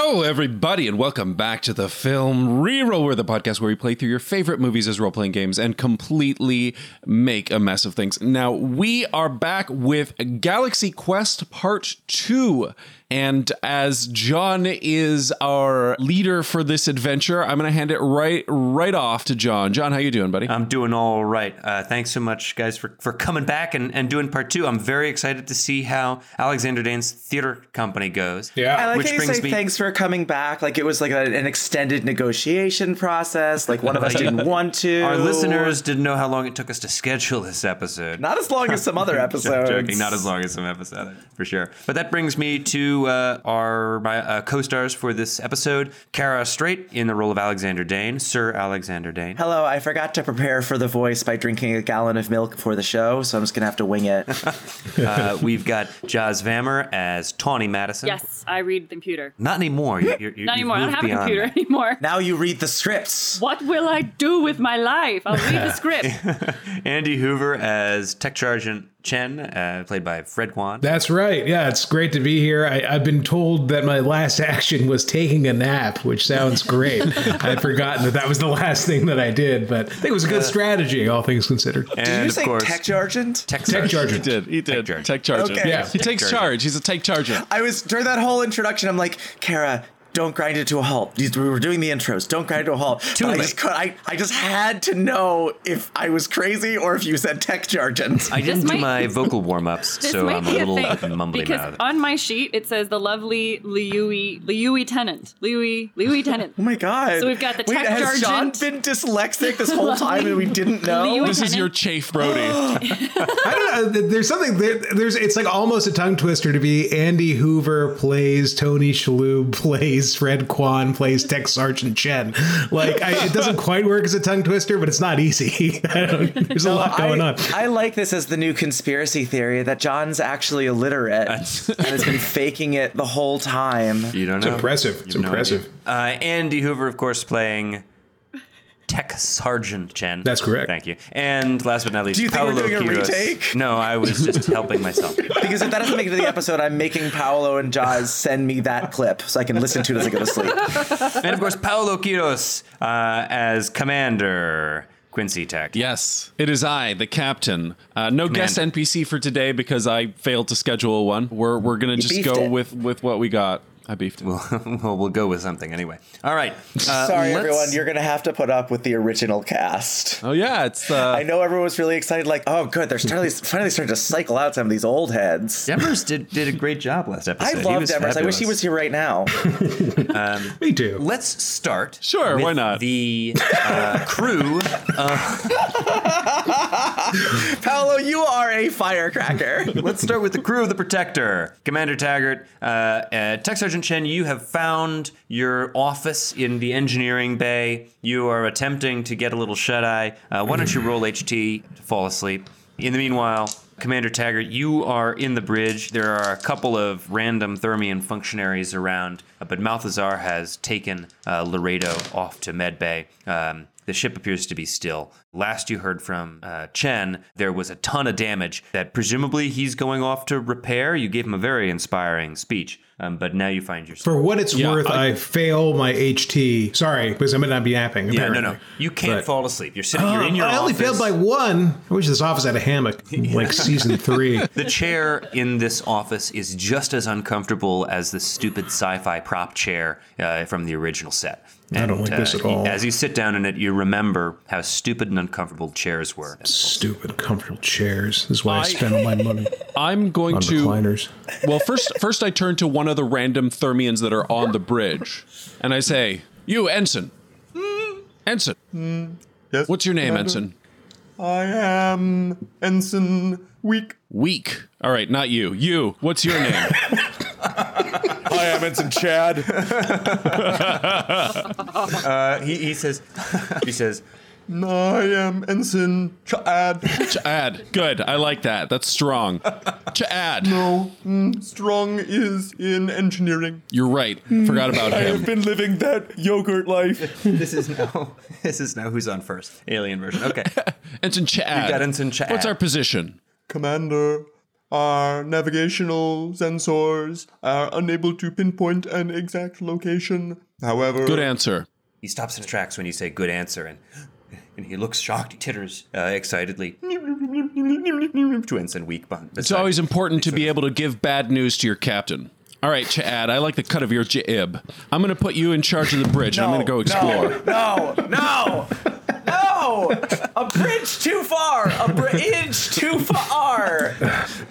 everybody, and welcome back to the Film Reroller, the podcast where we play through your favorite movies as role playing games and completely make a mess of things. Now, we are back with Galaxy Quest Part 2. And as John is our leader for this adventure, I'm going to hand it right right off to John. John, how you doing, buddy? I'm doing all right. Uh, thanks so much, guys, for, for coming back and, and doing part two. I'm very excited to see how Alexander Dan's theater company goes. Yeah. I like Which how you brings say me- thanks for coming back. Like it was like a, an extended negotiation process. Like one of us didn't want to. Our listeners didn't know how long it took us to schedule this episode. not as long as some other episodes. Joking, not as long as some episode, for sure. But that brings me to uh, our my uh, co-stars for this episode: Kara Strait in the role of Alexander Dane, Sir Alexander Dane. Hello, I forgot to prepare for the voice by drinking a gallon of milk before the show, so I'm just gonna have to wing it. Uh, we've got Jazz Vammer as Tawny Madison. Yes, I read the computer. Not anymore. You're, you're, you're, Not anymore. I don't have a computer That. anymore. now you read the scripts. What will I do with my life? I'll read the script. Andy Hoover as Tech Sergeant Chen, uh, played by Fred Kwan. That's right. Yeah, it's great to be here. I, I've been told that my last action was taking a nap, which sounds great. I'd forgotten that that was the last thing that I did, but I think it was a good strategy, all things considered. and Did you of say course, tech sergeant? Tech Tech Sergeant. he Charger. did. He did. charger. Take charger. Okay. Yeah. He takes charger. charge. He's a take charger. I was during that whole introduction. I'm like, Kara, don't grind it to a halt. These- We were doing the intros. Don't grind it to a halt. Too I late. just could, I, I just had to know if I was crazy or if you said tech sergeant. I didn't This do might- my vocal warm ups, This so might I'm a be little a thing mumbly because mouthed. on my sheet it says the lovely Liui Liui Tennant, Liui Liui Tennant. Oh my god! So we've got the Wait, tech has John sergeant. been dyslexic this whole time and we didn't know? Leo- This is your chafe, Brody. I don't know. There's something there, there's it's like almost a tongue twister to be Andy Hoover plays Tony Shalhoub plays Fred Kwan plays Tech Sergeant Chen. Like I, it doesn't quite work as a tongue twister, but it's not easy. I don't, there's a lot going I, on. I like this as the new conspiracy theory that John's actually illiterate and has been faking it the whole time. you don't know. impressive. It's You have no impressive. idea. Uh, Andy Hoover, of course, playing Tech Sergeant Chen. That's correct. Thank you. And last but not least, Do you think Paolo we're doing a Quiros. retake? No, I was just helping myself. Because if that doesn't make it to the episode, I'm making Paolo and Jaws send me that clip so I can listen to it as I go to sleep. Uh, And of course, Paolo Quiros uh, as Commander Quincy Tech. yes, it is I, the captain. Uh, no guest Man. NPC for today because I failed to schedule one. We're we're gonna just beefed go it. with with what we got. I beefed it. well, we'll go with something anyway. All right. Uh, Sorry, let's- everyone, you're gonna have to put up with the original cast. Oh yeah, it's I uh, know everyone was really excited, like, oh, good, they're finally, finally starting to cycle out some of these old heads. Demers did, did a great job last I episode. He love was Demers. I wish he fabulous. was here right now. Me too. Let's start. Sure, with why not? The uh, crew Paolo, you are a firecracker. Let's start with the crew of the Protector. Commander Taggart, uh, uh, Tech Sergeant Chen, you have found your office in the engineering bay. You are attempting to get a little shut eye. Uh, why don't you roll HT to fall asleep? In the meanwhile, Commander Taggart, you are in the bridge. There are a couple of random Thermian functionaries around, uh, but Malthazar has taken uh, Laredo off to medbay. Um, the ship appears to be still. Last you heard from uh, Chen, there was a ton of damage that presumably he's going off to repair. You gave him a very inspiring speech, um, but now you find yourself. For what it's Yeah, worth, I- I, fail my HT. Sorry, because I might not be napping. yeah, no, apparently. no. You can't But- fall asleep. You're sitting. you're in your. I only office. failed by one. I wish this office had a hammock, like season three. The chair in this office is just as uncomfortable as the stupid sci-fi prop chair uh, from the original set. I don't And, like this at y- all. As you sit down in it, you remember how stupid and uncomfortable chairs were. Stupid comfortable chairs. This is why I, spend all my money I'm going on to. recliners. Well, first first I turn to one of the random Thermians that are on the bridge, and I say, "You, ensign, Hmm. ensign, Hmm. Yes, what's your name, Commander? ensign?" I am Ensign Weak. Weak. All right, not you. You. What's your name? I am Ensign Chad. Uh, he, he says, he says, I am Ensign Chad. Chad. Good. I like that. That's strong. Chad. No, mm, strong is in engineering. You're right. Forgot about I have him. Mm. been living that yogurt life. this is now this is now who's on first alien version okay Ensign Chad. got Ensign Chad. What's our position? Commander, Our navigational sensors are unable to pinpoint an exact location. However, Good answer. He stops in his tracks when you say good answer and and he looks shocked. He titters uh, excitedly. to Ensign Weak. behind- It's always important to be able to give bad news to your captain. All right, Chad, I like the cut of your jib. I'm going to put you in charge of the bridge. and I'm going to go explore. No, no, no. A bridge too far. A bridge too far.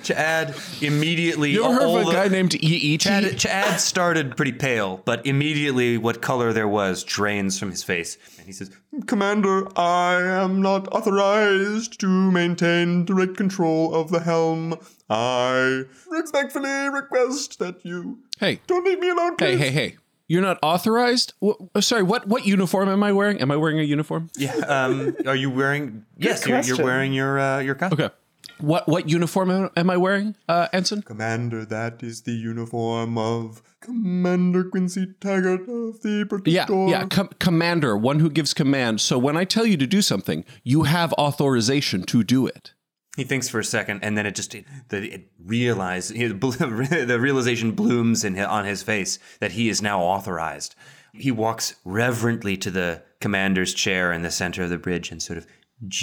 Chad immediately. You ever heard all of a the- guy named EET? Chad, Chad started pretty pale, but immediately what color there was drains from his face. And he says, Commander, I am not authorized to maintain direct control of the helm. I respectfully request that you hey, don't leave me alone, hey, please. hey, hey. You're not authorized? Wh- oh, sorry, what, what uniform am I wearing? Am I wearing a uniform? yeah, um, Are you wearing. Yes, you're, you're question. wearing your, uh, your costume. Okay. What what uniform am- am I wearing, uh, Ensign? Commander, that is the uniform of Commander Quincy Taggart of the Yeah, Protector. yeah. Com- commander, one who gives command. So when I tell you to do something, you have authorization to do it. He thinks for a second, and then it just it, the, it realizes the realization blooms in hi- on his face that he is now authorized. He walks reverently to the commander's chair in the center of the bridge and sort of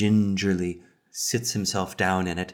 gingerly sits himself down in it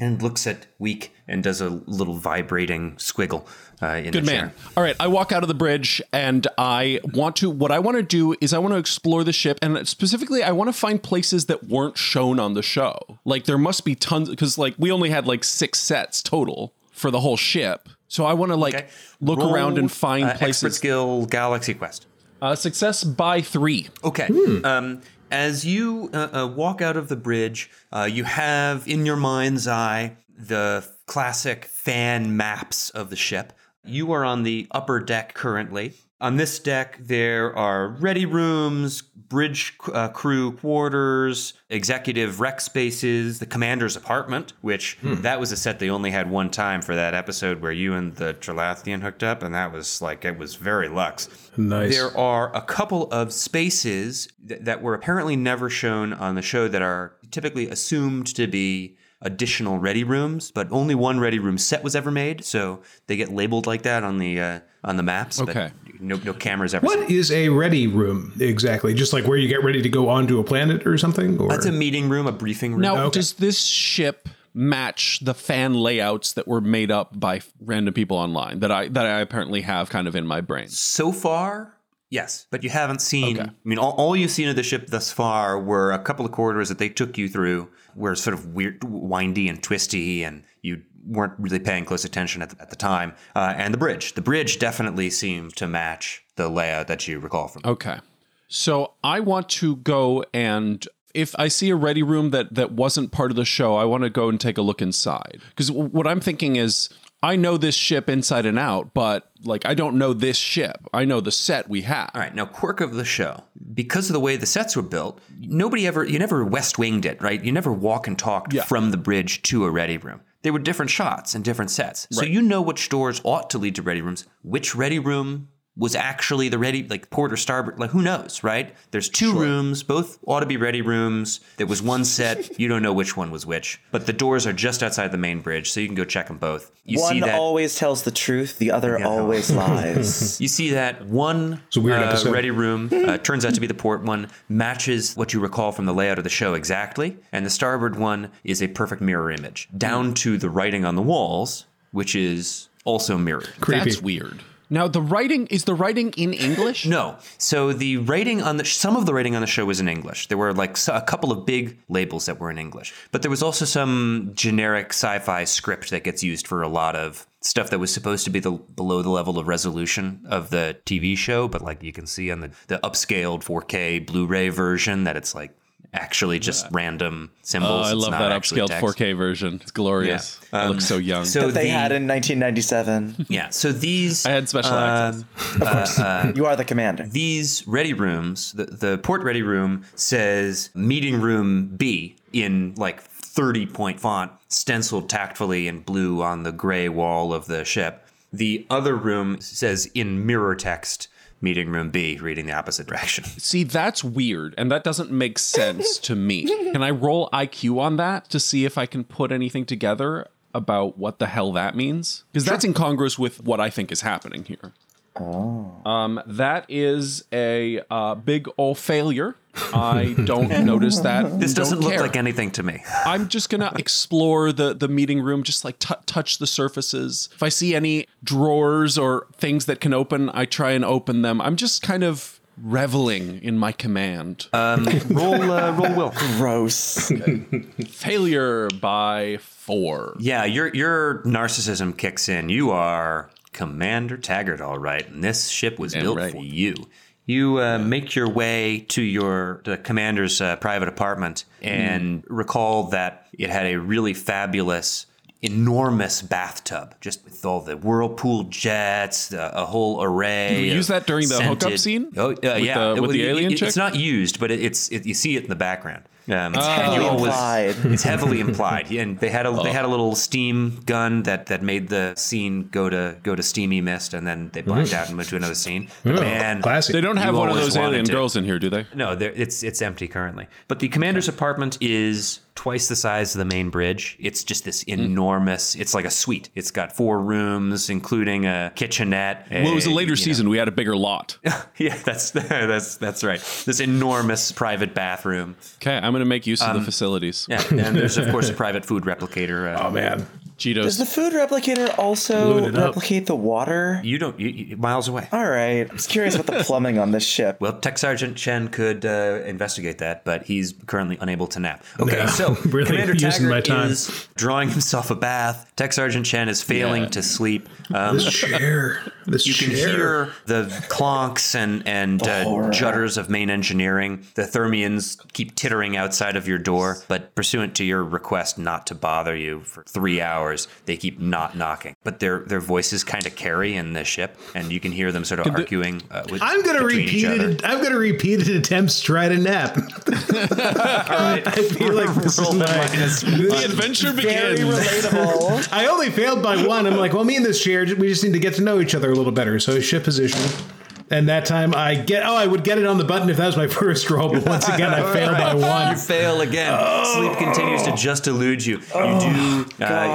and looks at Weak and does a little vibrating squiggle uh, in Good the man. chair. All right, I walk out of the bridge and I want to. What I want to do is I want to explore the ship and specifically I want to find places that weren't shown on the show. Like there must be tons because like we only had like six sets total for the whole ship. So I want to like Okay. look Roll, around and find uh, Expert places. skill Galaxy Quest. Uh, success by three. Okay. Um, as you uh, uh, walk out of the bridge, uh, you have in your mind's eye the classic fan maps of the ship. You are on the upper deck currently. On this deck, there are ready rooms, bridge uh, crew quarters, executive rec spaces, the commander's apartment, which that was a set they only had one time for that episode where you and the Trelathian hooked up, and that was like, it was very luxe. Nice. There are a couple of spaces th- that were apparently never shown on the show that are typically assumed to be additional ready rooms, but only one ready room set was ever made, so they get labeled like that on the uh, on the maps. Okay. But no, no cameras ever. seen. What is a ready room exactly? Just like where you get ready to go onto a planet or something? Or That's a meeting room, a briefing room. Now, Okay. does this ship match the fan layouts that were made up by f- random people online that I that I apparently have kind of in my brain? So far, yes, but you haven't seen. I mean, all, all you've seen of the ship thus far were a couple of corridors that they took you through, were sort of weird, windy and twisty, and you weren't really paying close attention at the, at the time. Uh, and the bridge, the bridge definitely seemed to match the layout that you recall from. Okay. So I want to go and if I see a ready room that that wasn't part of the show, I want to go and take a look inside. Cuz what I'm thinking is I know this ship inside and out, but like I don't know this ship. I know the set we have. All right, now quirk of the show. Because of the way the sets were built, nobody ever you never west winged it, right? You never walk and talked from the bridge to a ready room. They were different shots and different sets. So you know which doors ought to lead to ready rooms, which ready room was actually the ready like port or starboard, like who knows, right? There's two rooms, both ought to be ready rooms. There was one set, you don't know which one was which. But the doors are just outside the main bridge, so you can go check them both. You see One that always tells the truth. The other always lies. you see that one a weird uh, episode. ready room uh, turns out to be the port one matches what you recall from the layout of the show exactly, and the starboard one is a perfect mirror image down to the writing on the walls, which is also mirrored. creepy. That's weird. Now the writing is the writing in English? No, so the writing on the some of the writing on the show was in English. There were like so- a couple of big labels that were in English, but there was also some generic sci-fi script that gets used for a lot of stuff that was supposed to be the below the level of resolution of the TV show, but like you can see on the the upscaled 4K Blu-ray version that it's like actually just random symbols. Oh, I It's love not that actually upscaled text. 4K version. It's glorious. Yeah. Um, I look so young. So That they the- had in 1997. yeah, so these I had um, special access. You are the commander. these ready rooms, the, the port ready room says meeting room B in like 30 point font, stenciled tactfully in blue on the gray wall of the ship. The other room says in mirror text, meeting room B, reading the opposite direction. See, that's weird, and that doesn't make sense to me. Can I roll IQ on that to see if I can put anything together about what the hell that means because that's incongruous with what I think is happening here. Oh. Um, that is a uh, big old failure. I don't notice that. This Don't doesn't look care. like anything to me. I'm just gonna explore the the meeting room, just like t- touch the surfaces. If I see any drawers or things that can open, I try and open them. I'm just kind of reveling in my command. Roll, uh, roll will. Gross. Failure by four. Yeah, your your narcissism kicks in. You are Commander Taggart, all right. And this ship was built right. for you. You uh, make your way to your the commander's uh, private apartment Mm. and recall that it had a really fabulous, enormous bathtub, just with all the whirlpool jets, the, a whole array. we of use that during the hookup scented- scene? Oh, uh, yeah, the- It- with the it- it- alien chick? It's not used, but it, it's it, you see it in the background. Um, it's heavily implied. it's heavily implied, and they had a they had Oh. a little steam gun that that made the scene go to go to steamy mist, and then they blanked out and moved to another scene. Oh, And classic. They don't have You one of always those alien wanted to. girls in here, do they? no, there, it's it's empty currently. But the commander's apartment is twice the size of the main bridge. It's just this Hmm. enormous. It's like a suite. It's got four rooms, including a kitchenette. Well, it was a Eh, a, later you know, season. We had a bigger lot. yeah, that's that's that's right. This enormous private bathroom. Okay, I'm gonna make use of Um, the facilities. Yeah, and there's of course a private food replicator. Uh, Oh man, Cheetos. Does the food replicator also Lube it up. replicate the water? you don't you, you, miles away. All right. I'm just curious about the plumbing on this ship. Well, Tech Sergeant Chen could uh, investigate that, but he's currently unable to nap. Okay, so really Commander using my Taggart time. is drawing himself a bath. Tech Sergeant Chen is failing Yeah. to sleep. Um, this chair, this you can chair. hear the clonks and and uh, horror. judders of main engineering. The Thermians keep tittering outside of your door, but pursuant to your request not to bother you for three hours, they keep not knocking. But their their voices kind of carry in the ship, and you can hear them sort of arguing. Uh, with, I'm gonna between each repeat other. it. I'm gonna repeated attempts to try to nap. I feel like this is Roll my, minus the this, adventure Very begins. relatable. I only failed by one. I'm like, well, me and this chair, we just need to get to know each other a little better. So ship position. And that time I get, oh, I would get it on the button if that was my first roll, but once again, I failed by You one. fail again. Sleep continues to just elude you. You do. Uh,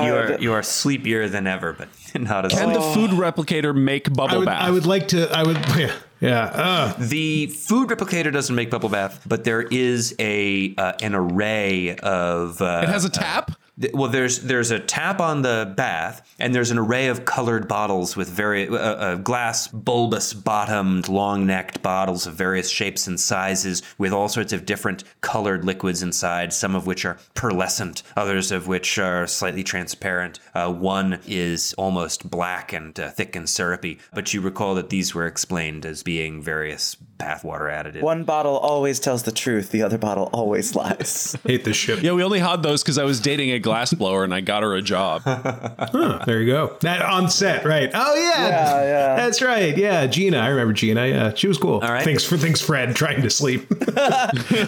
you are God. you are sleepier than ever, but not as. Can sleepy. the food replicator make bubble I would, bath? I would like to, I would, yeah. Yeah. Uh, The food replicator doesn't make bubble bath, but there is a uh, an array of. Uh, it has a tap. th- well, there's there's a tap on the bath, and there's an array of colored bottles with very uh, uh, glass bulbous bottomed, long necked bottles of various shapes and sizes, with all sorts of different colored liquids inside. Some of which are pearlescent, others of which are slightly transparent. Uh, one is almost black and uh, thick and syrupy. But you recall that these were explained as being various bathwater additives. One bottle always tells the truth, the other bottle always lies. hate this ship. Yeah, we only had those because I was dating a glass blower and I got her a job. Huh, there you go. That on set, right? Oh yeah, Yeah, yeah. that's right. Yeah, Gina. I remember Gina. Yeah, she was cool. All right. Thanks for thanks, Fred. Trying to sleep.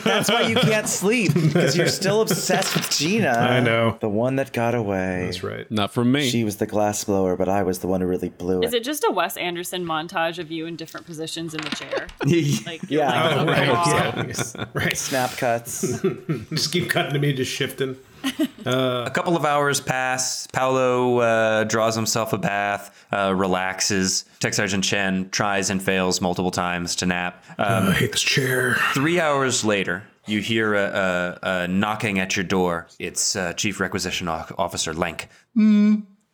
That's why you can't sleep, because you're still obsessed with Gina. I know. The one that got away. that's right. Not from me. She was the glass blower, but I was the one who really blew Is it just a Wes Anderson montage of you in different positions in the chair? Like, you're Yeah. like, Oh, on the right, wall. yeah. Right. Snap cuts. Just keep cutting to me, just shifting. A couple of hours pass. Paolo uh, draws himself a bath, uh, relaxes. Tech Sergeant Chen tries and fails multiple times to nap. Uh, I hate this chair. three hours later, you hear a, a, a knocking at your door. It's uh, Chief Requisition O- Officer Lenk.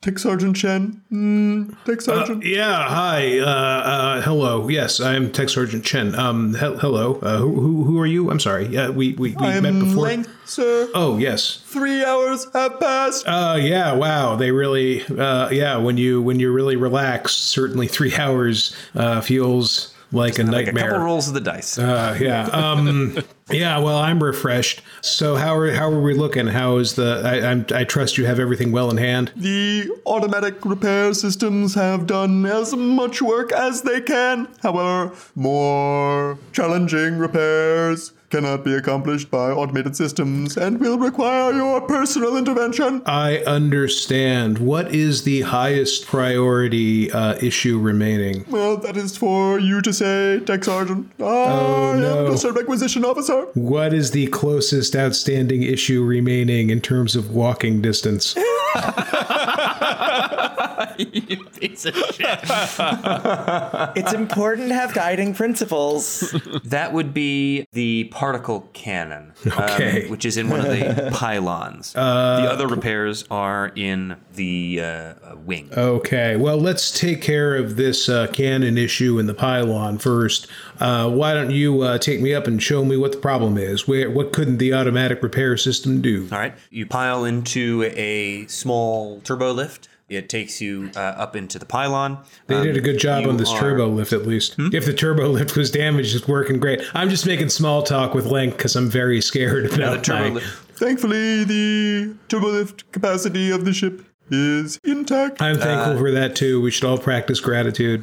Tech Sergeant Chen. Mm, Uh, Tech Sergeant. Yeah. Hi. Uh, uh, hello. Yes, I'm Tech Sergeant Chen. Um. He- hello. Uh, who, who who are you? I'm sorry. Yeah. We we, we I met am before. length, sir. Oh yes. Three hours have passed. Uh, yeah. Wow. They really. Uh, yeah. When you when you're really relaxed, certainly three hours uh, feels like a Like a nightmare. couple rolls of the dice. Uh, yeah. Um, yeah. Well, I'm refreshed. So how are how are we looking? How is the? I, I'm, I trust you have everything well in hand. The automatic repair systems have done as much work as they can. However, more challenging repairs cannot be accomplished by automated systems and will require your personal intervention. I understand. What is the highest priority uh, issue remaining? Well, that is for you to say, Tech Sergeant. I no. am just a requisition officer. Sir. What is the closest outstanding issue remaining in terms of walking distance? you piece of shit. It's important to have guiding principles. That would be the particle cannon, um, Okay. Uh, which is in one of the pylons. the other repairs are in the uh, uh, wing. Okay, well, let's take care of this uh, cannon issue in the pylon first. Uh, why don't you uh, take me up and show me what the problem is? Where, what couldn't the automatic repair system do? All right, you pile into a small turbo lift. It takes you uh, up into the pylon. They did a good job Um, you on this are- Hmm? turbo lift, at least. If the turbo lift was damaged, it's working great. I'm just making small talk with Link because I'm very scared about the turbo my- lift. Thankfully, the turbolift capacity of the ship is intact. I'm thankful for that too. We should all practice gratitude.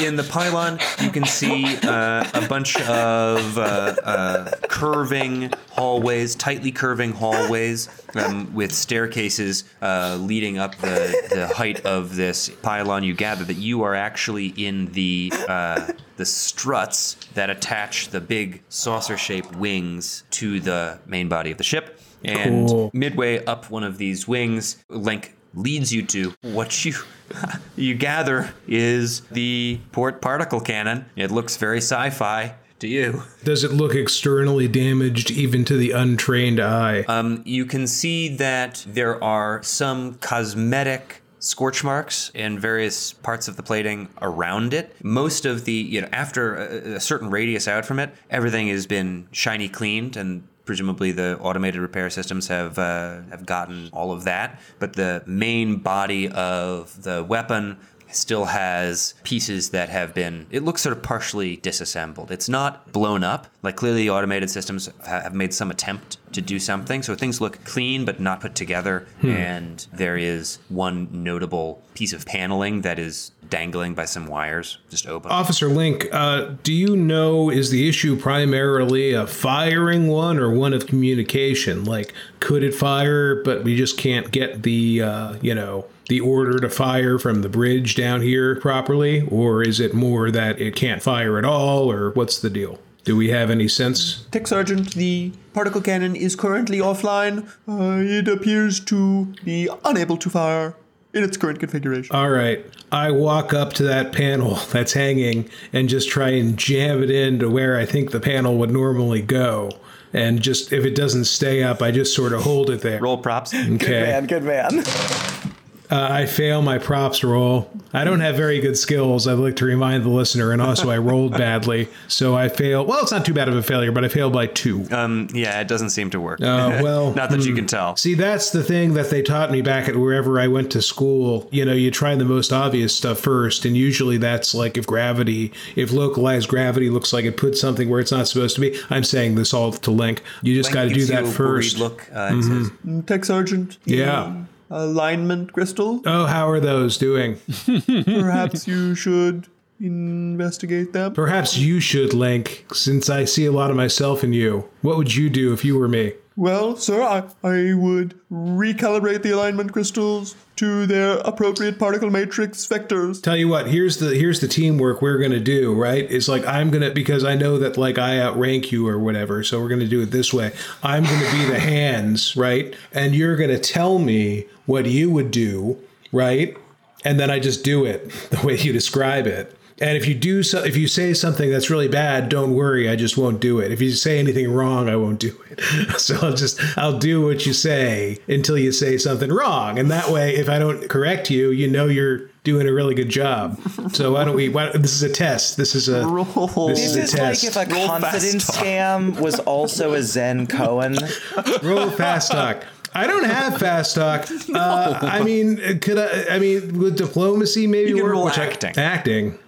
in the pylon, you can see uh, a bunch of uh, uh, curving hallways, tightly curving hallways um, with staircases uh, leading up the, the height of this pylon. You gather that you are actually in the uh, the struts that attach the big saucer-shaped wings to the main body of the ship. And Cool. midway up one of these wings, Link leads you to what you you gather is the port particle cannon. It looks very sci-fi to you. Does it look externally damaged even to the untrained eye? Um, you can see that there are some cosmetic scorch marks in various parts of the plating around it. Most of the, you know, after a, a certain radius out from it, everything has been shiny cleaned and presumably the automated repair systems have uh, have gotten all of that. But the main body of the weapon still has pieces that have been it looks sort of partially disassembled it's not blown up like clearly the automated systems ha- have made some attempt to do something so things look clean but not put together Hmm. and there is one notable piece of paneling that is dangling by some wires just open Officer Link, uh, do you know is the issue primarily a firing one or one of communication? Like, could it fire, but we just can't get the uh, you know the order to fire from the bridge down here properly, or is it more that it can't fire at all, or what's the deal? Do we have any sense? Tech Sergeant, the particle cannon is currently offline. Uh, it appears to be unable to fire in its current configuration. All right, I walk up to that panel that's hanging and just try and jam it in to where I think the panel would normally go. And just if it doesn't stay up, I just sort of hold it there. roll props Okay. Man, good man. Uh, I fail my props roll. I don't have very good skills. I'd like to remind the listener, and also I rolled badly, so I fail. Well, it's not too bad of a failure, but I failed by two. um, yeah it doesn't seem to work Uh, well, not that you can tell see, that's the thing that they taught me back at wherever I went to school. You know, you try the most obvious stuff first, and usually that's like if gravity, if localized gravity looks like it put something where it's not supposed to be. I'm saying this all to Link. You just got to do Gives you that a worried first. Mm-hmm. look uh, and says, Tech Sergeant, the Yeah. alignment crystal. Oh, how are those doing? Perhaps you should investigate them. Perhaps you should, Link, since I see a lot of myself in you. What would you do if you were me? Well, sir, I, I would recalibrate the alignment crystals to their appropriate particle matrix vectors. Tell you what, here's the here's the teamwork we're gonna do, right? It's like I'm gonna because I know that like I outrank you or whatever, so we're gonna do it this way. I'm gonna be the hands, right? And you're gonna tell me what you would do, right? And then I just do it the way you describe it. And if you do so, if you say something that's really bad, don't worry, I just won't do it. If you say anything wrong, I won't do it. So I'll just I'll do what you say until you say something wrong, and that way, if I don't correct you, you know you're doing a really good job. So why don't we? Why, this is a test. This is a this This is a is like test. if a Roll fast confidence talk. scam was also a Zen Cohen. Roll fast talk. I don't have fast talk. Uh, I mean, could I? I mean, with diplomacy maybe You can work, roll which I- acting. acting.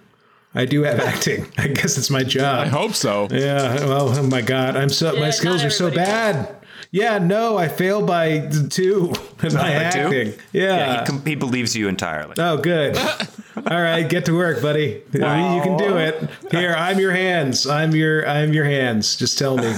I do have acting. I guess it's my job. I hope so. Yeah. Well, oh my God, I'm so my not skills are so everybody bad. Yeah. No, I fail by d- two in my by two? acting. Yeah. yeah, he, com- he believes you entirely oh, good. All right, get to work, buddy. You can do it. Here, I'm your hands. I'm your I'm your hands. Just tell me.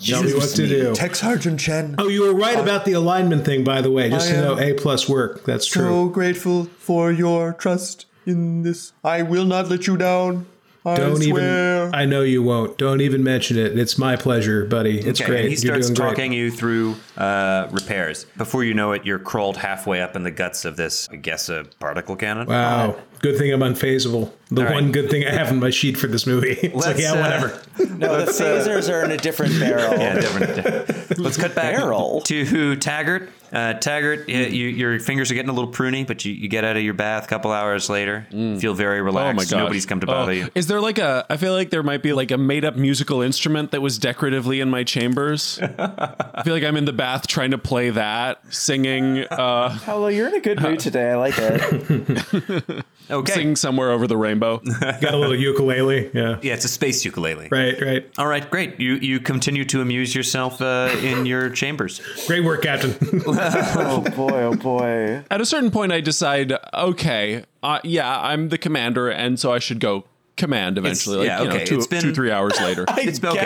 tell me what to do. Tech Sergeant Chen, Oh, you were right about the alignment thing, by the way. Just I to know, am A plus work. That's true. so grateful for your trust in this. I will not let you down. I Don't swear. even. I know you won't. Don't even mention it. It's my pleasure, buddy. It's Okay, great. and he You're starts doing great. talking you through uh, repairs. Before you know it, you're crawled halfway up in the guts of this, I guess, a particle cannon. Wow. good thing I'm unfazable. The right. one good thing I have in my sheet for this movie. It's like, Let's, yeah, uh, whatever. No, the phasers are in a different barrel. Yeah, different. Let's cut back Barrel. to Taggart. Uh, Taggart, Hmm. y you, your fingers are getting a little pruny, but you, you get out of your bath a couple hours later. Feel very Oh my relaxed. god! Nobody's come to bother you. Is there like a? I feel like there might be like a made-up musical instrument that was decoratively in my chambers. I feel like I'm in the bath trying to play that, singing, uh, Paolo, you're in a good mood today. I like it. Okay. singing somewhere over the rainbow. Got a little ukulele. Yeah. Yeah, it's a space ukulele. Right, right. All right, great. You you continue to amuse yourself uh, in your chambers. Great work, Captain. Oh boy, oh boy. At a certain point, I decide, okay, uh, yeah, I'm the commander, and so I should go command eventually. yeah, like, you okay, know, two, it's been- two, three hours later. It's okay.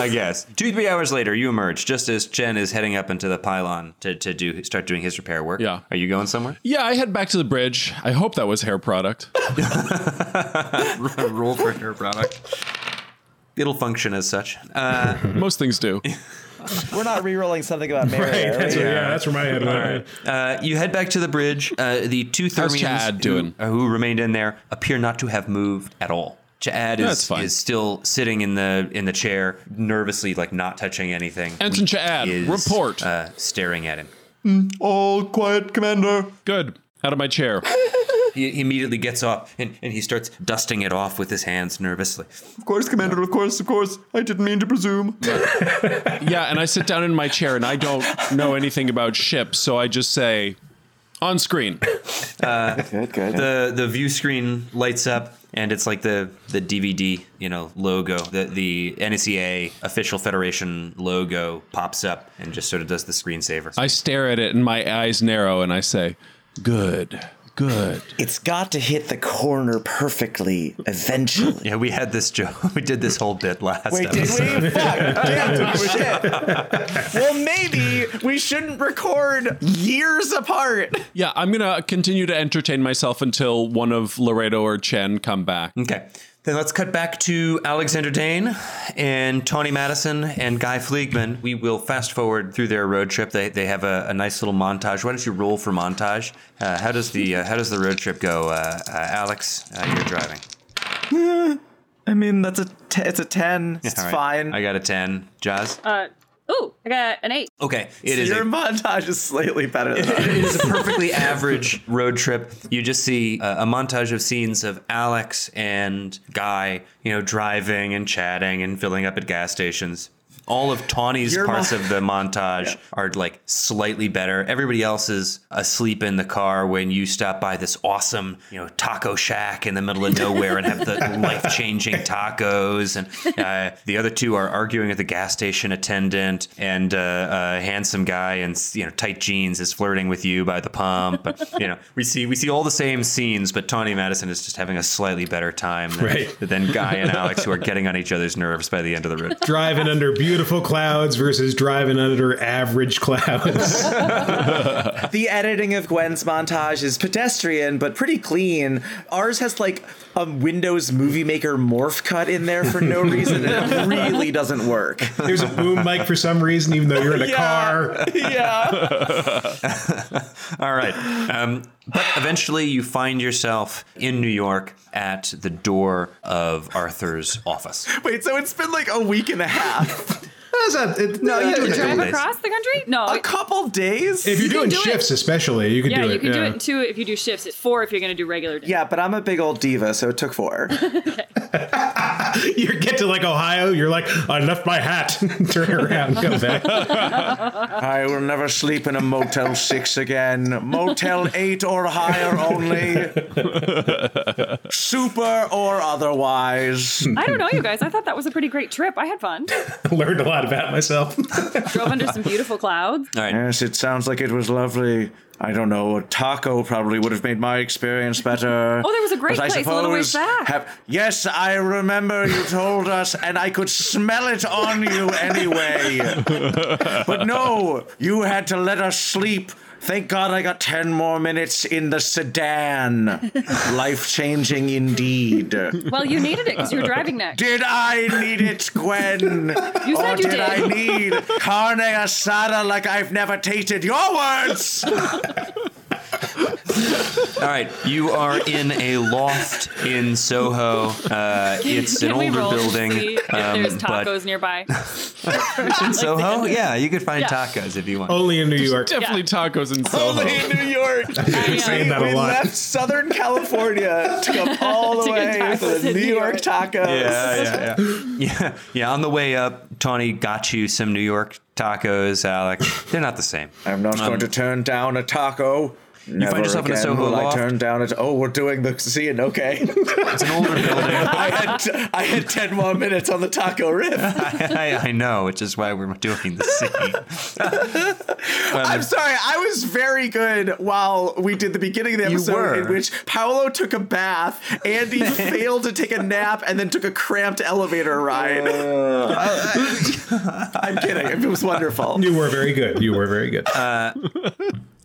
I guess. Two, three hours later, you emerge just as Chen is heading up into the pylon to, to do start doing his repair work. Yeah. Are you going somewhere? yeah, I head back to the bridge. I hope that was hair product. Roll for hair product. It'll function as such. Uh, Most things do. We're not re-rolling something about Mary. Right, are that's we? where, yeah, that's where my head went. uh, you head back to the bridge. Uh, the two How's Thermians Chad doing? Who, who remained in there appear not to have moved at all. Chad That's is, fine. is still sitting in the in the chair, nervously, like not touching anything. Ensign Weak Chad, report. Uh, staring at him. All quiet, Commander. Good. Out of my chair. He, he immediately gets up and, and he starts dusting it off with his hands nervously. Of course, Commander. Of course, of course. I didn't mean to presume. Yeah, and I sit down in my chair and I don't know anything about ships, so I just say, on screen. Good, good. the the view screen lights up and it's like the the DVD you know logo the the NSEA official federation logo pops up and just sort of does the screensaver. I stare at it and my eyes narrow and I say, good, good. it's got to hit the corner perfectly eventually. yeah, we had this joke. We did this whole bit last Wait, did episode. we? Fuck. Damn, shit. Well, maybe we shouldn't record years apart. Yeah, I'm going to continue to entertain myself until one of Laredo or Chen come back. Okay. Then let's cut back to Alexander Dane and Tony Madison and Guy Fliegman. We will fast forward through their road trip. They, they have a, a nice little montage. Why don't you roll for montage? Uh, how does the uh, how does the road trip go, uh, uh, Alex? Uh, you're driving. I mean, that's a t- it's a ten. It's All right. fine. I got a 10. Jazz? Uh, ooh, I got an eight. okay. It is, Your a, montage is slightly better. Than it mine. is a perfectly average road trip. You just see uh, a, a montage of scenes of Alex and Guy, you know, driving and chatting and filling up at gas stations. All of Tawny's Your parts mon- of the montage are like slightly better. Everybody else is asleep in the car when you stop by this awesome, you know, taco shack in the middle of nowhere and have the life-changing tacos. And uh, the other two are arguing at the gas station attendant, and uh, a handsome guy in you know tight jeans is flirting with you by the pump. you know, we see we see all the same scenes, but Tawny Madison is just having a slightly better time than, Right. than Guy and Alex, who are getting on each other's nerves by the end of the road. driving under beautiful clouds versus driving under average clouds. the editing of Gwen's montage is pedestrian but pretty clean. Ours has like a Windows Movie Maker morph cut in there for no reason, and it really doesn't work. There's a boom mic for some reason, even though you're in a Yeah. car. yeah. All right. Um, but eventually you find yourself in New York at the door of Arthur's office. Wait, so it's been like a week and a half, That's not, it, no, you Oh, you can can Drive days. across the country? No. a couple days. if you're doing do it. shifts, especially, you could yeah, do it. you can do yeah. it in two if you do shifts. It's four if you're going to do regular days. yeah, but I'm a big old diva, so it took four. You get to like Ohio, you're like, I left my hat. Turn around, come back. I will never sleep in a Motel 6 again. Motel 8 or higher only. Super or otherwise. I don't know, you guys. I thought that was a pretty great trip. I had fun. Learned a lot about myself. Drove under some beautiful clouds. All right. Yes, it sounds like it was lovely. I don't know. A taco probably would have made my experience better. Oh, there was a great but I place a little ways suppose back. have- yes, I remember you told us, and I could smell it on you anyway. but no, you had to let us sleep Thank God I got 10 more minutes in the sedan. Life changing indeed. Did Well, you needed it because you were driving next. I need it, Gwen? You or said you did did. I need carne asada like I've never tasted? Your words! All right, you are in a loft in Soho. Uh, it's an Can we older roll to building. see if there's um, tacos but nearby. in Soho, yeah, you could find Yeah. tacos if you want. Only in New York. Definitely tacos in Soho. Only in New York. I, Saying uh, that a lot. Southern California to come all To get tacos in New York. tacos. yeah, yeah, yeah, yeah, yeah. On the way up, Tawny got you some New York tacos, Alex. They're not the same. I'm not going to turn down a taco. Never yourself in a again Soho will loft? I turn down a. Oh, we're doing the scene. Okay. It's an older building. I had I had ten more minutes on the taco riff. I, I know, which is why we're doing the scene. I'm sorry, I was very good while we did the beginning of the You were. episode in which Paolo took a bath, Andy failed to take a nap, and then took a cramped elevator ride. Uh. I'm kidding. It was wonderful. You were very good. You were very good. Uh,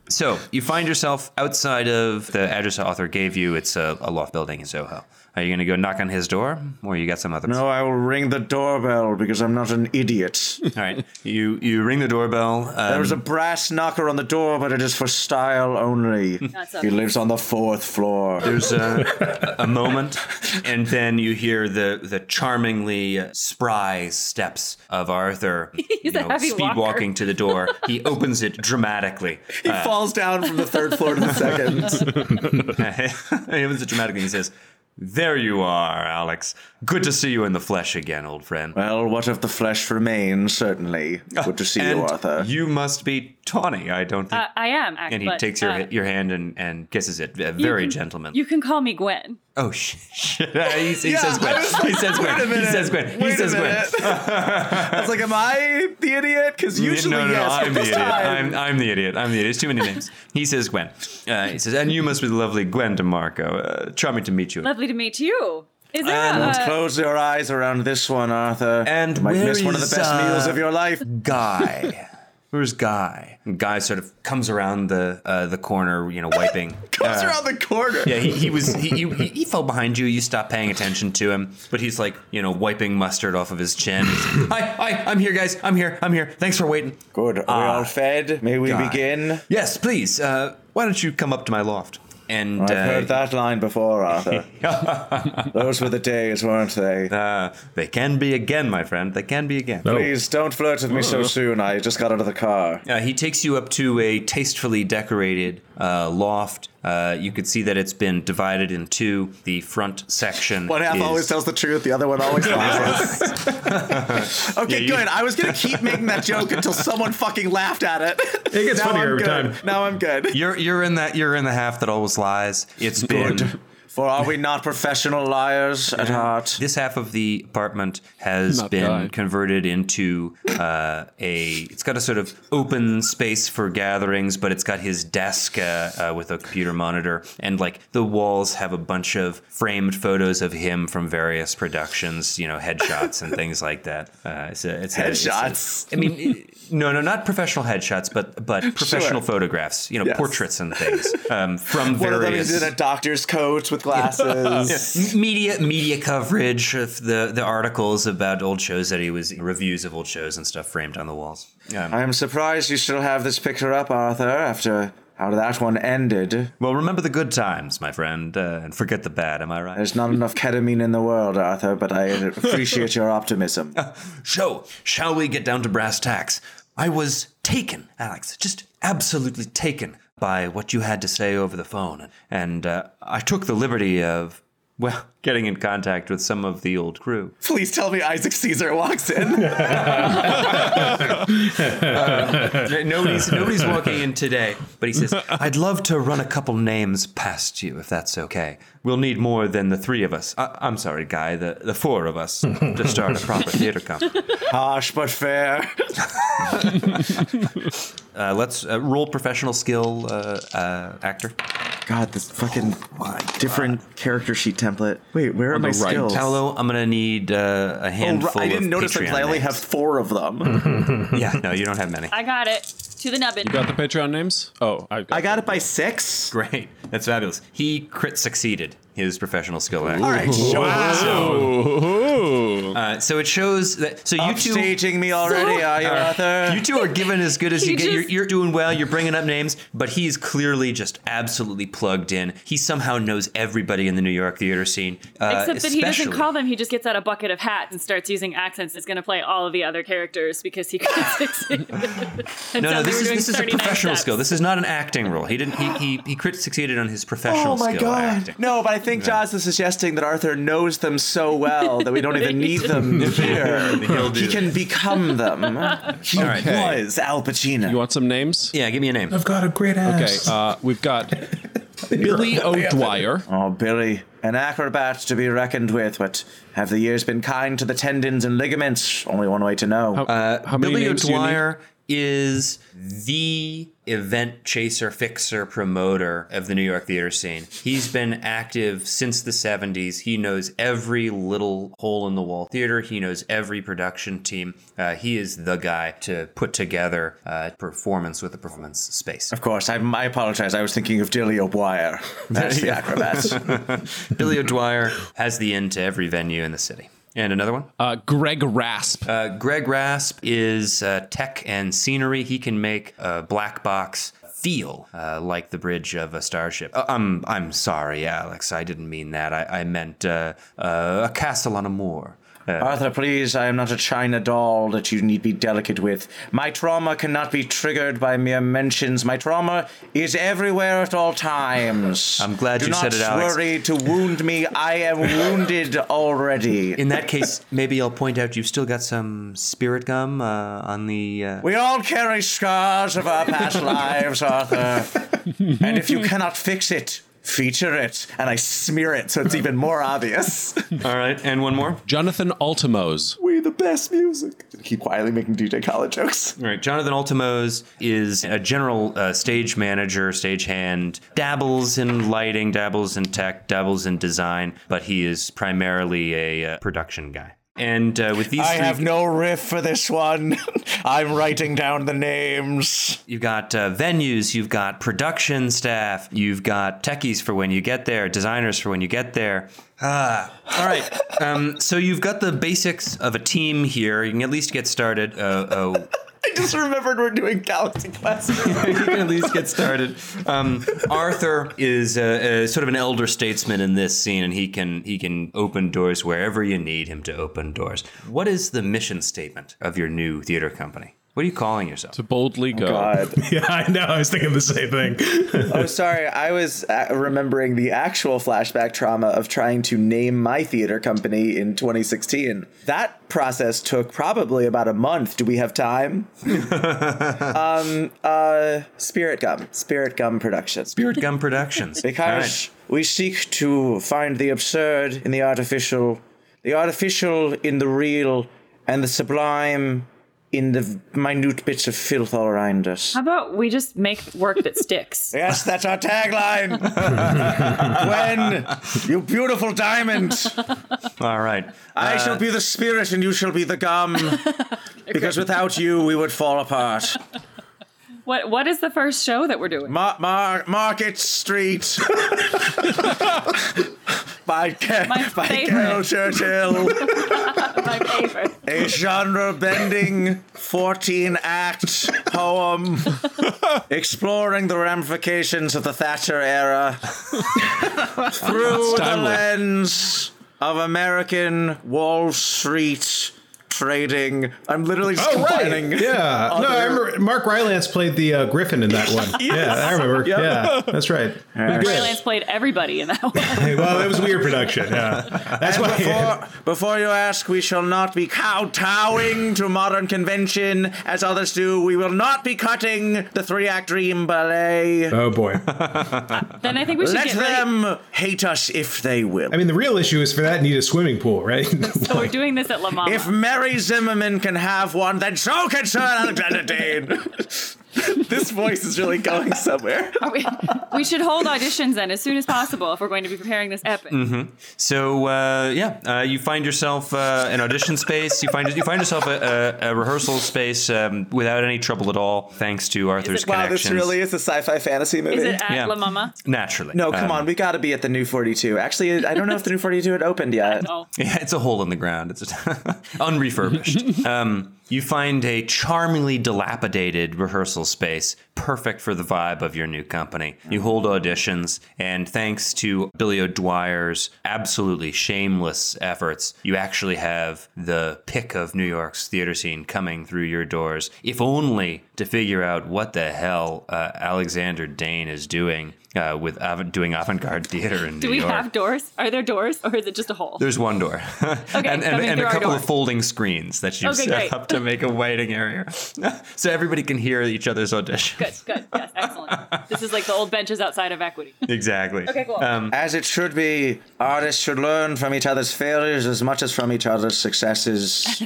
So you find yourself outside of the address the author gave you. It's a, a loft building in Soho. Are you going to go knock on his door, or you got some other? No, I will ring the doorbell because I'm not an idiot. All right. You you ring the doorbell. Um, There's a brass knocker on the door, but it is for style only. a- He lives on the fourth floor. there's a, a moment, and then you hear the the charmingly spry steps of Arthur. you a heavy speed walker. walking to the door. He opens it dramatically. He falls down from the third floor to the second. he opens it dramatically. He says. There you are, Alex. Good to see you in the flesh again, old friend. well, what if the flesh remains? Certainly. Good to see and you, Arthur. You must be Tawny. I don't think uh, I am, actually. uh, and he takes your your hand and, and kisses it uh, very gentlemanly. You can call me Gwen. oh shit! shit. he, he says Gwen. He says Gwen. He says Gwen. He Wait a says Gwen. minute. I was like, am I the idiot? Because usually, no, no, no, yes, but I'm the this idiot. time. I'm, I'm the idiot. I'm the idiot. It's too many names. He says Gwen. Uh, he says, and you must be the lovely Gwen DeMarco. Uh, charming to meet you. Lovely to meet you. Is there And a, Let's close your eyes around this one, Arthur. And you might where miss one of the is, best uh, meals of your life. Guy. Where's Guy? Guy sort of comes around the uh, the corner, you know, wiping. Comes uh, around the corner. Yeah, he, he was he, he, he fell behind you. You stopped paying attention to him, but he's like you know wiping mustard off of his chin. He's, hi, hi, I'm here, guys. I'm here. I'm here. Thanks for waiting. Good. Are we Ah, all fed? May we God. begin? Yes, please. Uh, why don't you come up to my loft? And I've uh, heard that line before, Arthur. Those were the days, weren't they? uh, they can be again, my friend. They can be again. Please don't flirt with me so soon. I just got out of the car. Uh, he takes you up to a tastefully decorated uh, loft. Uh, you can see that it's been divided in two. The front section. One half is- always tells the truth, the other one always lies. okay, you- good. I was gonna keep making that joke until someone fucking laughed at it. It gets now funnier I'm every good. time. Now I'm good. You're you're in that you're in the half that always lies. It's been For are we not professional liars at heart? This half of the apartment has Not been bad. converted into uh, a. It's got a sort of open space for gatherings, but it's got his desk uh, uh, with a computer monitor, and like the walls have a bunch of framed photos of him from various productions, you know, headshots and things like that. Uh, it's a, it's a- it's a- Headshots? I mean, no, no, not professional headshots, but but professional photographs, you know, Yes. portraits and things um, from One of them various. is in a doctor's coat with glasses. M- media media coverage of the the articles about old shows that he was reviews of old shows and stuff framed on the walls. Um, I am surprised you still have this picture up, Arthur, after how that one ended. well, remember the good times, my friend, uh, and forget the bad. Am I right? There's not enough ketamine in the world, Arthur, but I appreciate your optimism. So, shall we get down to brass tacks? I was taken, Alex, just absolutely taken by what you had to say over the phone, and uh, I took the liberty of. Well, getting in contact with some of the old crew. Please tell me Isaac Caesar walks in. nobody's nobody's walking in today. But he says, "I'd love to run a couple names past you, if that's okay. We'll need more than the three of us. I, I'm sorry, guy, the the four of us to start a proper theater company. Harsh but fair. Uh, let's uh, roll professional skill, uh, uh, actor. God, this fucking Oh different character sheet template. Wait, where are my the right. skills? Paolo, I'm gonna need uh, a Oh, handful. ri- I of didn't notice Patreon that I only names. have four of them. Yeah, no, you don't have many. I got it. to the nubbin. You got the Patreon names? Oh, I got. I got it by six. Great. That's fabulous. He crit succeeded his professional skill act. All right, Ooh. Uh, so it shows that. So you two. upstaging me already, are you, Arthur? You two are given as good as Uh, He you get. You're, just- you're doing well. You're bringing up names, but he's clearly just absolutely plugged in. He somehow knows everybody in the New York theater scene. Uh, Except that he doesn't especially- call them. He just gets out a bucket of hats and starts using accents. It's going to play all of the other characters because he could fix it. And No, so no, we this were is doing this is a 39 professional steps. skill. This is not an acting role. He didn't. He he, he crit succeeded on his professional Oh my skill God. acting. Oh No, but I think Jaws is suggesting that Arthur knows them so well that we don't even need them here. He'll do He can become them. He All right. was Al Pacino. You want some names? Yeah, give me a name. I've got a great Okay, ass. uh, we've got Billy O'Dwyer. Oh, Billy, an acrobat to be reckoned with, but have the years been kind to the tendons and ligaments? Only one way to know. Oh. How many Uh, Billy names do you need? O'Dwyer is the event chaser, fixer, promoter of the New York theater scene. He's been active since the 70s. He knows every little hole in the wall theater, he knows every production team. Uh, he is the guy to put together a performance with a performance space. of course, I, I apologize. I was thinking of Dilly O'Wire. That's the acrobat. Billy O'Dwyer has the in to every venue in the city. And another one? Uh, Greg Rasp. Uh, Greg Rasp is uh, tech and scenery. He can make a black box feel uh, like the bridge of a starship. Uh, I'm I'm sorry, Alex. I didn't mean that. I, I meant uh, uh, a castle on a moor. Uh, Arthur, please, I am not a china doll that you need be delicate with. My trauma cannot be triggered by mere mentions. My trauma is everywhere at all times. I'm glad Do you said it, Alex. not worry to wound me. I am wounded already. In that case, maybe I'll point out you've still got some spirit gum uh, on the. Uh... We all carry scars of our past lives, Arthur. And if you cannot fix it, feature it. And I smear it so it's even more obvious. All right, and one more. Jonathan Altimos. We the best music. Keep quietly making DJ Khaled jokes. All right, Jonathan Ultimos is a general uh, stage manager, stagehand, dabbles in lighting, dabbles in tech, dabbles in design, but he is primarily a uh, production guy. And uh, with these, I three, have no riff for this one. I'm writing down the names. you've got uh, venues, you've got production staff, you've got techies for when you get there, designers for when you get there. Ah, all right. Um, so you've got the basics of a team here. You can at least get started. Uh, oh. I just remembered we're doing Galaxy Quest. you can at least get started. Um, Arthur is uh uh sort of an elder statesman in this scene, and he can he can open doors wherever you need him to open doors. What is the mission statement of your new theater company? What are you calling yourself? To boldly oh go. yeah, I know. I was thinking the same thing. oh, sorry. I was uh, remembering the actual flashback trauma of trying to name my theater company in 2016. That process took probably about a month. Do we have time? um, uh, Spirit Gum. Spirit Gum Productions. Spirit Gum Productions. All right. Because we seek to find the absurd in the artificial, the artificial in the real, and the sublime in the minute bits of filth all around us. How about we just make work that sticks? Yes, that's our tagline. Gwen, you beautiful diamond, Uh, All right. I shall be the spirit and you shall be the gum. because without you, we would fall apart. What What is the first show that we're doing? Mar- Mar- Market Street. by Ca- My by Carol favorite. Churchill. My favorite. A genre bending 14 act poem exploring the ramifications of the Thatcher era through the timely. lens of American Wall Street trading. I'm literally just complaining. Yeah. No, I Other- remember Mark Rylance played the uh, Griffin in that one. Yeah, I remember. Yep. Yeah, that's right. Freelance played everybody in that one. Hey, well, that was a weird production. Yeah, that's why. Before, before you ask, we shall not be kowtowing to modern convention as others do. We will not be cutting the three act dream ballet. Oh boy. Then I think we should Let get ready. them hate us if they will. I mean, the real issue is for that need a swimming pool, right? So we're doing this at La Mama. If Mary Zimmerman can have one, then so can Sir Alexander Dane. this voice is really going somewhere. Are we, we should hold auditions then as soon as possible if we're going to be preparing this epic. So uh, yeah, uh, you find yourself uh, an audition space. You find you find yourself a, a, a rehearsal space um, without any trouble at all, thanks to Arthur's it- Wow, connections. this really is a sci-fi fantasy movie. Is it at Yeah. La Mama? Naturally, no, come Um, on, we got to be at the new 42. Actually, I don't know if the new 42 had opened yet. No. Yeah, it's a hole in the ground. It's unrefurbished. um, you find a charmingly dilapidated rehearsal space, perfect for the vibe of your new company. You hold auditions, and thanks to Billy O'Dwyer's absolutely shameless efforts, you actually have the pick of New York's theater scene coming through your doors, if only to figure out what the hell uh, Alexander Dane is doing uh, with avant- doing avant-garde theater in Do New we York. have doors? Are there doors or is it just a hole? There's one door. and and, and coming a through our couple door. of folding screens that you Okay, set great. up to make a waiting area. so everybody can hear each other's audition. Good, good. Yes, excellent. This is like the old benches outside of equity. Exactly. Okay, cool. As it should be, artists should learn from each other's failures as much as from each other's successes.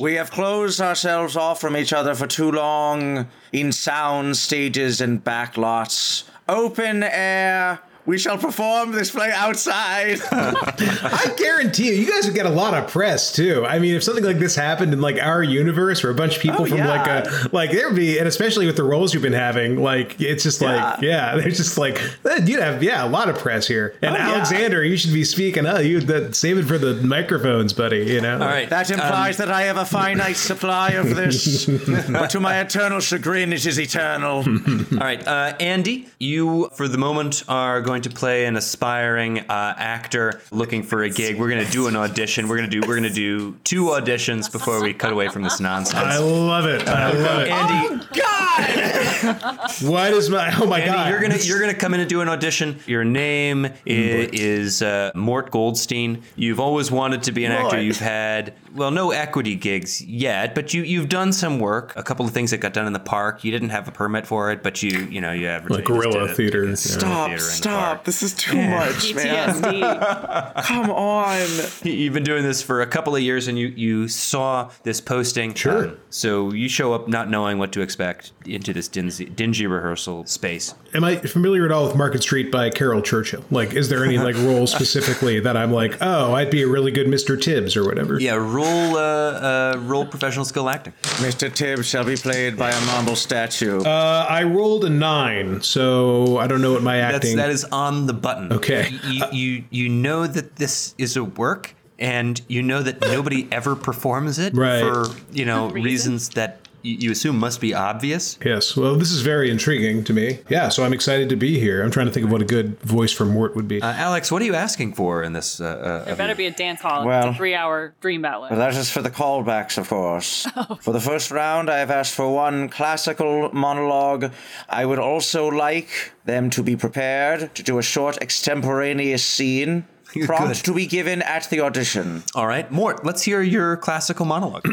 we have closed ourselves off from each other for too long in sound stages and back lots. Open air. We shall perform this play outside. I guarantee you, you guys would get a lot of press too. I mean, if something like this happened in like our universe, where a bunch of people Oh, from yeah. like a like there'd be, and especially with the roles you've been having, like it's just like yeah, there's just like eh, you'd have yeah a lot of press here. And Oh, yeah. Alexander, you should be speaking. Oh, you that save it for the microphones, buddy. You know. All right. Uh, that implies Um, that I have a finite supply of this, but to my eternal chagrin, it is eternal. All right. Uh, Andy, you, for the moment, are going to play an aspiring uh, actor looking for a gig. We're going to do an audition. We're going to do we're going to do two auditions before we cut away from this I nonsense. love it. I love it. Andy, What is my? Oh my Andy, god! you're gonna you're gonna come in and do an audition. Your name i- is uh, Mort Goldstein. You've always wanted to be an actor. You've had well, no equity gigs yet, but you you've done some work. A couple of things that got done in the park. You didn't have a permit for it, but you you know you have like guerrilla theater. Stop, Theater in the park. stop. This is too much, man. PTSD. Come on. You've been doing this for a couple of years, and you you saw this posting. Um, Sure. so you show up not knowing what to expect into this dingy, dingy rehearsal space. Am I familiar at all with Market Street by Carol Churchill? Like, is there any like role specifically that I'm like, oh, I'd be a really good Mr. Tibbs or whatever? Yeah, roll uh, uh, roll professional skill acting. Mr. Tibbs shall be played by a marble statue. Uh, I rolled a nine, so I don't know what my That's acting. that is on the button. Okay. You you, you know that this is a work, and you know that nobody ever performs it Right. for you know Reason. reasons that you you assume must be obvious. Yes. Well, this is very intriguing to me. Yeah. So I'm excited to be here. I'm trying to think of what a good voice for Mort would be. Uh, Alex, what are you asking for in this? Uh, There better be a dance hall. Well- it's a three-hour dream ballet. that is for the callbacks, of course. For the first round, I have asked for one classical monologue. I would also like them to be prepared to do a short extemporaneous scene. Prompt Good. to be given at the audition. uh, all right, Mort. Let's hear your classical monologue.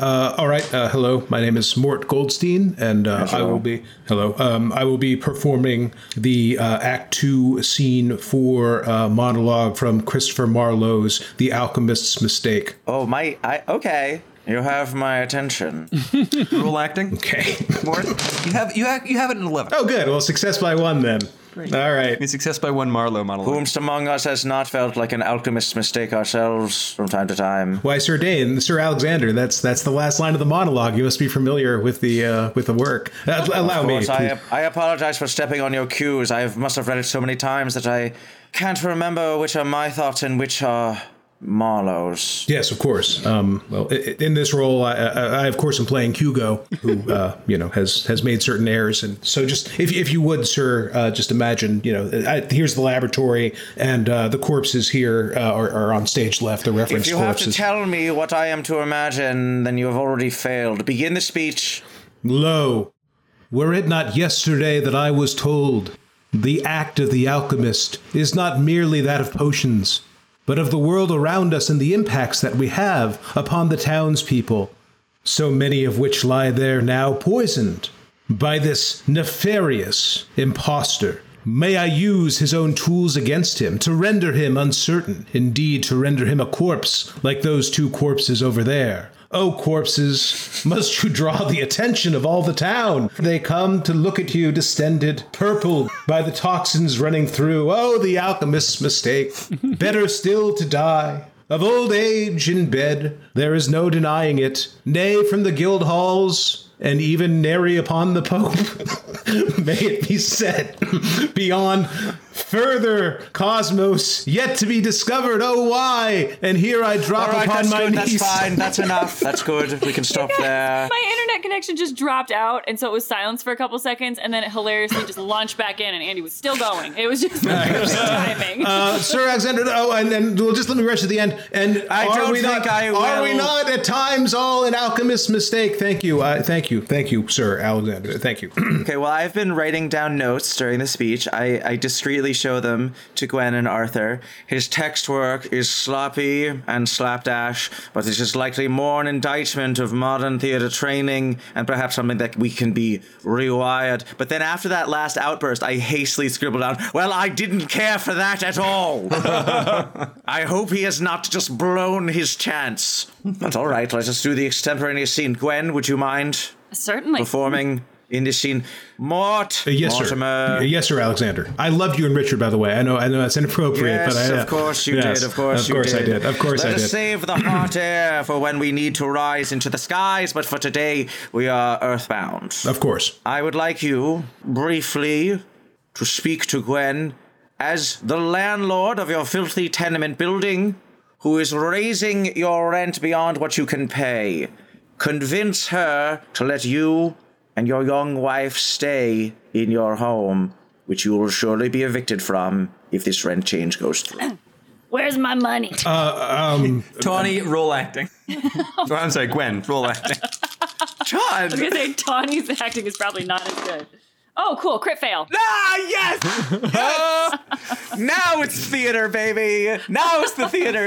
All right. Uh, hello. My name is Mort Goldstein, and uh, I will be hello. Um, I will be performing the uh, Act Two scene for uh, monologue from Christopher Marlowe's *The Alchemist's Mistake*. Oh, my. I. Okay. You have my attention. Rule acting, Okay. Mort. You have you have, you have it in eleven. oh, good. Well, success by one then. All right. You success by one Marlowe monologue. Whomst among us has not felt like an alchemist's mistake ourselves from time to time? Why, Sir Dane, Sir Alexander? That's that's the last line of the monologue. You must be familiar with the uh, with the work. Uh, allow me. course, I, please. I apologize for stepping on your cues. I must have read it so many times that I can't remember which are my thoughts and which are Marlowe's. Yes, of course. Um, well, i- i- in this role, I, I, I of course am playing Hugo, who uh, you know has has made certain errors, and so just if, if you would, sir, uh, just imagine, you know, I, here's the laboratory, and uh, the corpses here uh, are, are on stage left. The reference If you have to corpses. tell me what I am to imagine, then you have already failed. Begin the speech. Lo, were it not yesterday that I was told, the act of the alchemist is not merely that of potions, but of the world around us and the impacts that we have upon the townspeople, so many of which lie there now poisoned by this nefarious impostor. May I use his own tools against him to render him uncertain, indeed, to render him a corpse like those two corpses over there, O corpses, must you draw the attention of all the town? They come to look at you, distended, purpled by the toxins running through. Oh, the alchemist's mistake. Better still to die. Of old age in bed, there is no denying it. Nay, from the guild halls, and even nary upon the Pope, may it be said, beyond further cosmos yet to be discovered. Oh, why? And here I drop All right, upon that's my good. knees. That's fine. That's enough. That's good. We can stop there. My internet connection just dropped out, and so it was silence for a couple seconds, and then it hilariously just launched back in, and Andy was still going. It was just perfect timing. Uh, Sir Alexander, oh, and, and well, just let me rush to the end. And I are don't we not, think I Are will. we not at times all an alchemist's mistake? Thank you, uh, thank you, thank you, Sir Alexander. Thank you. Uh, Okay, well, I've been writing down notes during the speech. I, I discreetly show them to Gwen and Arthur. His text work is sloppy and slapdash, but it is likely more an indictment of modern theatre training and perhaps something that we can be rewired. But then after that last outburst, I hastily scribbled down, Well, I didn't care for that at all. I hope he has not just blown his chance. But all right, let us do the extemporaneous scene. Gwen, would you mind? Certainly. performing in this scene. Mort, Uh, yes, Mortimer. sir. Uh, Yes, sir, Alexander. I loved you and Richard, by the way. I know, I know that's inappropriate, Yes, but I, uh, of course you yes, did. Of course, of course you I did. Of course Let I us did. save the hot air for when we need to rise into the skies. But for today, we are earthbound. of course. I would like you briefly to speak to Gwen as the landlord of your filthy tenement building who is raising your rent beyond what you can pay. Convince her to let you and your young wife stay in your home, which you will surely be evicted from if this rent change goes through. Where's my money? Uh, um, Tawny, roll acting. oh, I'm sorry, Gwen, roll acting. John! I was gonna say Tawny's acting is probably not as good. Oh, cool! Crit fail. Ah, yes! Yes! now it's theater, baby! Now it's the theater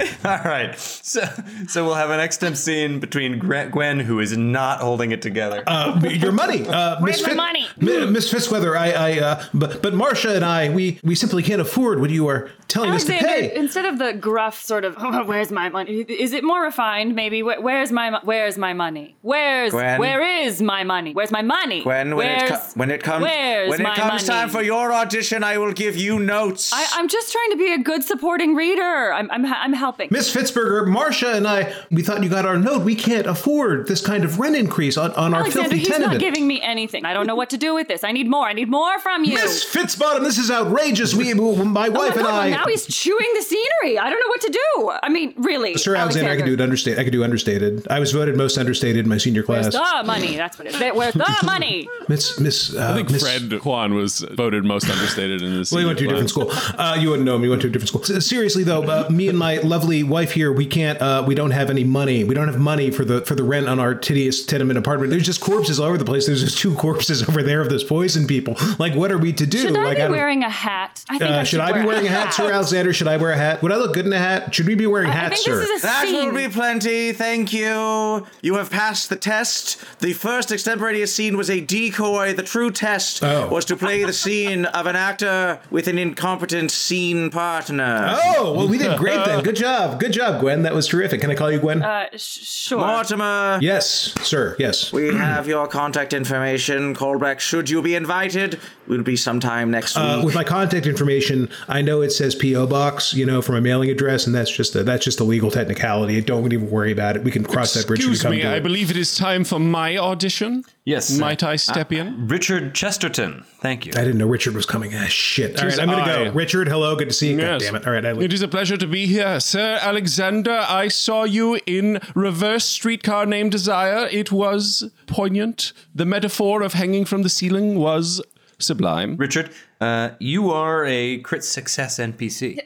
All right, so so we'll have an extemp scene between Gra- Gwen, who is not holding it together. Uh, your money, uh, Miss my Fit- money? M- Miss Fitzweather. I, I, uh, but, but Marcia and I, we, we simply can't afford what you are telling us to Alexander, pay. instead of the gruff sort of "Oh, "Where's my money?" Is it more refined? Maybe "Where- "Where's my mo- Where's my money? Where's Gwen? Where is my money? Where's my money? When when it, co- Where's- when it comes Where's when my it comes money? time for your audition, I will give you notes. I, I'm just trying to be a good supporting reader. I'm I'm, I'm helping. Miss Fitzberger, Marcia and I, we thought you got our note. We can't afford this kind of rent increase on, on our Alexander, filthy he's tenement. not giving me anything. I don't know what to do with this. I need more. I need more from you. Miss Fitzbottom, this is outrageous. We, my Oh my wife God, and well, I. now he's chewing the scenery. I don't know what to do. I mean, really. Sir Alexander, I could do it understated. I could do understated. I was voted most understated in my senior Where's class. the money? That's what it is. Where's the money? Miss Miss. Uh, I think Miss, Fred Kwan was voted most understated in this. Well, he went to a senior different class. school. Uh, you wouldn't know him. He went to a different school. S- Seriously though, uh, me and my lovely wife here, we can't. Uh, we don't have any money. We don't have money for the for the rent on our tedious tenement apartment. There's just corpses all over the place. There's just two corpses over there of those poison people. Like, what are we to do? Should I like, be don't- wearing a hat? I think Uh, I should I be wearing a hat, Sir Alexander? Should I wear a hat? Would I look good in a hat? Should we be wearing I hats, think sir? this is a that scene. will be plenty, thank you. You have passed the test. The first extemporaneous scene was a decoy. The true test Oh. was to play the scene of an actor with an incompetent scene partner. Oh, well, we did great then. Good job. Good job, Gwen. That was terrific. Can I call you Gwen? Uh, sh- sure. Mortimer, yes, sir. Yes. we have your contact information. Call back should you be invited. We'll be sometime next week. Uh, with my contact information, I know it says PO box, you know, for my mailing address, and that's just a, that's just a legal technicality. Don't even worry about it. We can cross that bridge. when we Uh, Excuse come me, to I it. believe it is time for my audition. Yes, sir. Uh, Might I step in? Richard Chesterton, thank you. I didn't know Richard was coming. Ah, shit. All right, I'm gonna I. go. Richard, hello. Good to see you. God Yes. damn it. All right, I It is a pleasure to be here. Sir Alexander, I saw you in Reverse Streetcar Named Desire. It was poignant. The metaphor of hanging from the ceiling was sublime. Richard, uh, you are a crit success NPC.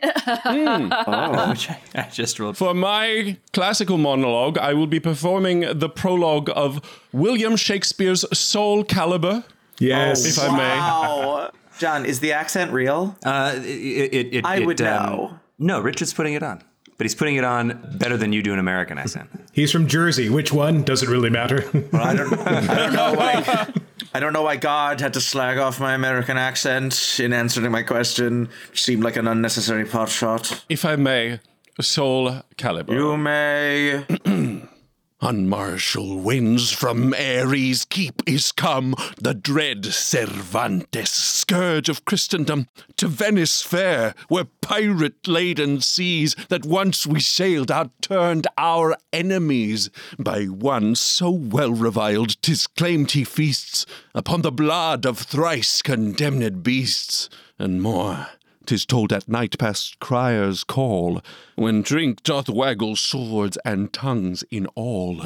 oh, which I, I just rolled. For my classical monologue, I will be performing the prologue of William Shakespeare's Soul Calibur, yes. Oh, if I may. Wow. John, is the accent real? Uh, it, it, it, I it, would um, know. No, Richard's putting it on, but he's putting it on better than you do in American accent. He's from Jersey. Which one doesn't really matter. I don't, I don't know why. I don't know why God had to slag off my American accent in answering my question. Seemed like an unnecessary pot shot. If I may, Soul Calibur. You may. On martial winds from Ares' keep is come the dread Cervantes, scourge of Christendom, to Venice fair, where pirate laden seas that once we sailed outturned our enemies. By one so well reviled, 'tis claimed he feasts upon the blood of thrice condemned beasts, and more. 'Tis told at night past criers' call, when drink doth waggle swords and tongues in all.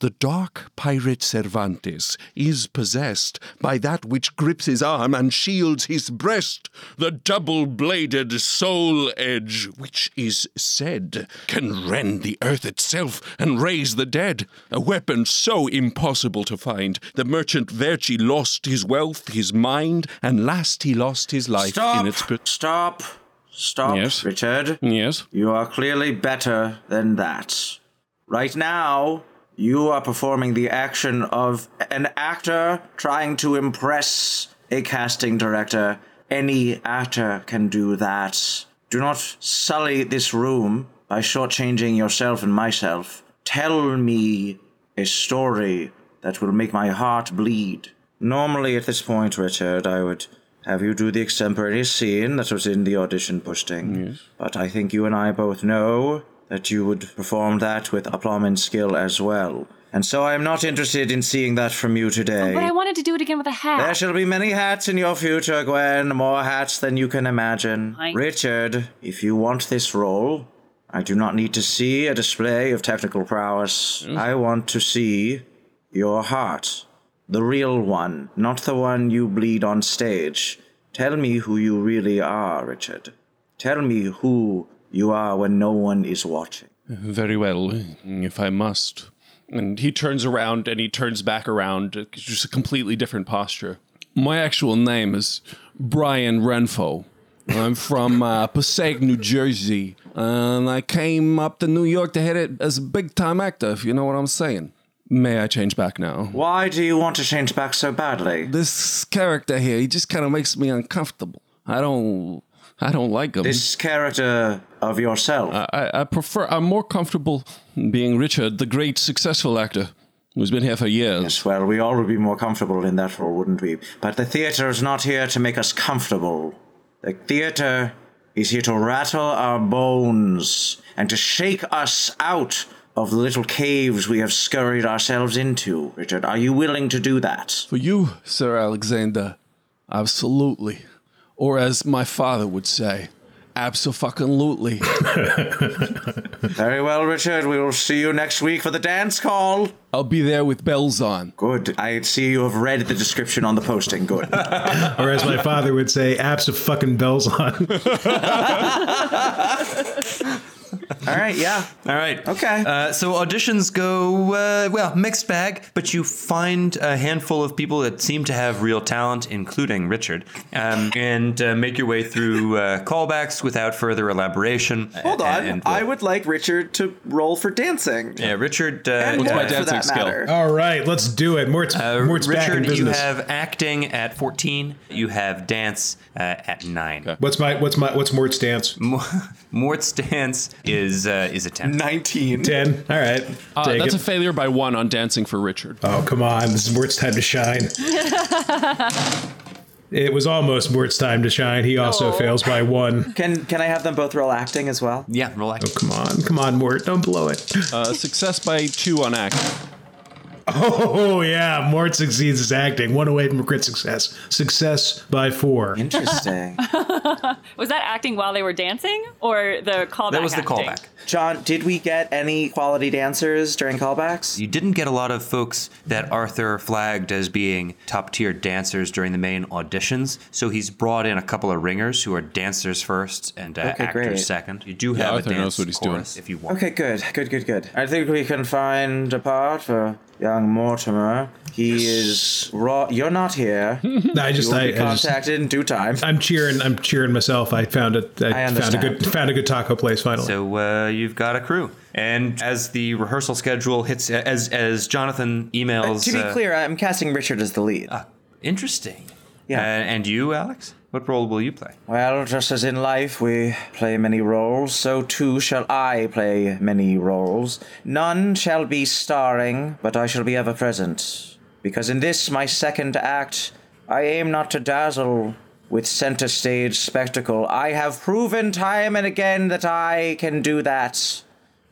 The dark pirate Cervantes is possessed by that which grips his arm and shields his breast, the double bladed soul edge, which is said can rend the earth itself and raise the dead. A weapon so impossible to find, the merchant Verci lost his wealth, his mind, and last he lost his life in its. pur- Stop. Stop, Yes? Richard. Yes. You are clearly better than that. Right now, you are performing the action of an actor trying to impress a casting director. Any actor can do that. Do not sully this room by shortchanging yourself and myself. Tell me a story that will make my heart bleed. Normally, at this point, Richard, I would have you do the extemporaneous scene that was in the audition posting. But I think you and I both know that you would perform that with aplomb and skill as well. And so I am not interested in seeing that from you today. Oh, But I wanted to do it again with a hat. There shall be many hats in your future, Gwen. More hats than you can imagine. Aye. Richard, if you want this role, I do not need to see a display of technical prowess. I want to see your heart. The real one, not the one you bleed on stage. Tell me who you really are, Richard. Tell me who you are when no one is watching. Very well, if I must. And he turns around and he turns back around, uh, just a completely different posture. My actual name is Brian Renfo. I'm from uh, Passaic, New Jersey, and I came up to New York to hit it as a big time actor, if you know what I'm saying. May I change back now? Why do you want to change back so badly? This character here, he just kind of makes me uncomfortable. I don't, I don't like him. This character of yourself. I, I prefer. I'm more comfortable being Richard, the great successful actor who's been here for years. Yes, well, we all would be more comfortable in that role, wouldn't we? But the theater is not here to make us comfortable. The theater is here to rattle our bones and to shake us out of the little caves we have scurried ourselves into. Richard, are you willing to do that? For you, Sir Alexander, absolutely. Or as my father would say, absolutely. Very well, Richard. We will see you next week for the dance call. I'll be there with bells on. Good. I see you have read the description on the posting. Good. Or as my father would say, apps of fucking bells on. all right, yeah. All right. Okay. Uh, so auditions go uh, well, mixed bag, but you find a handful of people that seem to have real talent, including Richard, um, and uh, make your way through uh, callbacks without further elaboration. Hold on. And- and- I would like Richard to roll for dancing. Yeah, Richard. Uh, What's uh, my dancing skill? All right, let's do it. Mort's, Mort's back in Richard, you business. have acting at 14. You have dance uh, at 9. what's my what's my what's Mort's stance? Mo- Mort's dance is uh, is a 10. 19. Ten. All right, Uh, take that's it. a failure by one on Dancing for Richard. oh come on, this is Mort's time to shine. it was almost Mort's time to shine. He also Oh. fails by one. Can can I have them both roll acting as well? Yeah, relax. Come on, come on, Mort, don't blow it. Uh, success by two on act. Oh yeah, Mort succeeds his acting. One away from a crit success. Success by four. Interesting. Was that acting while they were dancing, or the callback? That was the acting? callback. John, did we get any quality dancers during callbacks? You didn't get a lot of folks that Arthur flagged as being top tier dancers during the main auditions, so he's brought in a couple of ringers who are dancers first and uh, actors great. second. You do have Arthur a knows dance what he's chorus doing. if you want. Okay, good, good, good, good. I think we can find a part for young Mortimer. He is raw. You're not here. You'll No, I just I, I be just contacted in due time. I'm cheering. I'm cheering myself. I found a I I found a good understand. found a good taco place finally. So uh, you've got a crew, and as the rehearsal schedule hits, as as Jonathan emails. To be uh, Ah, clear, I'm casting Richard as the lead. interesting. Yeah. Uh, and you, Alex? What role will you play? Well, just as in life, we play many roles, so too shall I play many roles. None shall be starring, but I shall be ever present. Because in this, my second act, I aim not to dazzle with center stage spectacle. I have proven time and again that I can do that.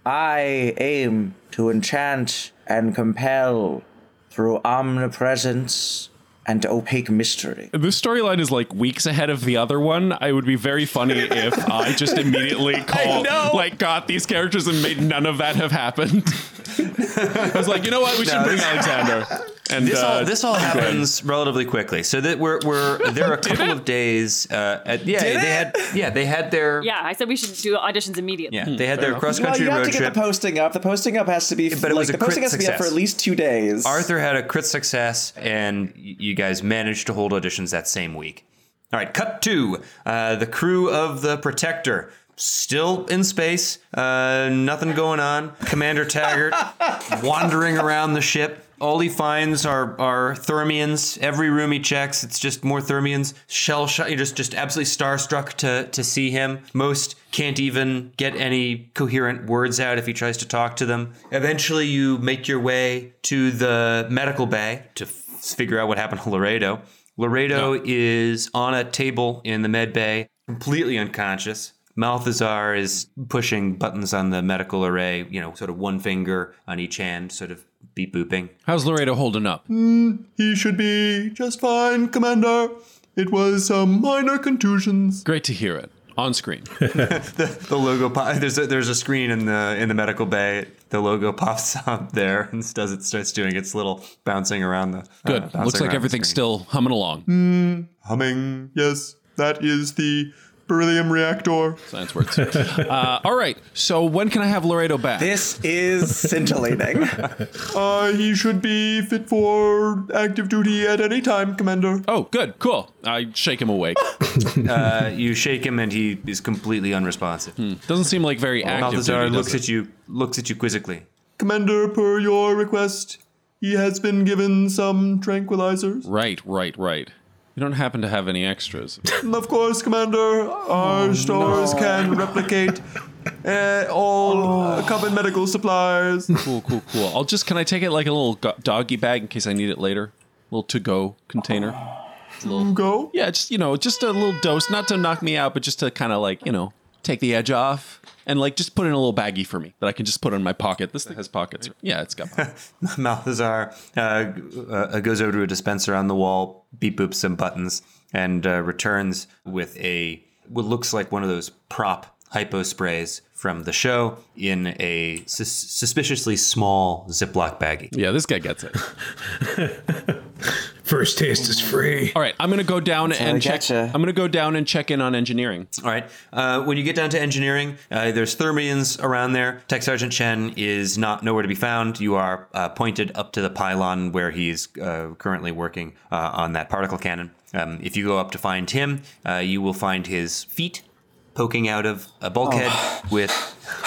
I aim to enchant and compel through omnipresence and opaque mystery. This storyline is like weeks ahead of the other one. I would be very funny if I just immediately called, like, got these characters and made none of that have happened. I was like, you know what? We should bring Alexander. And This uh, all this all happens relatively quickly. So that we're we're there are a couple of days. Uh, at, yeah, they had yeah they had their yeah, Yeah, I said we should do auditions immediately. they had their cross Well, country you have road to get trip. the posting up. The posting up has to be, But it like, was a the posting crit has to be up for success. at least two days. Arthur had a crit success, and y- you guys managed to hold auditions that same week. All right, cut two. Uh, the crew of the Protector still in space. Uh, nothing going on. Commander Taggart wandering around the ship. All he finds are are thermians. Every room he checks, it's just more thermians. Shell shot. You're just just absolutely starstruck to to see him. Most can't even get any coherent words out if he tries to talk to them. Eventually, you make your way to the medical bay to f- figure out what happened to Laredo. Laredo is on a table in the med bay, completely unconscious. Malthazar is pushing buttons on the medical array, you know, sort of one finger on each hand, sort of beep booping. how's Laredo holding up? He should be just fine, Commander. It was some minor contusions. Great to hear it on screen. The logo pop, there's a, there's a screen in the in the medical bay. The logo pops up there and does it starts doing its little bouncing around the Good. uh, bouncing Looks around like the everything's screen. Mm. still humming along. Humming. Yes, that is the beryllium reactor. Science words. Uh, all right. So when can I have Laredo back? This is scintillating. Uh, he should be fit for active duty at any time, Commander. oh, good. Cool. I shake him awake. Uh, you shake him and he is completely unresponsive. Doesn't seem like very active. Malthazar duty, does looks it? at you looks at you quizzically. Commander, per your request, he has been given some tranquilizers. Right, right, right. You don't happen to have any extras. And of course, Commander, Oh, our stores can replicate uh, all Oh. uh, common medical supplies. cool, cool, cool. I'll just can I take it like a little go- doggy bag in case I need it later? Little to go container. Go. Yeah, just you know, just a little dose, not to knock me out, but just to kind of like you know take the edge off and like just put in a little baggie for me that I can just put in my pocket. This thing has pockets. Yeah, it's got. Pockets. Malthazar uh, g- uh, goes over to a dispenser on the wall, beep boops some buttons, and uh, returns with a what looks like one of those prop hypo sprays from the show in a sus- suspiciously small Ziploc baggie. Yeah, this guy gets it. First taste is free. All right, I'm gonna go down and how I check. getcha. I'm gonna go down and check in on engineering. All right. Uh, when you get down to engineering, uh, there's thermians around there. Tech Sergeant Chen is not nowhere to be found. You are uh, pointed up to the pylon where he's uh, currently working uh, on that particle cannon. Um, if you go up to find him, uh, you will find his feet poking out of a bulkhead with.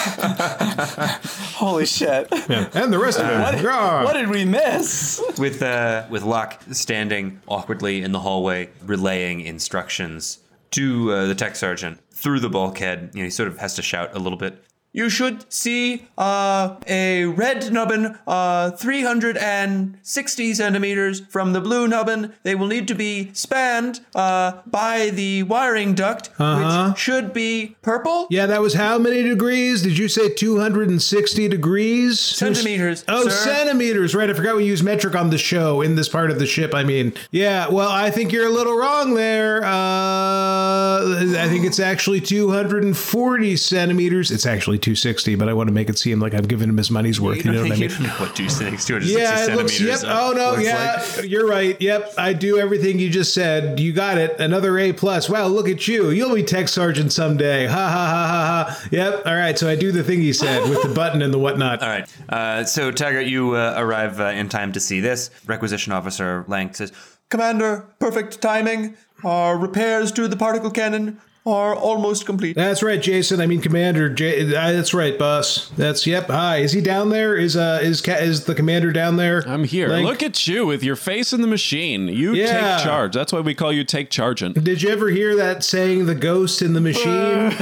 Holy shit. And the rest of it. Grog. What did we miss? With uh, with Locke standing awkwardly in the hallway, relaying instructions to uh, the tech sergeant through the bulkhead. You know, he sort of has to shout a little bit. You should see uh, a red nubbin, uh, 360 centimeters from the blue nubbin. They will need to be spanned uh, by the wiring duct, which should be purple. Uh-huh. Yeah, that was how many degrees? Did you say 260 degrees? Centimeters, Oh, sir. centimeters. Right. I forgot we use metric on the show in this part of the ship. I mean, yeah, well, I think you're a little wrong there. Uh, I think it's actually 240 centimeters. It's actually 260, but I want to make it seem like I've given him his money's worth. You know what I mean? don't know what 260 Yeah, it looks. Yep. Oh no. Yeah, you're right. Yep. I do everything you just said. You got it. Another A plus. Wow. Look at you. You'll be tech sergeant someday. Ha ha ha ha ha. Yep. All right. So I do the thing he said with the button and the whatnot. All right. Uh, so, Taggart, you uh, arrive uh, in time to see this. Requisition Officer Lang says, Commander, perfect timing. Our repairs to the particle cannon are almost complete. That's right, Jason. I mean, Commander. J- uh, that's right, boss. That's yep. Hi, is he down there? Is uh is ca- is the commander down there? I'm here. Link? Look at you with your face in the machine. You Yeah. take charge. That's why we call you take charging. Did you ever hear that saying, "The ghost in the machine"? it's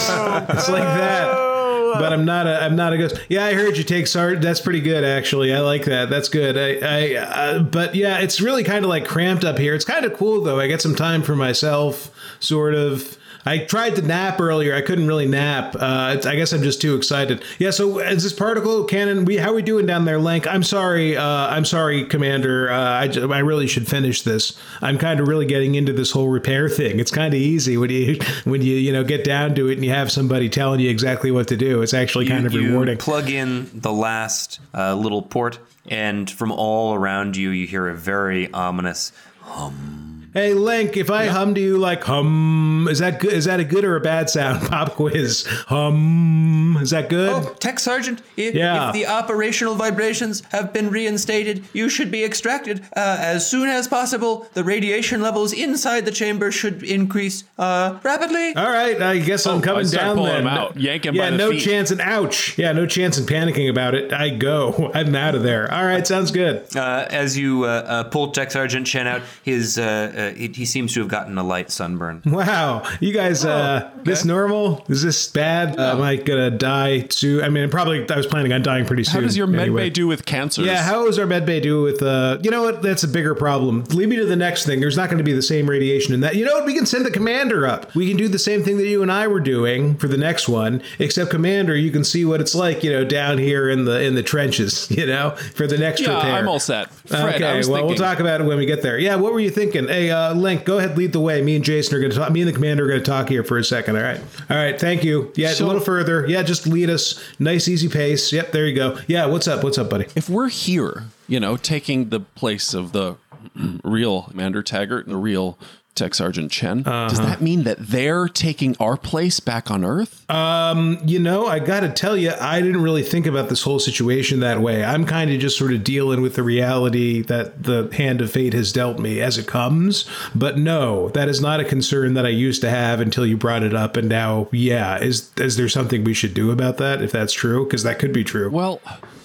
it's like that. But I'm not a I'm not a ghost. Yeah, I heard you take Sarge. That's pretty good, actually. I like that. That's good. I I uh, but yeah, it's really kind of like cramped up here. It's kind of cool though. I get some time for myself, sort of. I tried to nap earlier. I couldn't really nap. Uh, it's- I guess I'm just too excited. Yeah. So uh, is this particle cannon? We how we doing down there, Link? I'm sorry. Uh, I'm sorry, Commander. Uh, I j- I really should finish this. I'm kind of really getting into this whole repair thing. It's kind of easy when you when you you know get down to it and you have somebody telling you exactly what to do. It's actually kind of you rewarding. plug in the last uh, little port, and from all around you, you hear a very ominous. Hey, Link. If I hum to you like hum, is that good? Is that a good or a bad sound? Pop quiz. Hum. Is that good? Oh, Tech Sergeant, if, Yeah. if the operational vibrations have been reinstated, you should be extracted uh, as soon as possible. The radiation levels inside the chamber should increase uh, rapidly. All right, I guess I'm coming Oh, I start down pulling then. him out, yank him yeah, by the no feet. chance in ouch. Yeah, no chance in panicking about it. I go. I'm out of there. All right, sounds good. Uh, as you uh, uh, pull Tech Sergeant Chen out, his uh, uh, he, he seems to have gotten a light sunburn. Wow, you guys, uh, this normal? Is this bad? Am I gonna die soon? I mean, I'm probably I was planning on dying pretty soon. How does your med anyway. bay do with cancers? Yeah, how does our med bay do with uh you know what? That's a bigger problem. Lead me to the next thing. There's not gonna be the same radiation in that. You know what? We can send the commander up. We can do the same thing that you and I were doing for the next one, except commander, you can see what it's like, you know, down here in the in the trenches, you know, for the next Yeah, repair. I'm all set. Fred, okay, I was well, we'll thinking- talk about it when we get there. Yeah, what were you thinking? Hey, uh, Link, go ahead, lead the way. Me and Jason are going to talk. Me and the commander are going to talk here for a second. All right, all right. Thank you. Yeah, So- a little further. Yeah, just lead us. Nice, easy pace. Yep, there you go. Yeah, what's up? What's up, buddy? if we're here, you know, taking the place of the real Commander Taggart and the real Tech Sergeant Chen, Uh-huh. does that mean that they're taking our place back on Earth? Uh, You know, I got to tell you, I didn't really think about this whole situation that way. I'm kind of just sort of dealing with the reality that the hand of fate has dealt me as it comes. But no, that is not a concern that I used to have until you brought it up. And now, yeah, is is there something we should do about that if that's true? Because that could be true. well,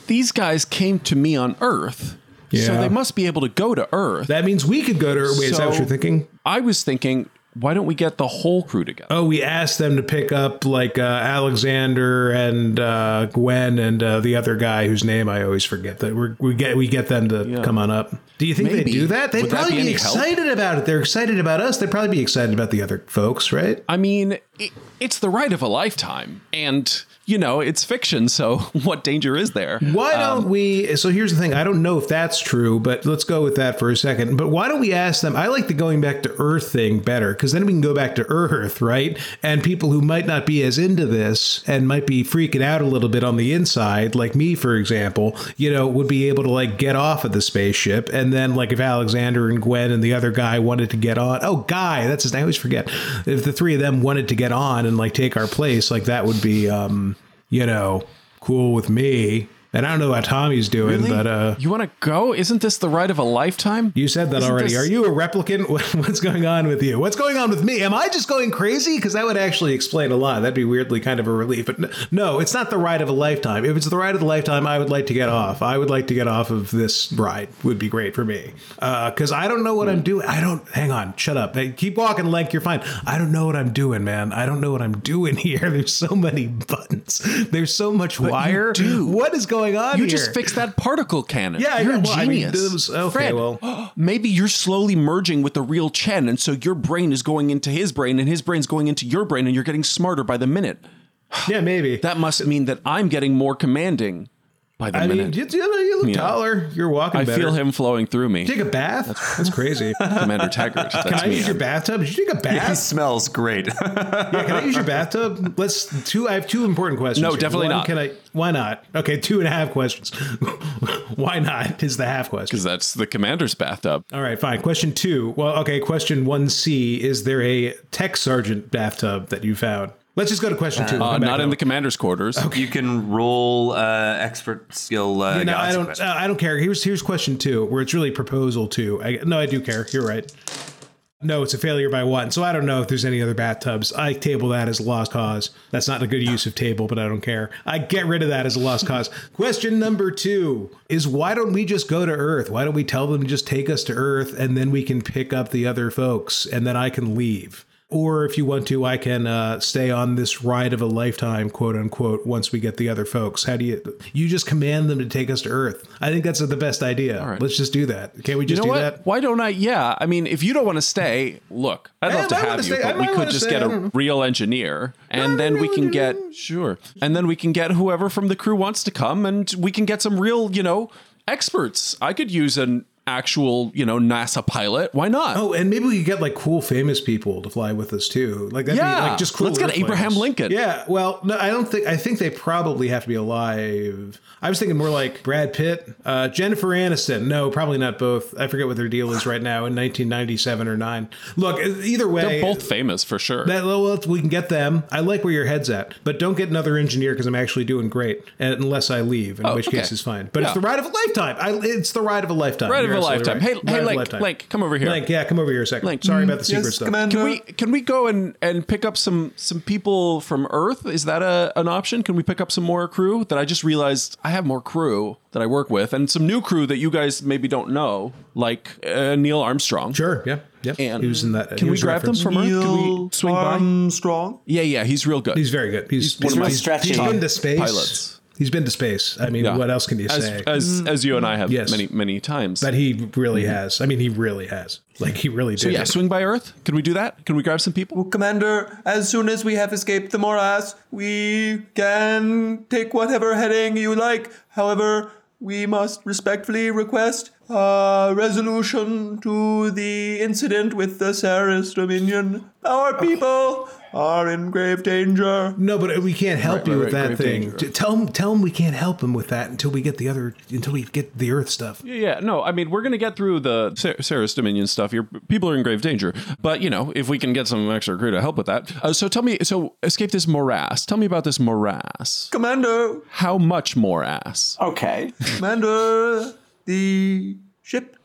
these guys came to me on Earth, so Yeah. they must be able to go to Earth. That means we could go to. Wait, is that what So- you're thinking? I was thinking, why don't we get the whole crew together? Oh, we asked them to pick up like uh, Alexander and uh, Gwen and uh, the other guy whose name I always forget. That we're, we get we get them to come on up. Do you think they Maybe. do that? They'd Would that probably be be, any help? excited about it. They're excited about us. They'd probably be excited about the other folks, right? I mean, it, it's the right of a lifetime, and you know, it's fiction. So, what danger is there? Why don't we? So here's the thing. I don't know if that's true, but let's go with that for a second. But why don't we ask them? I like the going back to Earth thing better because then we can go back to Earth, right? And people who might not be as into this and might be freaking out a little bit on the inside, like me, for example, you know, would be able to like get off of the spaceship. And then, like, if Alexander and Gwen and the other guy wanted to get on, oh, Guy, that's his name. I always forget. If the three of them wanted to get on and like take our place, like, that would be, um, you know, cool with me. And I don't know what Tommy's doing, but uh, You want to go? Isn't this the right of a lifetime? you said that already. this- Are you a replicant? What- What's going on with you? What's going on with me? Am I just going crazy? Because that would actually explain a lot. That'd be weirdly kind of a relief. But n- no, it's not the ride of a lifetime. If it's the ride of the lifetime, I would like to get off. I would like to get off of this ride. Would be great for me. Because I don't know what Hmm. I'm doing. I don't. Hang on. Shut up. Hey, keep walking, Link. You're fine. I don't know what I'm doing, man. I don't know what I'm doing here. There's so many buttons. There's so much wire. do. What is going on? You here? just fixed that particle cannon. Yeah, I you're a know. Well, I mean, genius. it was- okay, Fred, well- maybe you're slowly merging with the real Chen, and so your brain is going into his brain, and his brain's going into your brain, and you're getting smarter by the minute. Yeah, maybe. That must mean that I'm getting more commanding by the I mean, minute. you, you know, you look Yeah. taller. You're walking. I better. feel him flowing through me, Take a bath. That's, crazy. Can Commander Taggart. That's I me. use your bathtub? Did you take a bath? smells great. Yeah, can I use your bathtub? Let's two. I have two important questions. No, here. definitely One, not. Can I? Why not? Okay, two and a half questions. why not is the half question. Because that's the commander's bathtub. All right, fine. Question two. Well, okay. Question one C. Is there a tech sergeant bathtub that you found? Let's just go to question two. We'll Uh, come back not in home. the commander's quarters. you can roll uh, expert skill. Uh, No, I gods don't. question. Uh, I don't care. Here's here's question two, where it's really proposal two. I, no, I do care. You're right. No, it's a failure by one. So I don't know if there's any other bathtubs. I table that as a lost cause. That's not a good use of table, but I don't care. I get rid of that as a lost cause. Question number two is why don't we just go to Earth? Why don't we tell them to just take us to Earth and then we can pick up the other folks and then I can leave? Or if you want to, I can uh, stay on this ride of a lifetime, quote unquote, once we get the other folks. How do you, you just command them to take us to Earth? I think that's the best idea. Let's just do that. Can't we You just know do what? that? Why don't I? Yeah, I mean, if you don't want to stay, look, I'd I love to might wanna have you, stay. I but we might could wanna just stay. get I don't a know. real engineer, and then we can get sure, and then we can get whoever from the crew wants to come, and we can get some real, you know, experts. I could use an actual, you know, NASA pilot. Why not? Oh, and maybe we could get like cool famous people to fly with us too. Like that'd Yeah. be like just cool. Let's get airplanes. Abraham Lincoln. Yeah. Well, no, I don't think I think they probably have to be alive. I was thinking more like Brad Pitt, uh, Jennifer Aniston. No, probably not both. I forget what their deal is right now in 1997 or 9. Look, either way, They're both famous for sure. that, well, we can get them. I like where your head's at, but don't get another engineer because I'm actually doing great, and unless I leave, in Oh, which okay. case it's fine. But Yeah. it's the ride of a lifetime. I, it's the ride of a lifetime. Ride of You're a absolutely lifetime. Hey- Ride hey, of a Link, Link, come over here. Link, yeah, come over here a second. Link. Sorry about the secret Yes, stuff. Commander. Can we can we go and and pick up some some people from Earth? Is that a an option? Can we pick up some more crew that I just realized I have more crew that I work with and some new crew that you guys maybe don't know, like uh, Neil Armstrong. Sure. Yeah. Yep. And he was in that. he Can we was grab them referenced. from Earth? Can we Neil swing by? Armstrong. Yeah, yeah, he's real good. He's very good. He's, one of my he's top been to space. pilots. He's been to space. I mean, Yeah. what else can you as, say? As as you and I have Yes. many many times. but he really has. I mean, he really has. Like he really did. so yeah, swing by Earth. Can we do that? Can we grab some people? Commander, as soon as we have escaped the morass, we can take whatever heading you like. However, we must respectfully request a resolution to the incident with the Saris Dominion. Our people are in grave danger. No, but we can't help Right, you right, with right, grave that thing. danger. J- Tell him, tell him we can't help him with that until we get the other, until we get the Earth stuff. Yeah, no, I mean, we're going to get through the Sar- Saris Dominion stuff. Your people are in grave danger. But, you know, if we can get some extra crew to help with that. Uh, so tell me, so escape this morass. Tell me about this morass. Commander, How much morass? Okay. Commander, the ship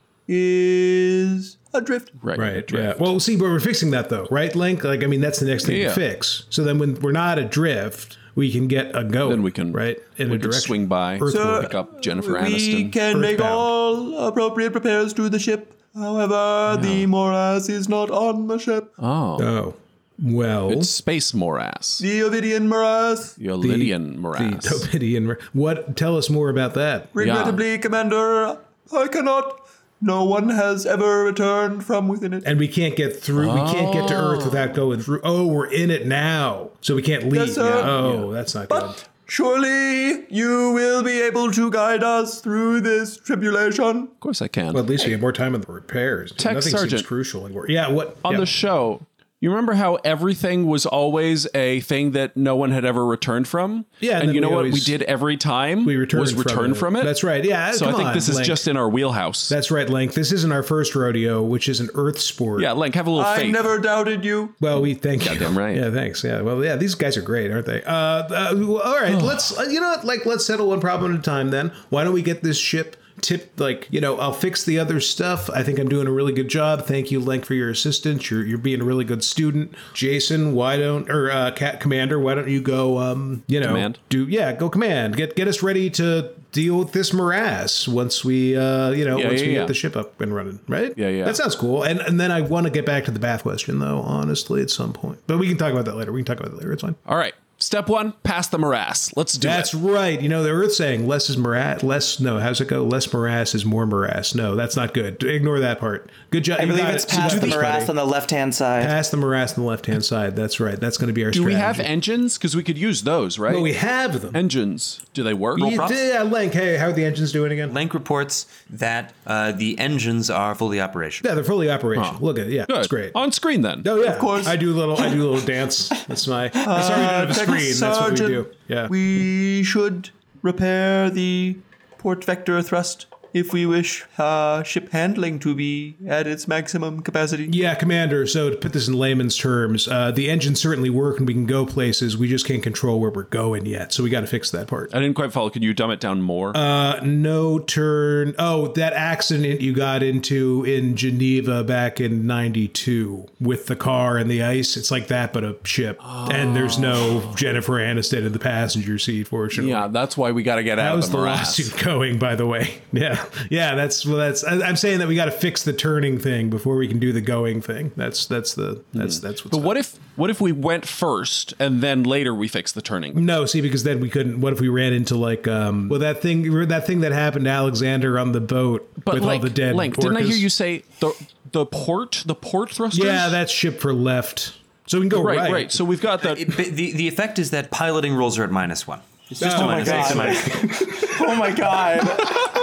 is adrift. Right. Yeah. drift. Well, see, but we're fixing that though, right, Link? Like, I mean, that's the next thing Yeah. to fix. So then, when we're not adrift, we can get a go. Then we can- right in we a could direction. swing by, Earthward. pick up Jennifer We Aniston. can make Earthbound. all appropriate repairs to the ship. However, the morass is not on the ship. oh, well, Space morass. The Ovidian morass. The Olidian morass. The Dopidian. What? Tell us more about that. Regrettably, Commander, I cannot. No one has ever returned from within it. And we can't get through. We can't get to Earth without going through. Oh, we're in it now, so we can't leave. Yes, sir. Oh, that's not good. Surely you will be able to guide us through this tribulation. Of course I can. Well, at least we have more time on the repairs. Tech Nothing Sergeant. seems crucial anymore. Yeah. What on yeah. the show, you remember how everything was always a thing that no one had ever returned from? Yeah, and and, then you know we what we always- did every time we returned was from return it. from it. That's right. Yeah, So I come think on, this is Link. just in our wheelhouse. That's right, Link. This isn't our first rodeo, which is an Earth sport. yeah, Link, have a little I faith. never doubted you. Well, we thank you. Goddamn right. Yeah, thanks. Yeah. Well, yeah, these guys are great, aren't they? Uh, uh well, all right, let's uh, you know what, like let's settle one problem at a time then. Why don't we get this ship tipped like, you know, I'll fix the other stuff. I think I'm doing a really good job. Thank you, Link, for your assistance. You're you're being a really good student. Jason, why don't or uh Cat Commander, why don't you go um, you know, Command? do yeah, go command. Get get us ready to deal with this morass once we uh you know, Yeah, once yeah, we yeah. get the ship up and running, right? Yeah, yeah. That sounds cool. And and then I want to get back to the bath question though, honestly, at some point. But we can talk about that later. We can talk about that later. It's fine. All right. Step one, pass the morass. Let's do That's it. right. You know the Earth saying less is morass. Less no. How's it go? Less morass is more morass. No, that's not good. Ignore that part. Good job. I believe it's past the morass on the left hand side. Past the morass on the left hand side. That's right. That's going to be our Do we strategy. have engines? Because we could use those, right? Well, we have them. engines. Do they work? You did- yeah, Link. Hey, how are the engines doing again? Lank reports that uh, the engines are fully operational. Yeah, they're fully operational. Look at it. Yeah, Good. it's great. On screen then. Oh yeah, of course. I do a little. I do a little dance. That's my. That's how we do it on the Tech screen. That's what Uh, we do. Sergeant, Yeah. We should repair the port vector thrust if we wish uh, ship handling to be at its maximum capacity. Yeah, Commander. So to put this in layman's terms, uh, the engines certainly work and we can go places. We just can't control where we're going yet. So we got to fix that part. I didn't quite follow. Could you dumb it down more? Uh, no turn. Oh, that accident you got into in Geneva back in 92 with the car and the ice. It's like that, but a ship. And there's no Jennifer Aniston in the passenger seat, fortunately. yeah, that's why we got to get out That of was the, the morass. lawsuit going, by the way. Yeah, yeah. That's well. That's I, I'm saying that we got to fix the turning thing before we can do the going thing. That's that's the that's that's what's. Hmm. But what if what if we went first and then later we fix the turning? No, see, because then we couldn't. What if we ran into like um well that thing that thing that happened to Alexander on the boat But with like, all the dead Link, didn't I orcas? hear you say the the port the port thrusters? Yeah, that's ship for left. So we can go right, right. right. So we've got the It- but the, the effect is that piloting rolls are at minus one. It's just Oh a my minus, it's a minus. Oh my god.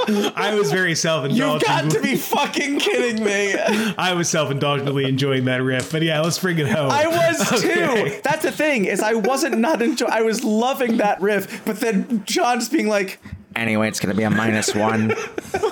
I was very You've got self-indulgent. to be fucking kidding me. I was self-indulgently enjoying that riff. But yeah, let's bring it home. I was too. That's the thing is I wasn't not enjoying. I was loving that riff, but then John just being like, Anyway, it's going to be a minus one.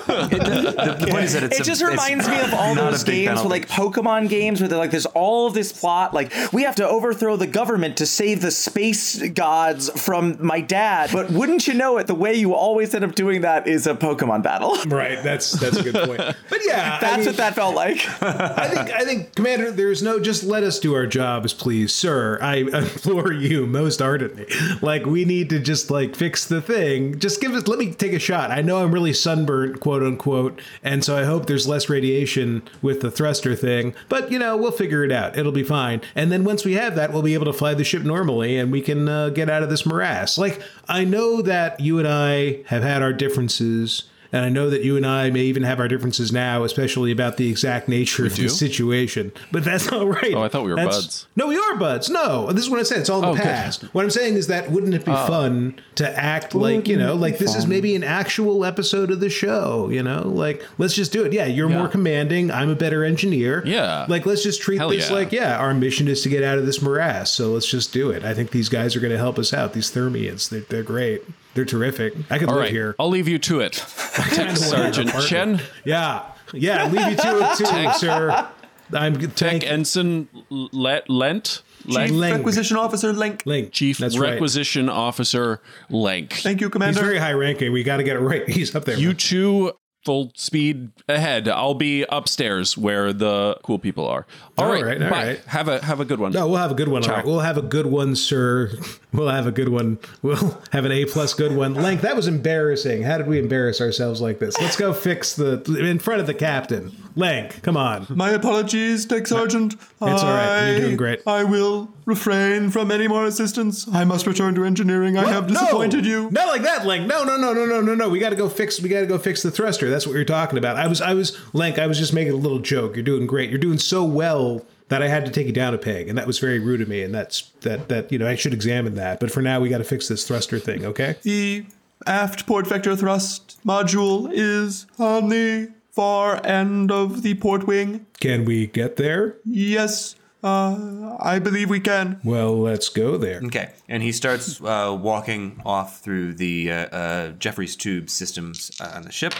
The point is that it's it a- just it's reminds me of all not a those big games penalty. where like Pokemon games where they're like there's all of this plot like we have to overthrow the government to save the space gods from my dad but wouldn't you know it the way you always end up doing that is a Pokemon battle right. That's that's a good point. But yeah, I that's mean- what that felt like I think, I think, Commander, there's no just let us do our jobs, please, sir. I implore you most ardently. Like, we need to just like fix the thing. Just give us, let me take a shot. I know I'm really sunburnt, quote unquote, and so I hope there's less radiation with the thruster thing, but you know, we'll figure it out. It'll be fine. And then once we have that, we'll be able to fly the ship normally and we can uh, get out of this morass. Like, I know that you and I have had our differences. And I know that you and I may even have our differences now, especially about the exact nature of the situation. But that's all right. Oh, I thought we were That's- buds. No, we are buds. No, this is what I said. It's all in the Oh, Ah. good. past. What I'm saying is that wouldn't it be fun to act like you know, like this is maybe an actual episode of the show. You know, like let's just do it. Yeah, you're more commanding. I'm a better engineer. Yeah. like let's just treat Hell this yeah. like yeah, our mission is to get out of this morass. So let's just do it. I think these guys are going to help us out. These thermians, they're, they're great. They're terrific. I could All live right, here. I'll leave you to it, Tech Sergeant Chen, Yeah, yeah. Leave you to it too, sir. I'm thank Tech Ensign Let Lent, Lent Chief Leng. Requisition Officer Link. Link. Chief That's right. Requisition Officer Lank. Thank you, He's Commander. very high ranking. We got to get it right. He's up there. You two full speed ahead. I'll be upstairs where the cool people are. all All right, right, all bye. right. Have a have a good one. No, we'll have a good one. All Ciao. right. We'll have a good one, sir. We'll have a good one. We'll have an A plus good one. Link, that was embarrassing. How did we embarrass ourselves like this? Let's go fix the in front of the captain. Link, come on. My apologies, Tech Sergeant. It's all right. You're doing great. I will refrain from any more assistance. I must return to engineering. I have disappointed no. you. Not like that, Link. No, no, no, no, no, no, no. We got to go fix. We got to go fix the thruster. That's what you're talking about. I was, I was, Link. I was just making a little joke. You're doing great. You're doing so well that I had to take you down a peg, and that was very rude of me. And that's that. That you know, I should examine that. But for now, we got to fix this thruster thing. Okay. The aft port vector thrust module is on the far end of the port wing. Can we get there? Yes, uh, I believe we can. Well, let's go there. Okay, and he starts uh, walking off through the uh, uh, Jeffrey's tube systems uh, on the ship,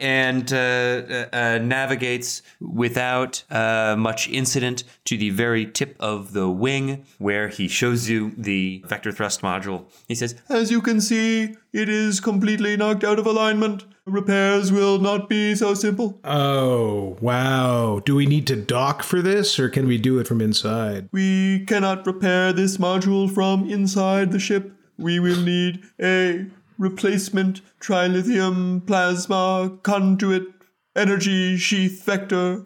and uh, uh, uh, navigates without uh, much incident to the very tip of the wing, where he shows you the vector thrust module. He says, As you can see, it is completely knocked out of alignment. Repairs will not be so simple. Oh, wow. Do we need to dock for this, or can we do it from inside? We cannot repair this module from inside the ship. We will need a replacement trilithium plasma conduit energy sheath vector.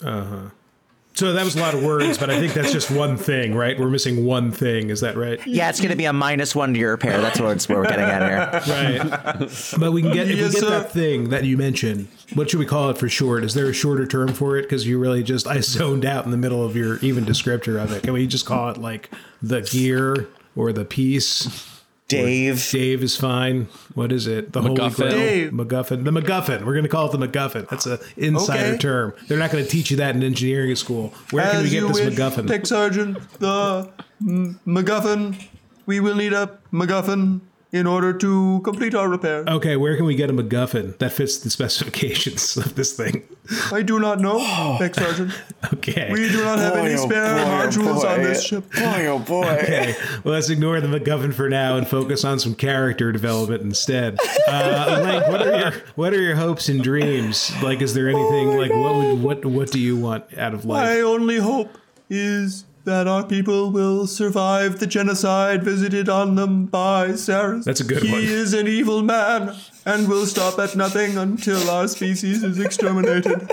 So that was a lot of words, but I think that's just one thing, right? We're missing one thing. Is that right? Yeah, it's going to be a minus one to your repair. That's what it's, where we're getting at here. Right. but we can get if Yes, we get sir. that thing that you mentioned. What should we call it for short? Is there a shorter term for it? Because you really just I zoned out in the middle of your even descriptor of it. Can we just call it like the gear or the piece? Dave Dave is fine. What is it? The Holy MacGuffin. Grail? Dave. MacGuffin. The MacGuffin. We're going to call it the MacGuffin. That's a insider Okay. term. They're not going to teach you that in engineering school. Where can we As get you this wish, MacGuffin? Tech Sergeant, the m- MacGuffin. We will need a MacGuffin. in order to complete our repair. Uh. Okay, where can we get a MacGuffin that fits the specifications of this thing? I do not know, Tech Sergeant. Okay. We do not have any oh spare boy, oh modules on boy. this ship. Boy, oh boy. Okay, well, let's ignore the MacGuffin for now and focus on some character development instead. Uh, Link, what are your what are your hopes and dreams? Like, is there anything like what would what what do you want out of My life? only hope is that our people will survive the genocide visited on them by Sarus. That's a good he one. He is an evil man and will stop at nothing until our species is exterminated.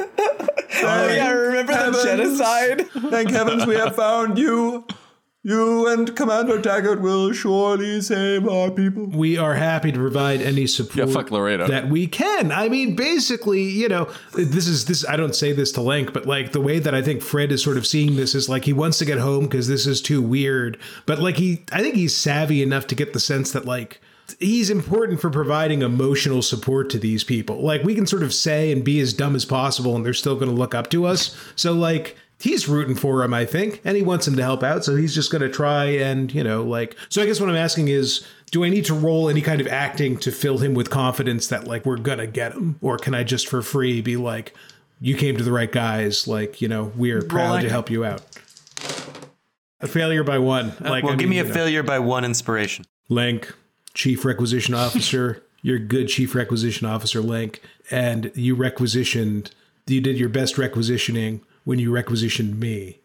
Oh, yeah, I remember the Heavens. genocide. Thank heavens we have found you. You and Commander Taggart will surely save our people. We are happy to provide any support Yeah, fuck Laredo. that we can. I mean, basically, you know, this is this. I don't say this to Link, but like the way that I think Fred is sort of seeing this is like he wants to get home because this is too weird. But like he, I think he's savvy enough to get the sense that like he's important for providing emotional support to these people. Like we can sort of say and be as dumb as possible, and they're still going to look up to us. So like. He's rooting for him, I think, and he wants him to help out. So he's just going to try and, you know, like. So I guess what I'm asking is do I need to roll any kind of acting to fill him with confidence that like we're gonna get him, or can I just for free be like, you came to the right guys, like you know we're proud to acting. help you out. A failure by one. Like, well, I give mean, me a you know, failure by one inspiration. Link, chief requisition officer. You're a good chief requisition officer, Link, and you requisitioned. You did your best requisitioning when you requisitioned me.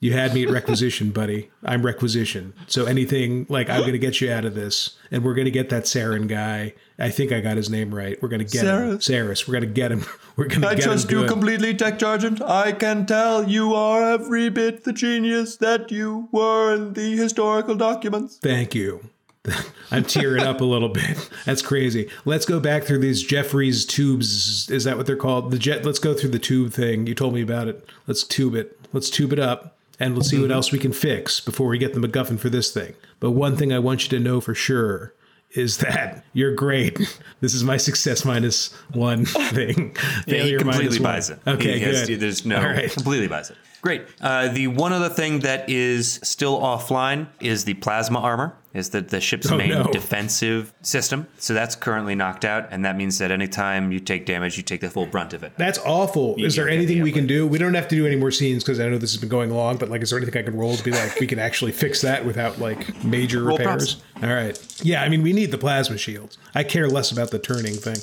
You had me at requisition, buddy. I'm requisition. So anything like I'm going to get you out of this, and we're going to get that Saren guy. I think I got his name right. We're going to get him, Saris. We're going to get him. We're going to I get trust him. you good. completely, Tech Sergeant. I can tell you are every bit the genius that you were in the historical documents. Thank you. I'm tearing up a little bit. That's crazy. Let's go back through these Jeffrey's tubes. Is that what they're called? The jet. Let's go through the tube thing. You told me about it. Let's tube it. Let's tube it up, and we'll see what else we can fix before we get the MacGuffin for this thing. But one thing I want you to know for sure is that you're great. This is my success minus one thing. Yeah, he Failure minus completely one. buys it. Okay, He has- good. there's no All right. completely buys it. Great. Uh, the one other thing that is still offline is the plasma armor. Is the, the ship's Oh, main no. defensive system. So that's currently knocked out, and that means that anytime you take damage, you take the full brunt of it. That's awful. Is there yeah, anything yeah, we can do? We don't have to do any more scenes because I know this has been going long, but like, is there anything I can roll to be like, we can actually fix that without like major Roll repairs? All right. Yeah, I mean, we need the plasma shields. I care less about the turning thing.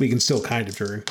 We can still kind of turn.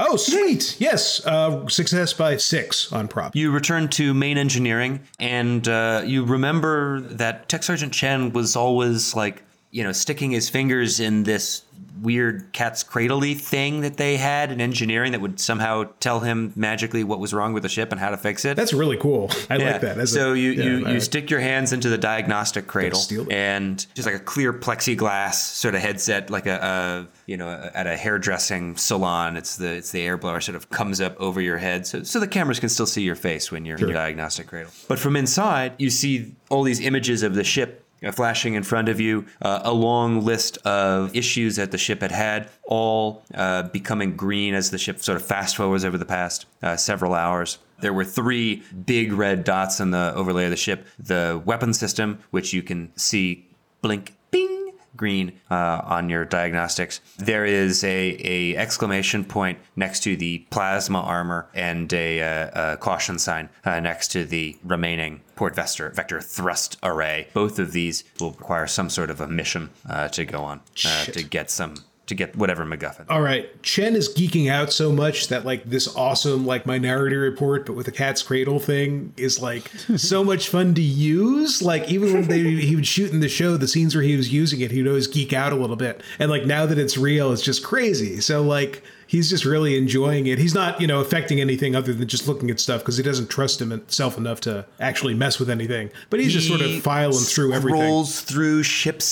Oh, sweet. Yes. Uh, success by six on prop. You return to main engineering, and uh, you remember that Tech Sergeant Chen was always like, you know, sticking his fingers in this weird cat's cradley thing that they had in engineering that would somehow tell him magically what was wrong with the ship and how to fix it. That's really cool. I like that. That's a- so you yeah, you, all you right. stick your hands into the diagnostic cradle steal it. and just like a clear plexiglass sort of headset, like a, a you know at a hairdressing salon. It's the it's the air blower sort of comes up over your head, so so the cameras can still see your face when you're in your diagnostic cradle. But from inside, you see all these images of the ship. uh, Flashing in front of you, uh, a long list of issues that the ship had had, all uh, becoming green as the ship sort of fast forwards over the past uh, several hours. There were three big red dots in the overlay of the ship. The weapon system, which you can see blink, bing, green uh, on your diagnostics. There is a, a exclamation point next to the plasma armor and a, uh a caution sign uh, next to the remaining port vector, vector thrust array. Both of these will require some sort of a mission uh, to go on uh, to get some to get whatever MacGuffin. All right, Chen is geeking out so much that like this awesome like minority report, but with a cat's cradle thing is like so much fun to use. Like even when they he would shoot in the show, the scenes where he was using it, he'd always geek out a little bit. And like now that it's real, it's just crazy. So like he's just really enjoying it. He's not you know affecting anything other than just looking at stuff because he doesn't trust himself enough to actually mess with anything. But he's just sort of He filing through everything. Rolls through ship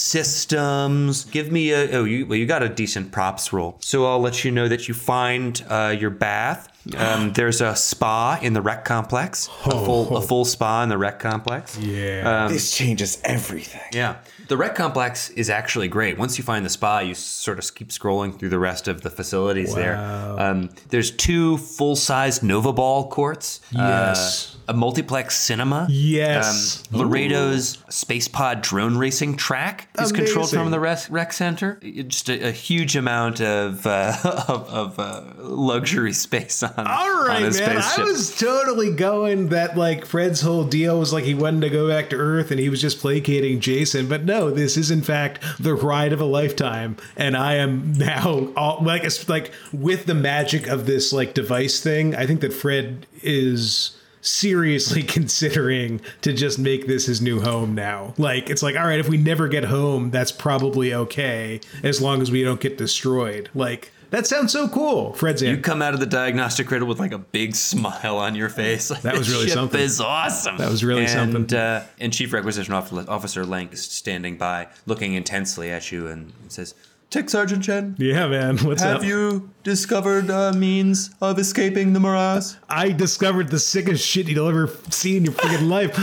systems. Give me a oh you well you got a decent props roll. So I'll let you know that you find uh, your bath. Um, there's a spa in the rec complex. a full a full spa in the rec complex. Um, Yeah. This changes everything. Yeah. The rec complex is actually great. Once you find the spa, you sort of keep scrolling through the rest of the facilities there. Um, there's two full-sized Nova Ball courts. Yes. Uh, a multiplex cinema. Yes. Um, Laredo's space pod drone racing track is controlled Amazing. from the rec, rec center. It- Just a, a huge amount of uh, of, of uh, luxury space on, All on right, man. his spaceship. I was totally going that like Fred's whole deal was like he wanted to go back to Earth and he was just placating Jason, but no, this is in fact the ride of a lifetime, and I am now all like it's like with the magic of this like device thing. I think that Fred is seriously considering to just make this his new home now. Like it's like all right, if we never get home, that's probably okay as long as we don't get destroyed. Like. That sounds so cool, Fred's in. You come out of the diagnostic cradle with like a big smile on your face. Like, That was "This really ship something. Is awesome. That was really and, something. Uh, and Chief Requisition Officer Officer Lank is standing by, looking intensely at you, and, and says, Tech Sergeant Chen, Yeah, man. What's have up? you discovered uh, a means of escaping the morass? I discovered the sickest shit you'll ever see in your freaking life.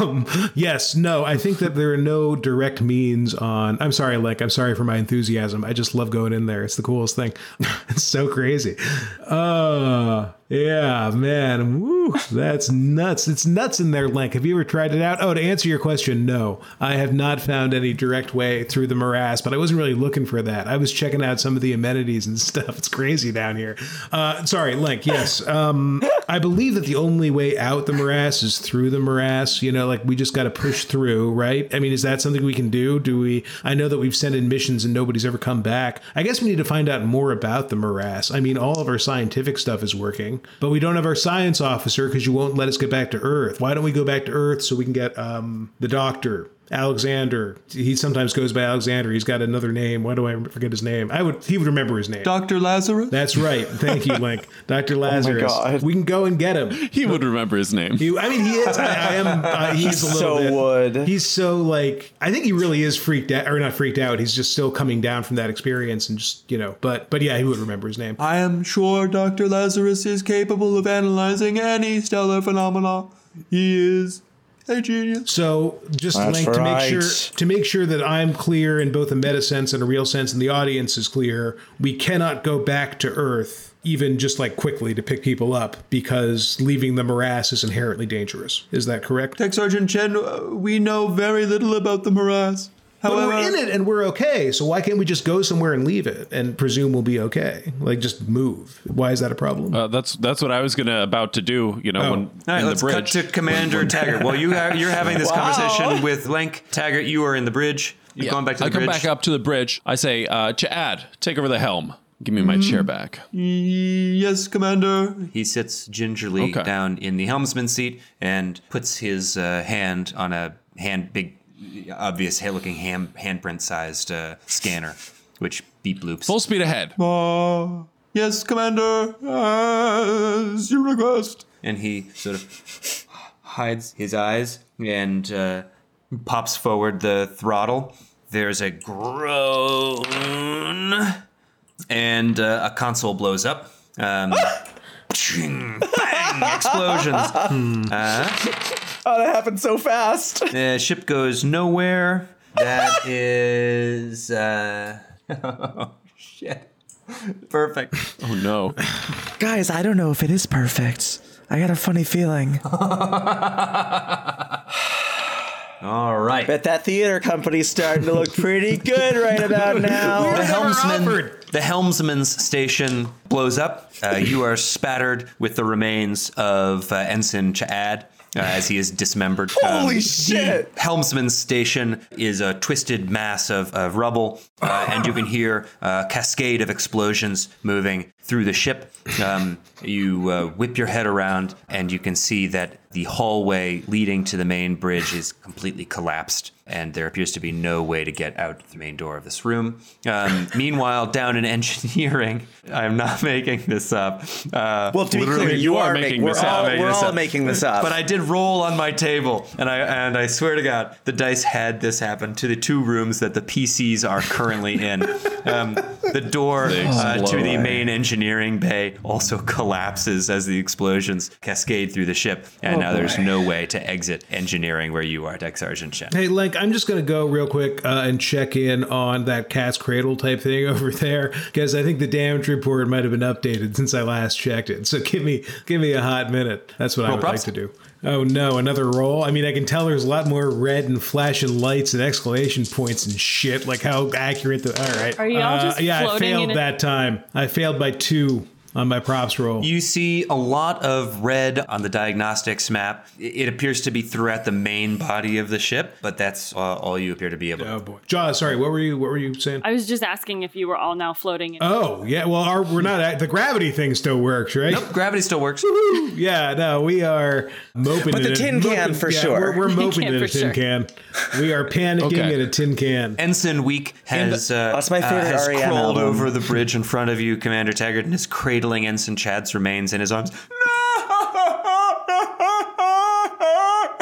Um, yes, no, I think that there are no direct means on. I'm sorry, like, I'm sorry for my enthusiasm. I just love going in there. It's the coolest thing. it's so crazy. Uh, yeah, man. Woo, that's nuts. It's nuts in there, Link. Have you ever tried it out? Oh, to answer your question, no. I have not found any direct way through the morass, but I wasn't really looking for that. I was checking out some of the amenities and stuff. It's crazy down here. Uh, sorry, Link. Yes. Um, I believe that the only way out the morass is through the morass. You know, like we just got to push through, right? I mean, is that something we can do? Do we? I know that we've sent in missions and nobody's ever come back. I guess we need to find out more about the morass. I mean, all of our scientific stuff is working, but we don't have our science officer because you won't let us get back to Earth. Why don't we go back to Earth so we can get um, the doctor? Alexander. He sometimes goes by Alexander. He's got another name. Why do I forget his name? I would he would remember his name. Dr. Lazarus? That's right. Thank you, Link. Dr. Lazarus. Oh God. We can go and get him. He would remember his name. He- I mean, he is. I, I am. Uh, he's a little so bit- would. He's so like. I think he really is freaked out, or not freaked out. He's just still coming down from that experience, and just you know. But but yeah, he would remember his name. I am sure Dr. Lazarus is capable of analyzing any stellar phenomena. He is a genius. So just That's Link to right. make sure to make sure that I'm clear in both a meta sense and a real sense, and the audience is clear. We cannot go back to Earth. Even just like quickly to pick people up because leaving the morass is inherently dangerous. Is that correct? Tech Sergeant Chen, uh, we know very little about the morass. But However, we're in it and we're okay. So why can't we just go somewhere and leave it and presume we'll be okay? Like just move. Why is that a problem? Uh, that's that's what I was gonna about to do. You know, Oh. when "All right, in let's the bridge. cut to Commander Taggart." Well, you are, you're having this conversation with Lank Taggart. You are in the bridge. You're Yeah. going back to the I bridge. come back up to the bridge. I say, uh, Chad, take over the helm. Give me my chair back. yes, Commander. He sits gingerly Okay. down in the helmsman's seat and puts his uh, hand on a hand big, obvious looking hand handprint sized uh, scanner, which beep loops. Full speed ahead. Ah, yes, Commander, as you request. and he sort of hides his eyes and uh, pops forward the throttle. There's a groan, and uh, a console blows up. Um, ching, bang, explosions. Oh, that happened so fast. The ship goes nowhere. That is. Uh... oh, shit. Perfect. Oh no. Guys, I don't know if it is perfect. I got a funny feeling. All right. But that theater company's starting to look pretty good right about now. the helmsman, the helmsman's station blows up. Uh, you are spattered with the remains of uh, Ensign Chad. Uh, as he is dismembered. Holy Um, shit. Helmsman's station is a twisted mass of, of rubble, uh, and you can hear uh, a cascade of explosions moving through the ship. Um, you uh, whip your head around, and you can see that the hallway leading to the main bridge is completely collapsed, and there appears to be no way to get out the main door of this room. Um, meanwhile, down in engineering, I'm not making this up. Uh, Well, to be clear, Literally, you are making this we're up. all, Making we're this all up. making this up. but I did roll on my table, and I and I swear to God, the dice had this happen to the two rooms that the PCs are currently in. Um, The door uh, to the explode. main engineering bay also collapses as the explosions cascade through the ship, and now there's no way to exit engineering where you are, Deck Sergeant Shen. Hey, Link, I'm just going to go real quick uh, and check in on that cat's cradle type thing over there because I think the damage report might have been updated since I last checked it. So give me give me a hot minute. That's what I would props. like to do. Oh no, another roll. I mean, I can tell there's a lot more red and flashing lights and exclamation points and shit. Like how accurate the. All right. Are y'all Uh, just yeah, I floating failed in a- that time. I failed by two on my props roll. You see a lot of red on the diagnostics map. I- It appears to be throughout the main body of the ship, but that's uh, all you appear to be able. oh boy, Jaws. Sorry, what were you? What were you saying? I was just asking if you were all now floating. In- Oh yeah, well, our, we're not. at- The gravity thing still works, right? Nope, gravity still works. Yeah, no, we are moping. But the tin can for sure. We're, we're moping can in for a tin sure. can. We are panicking Okay. in a tin can. Ensign Week has uh, That's my uh, favorite has REM crawled album. over the bridge in front of you, Commander Taggart, and is cradling Ensign Chad's remains in his arms.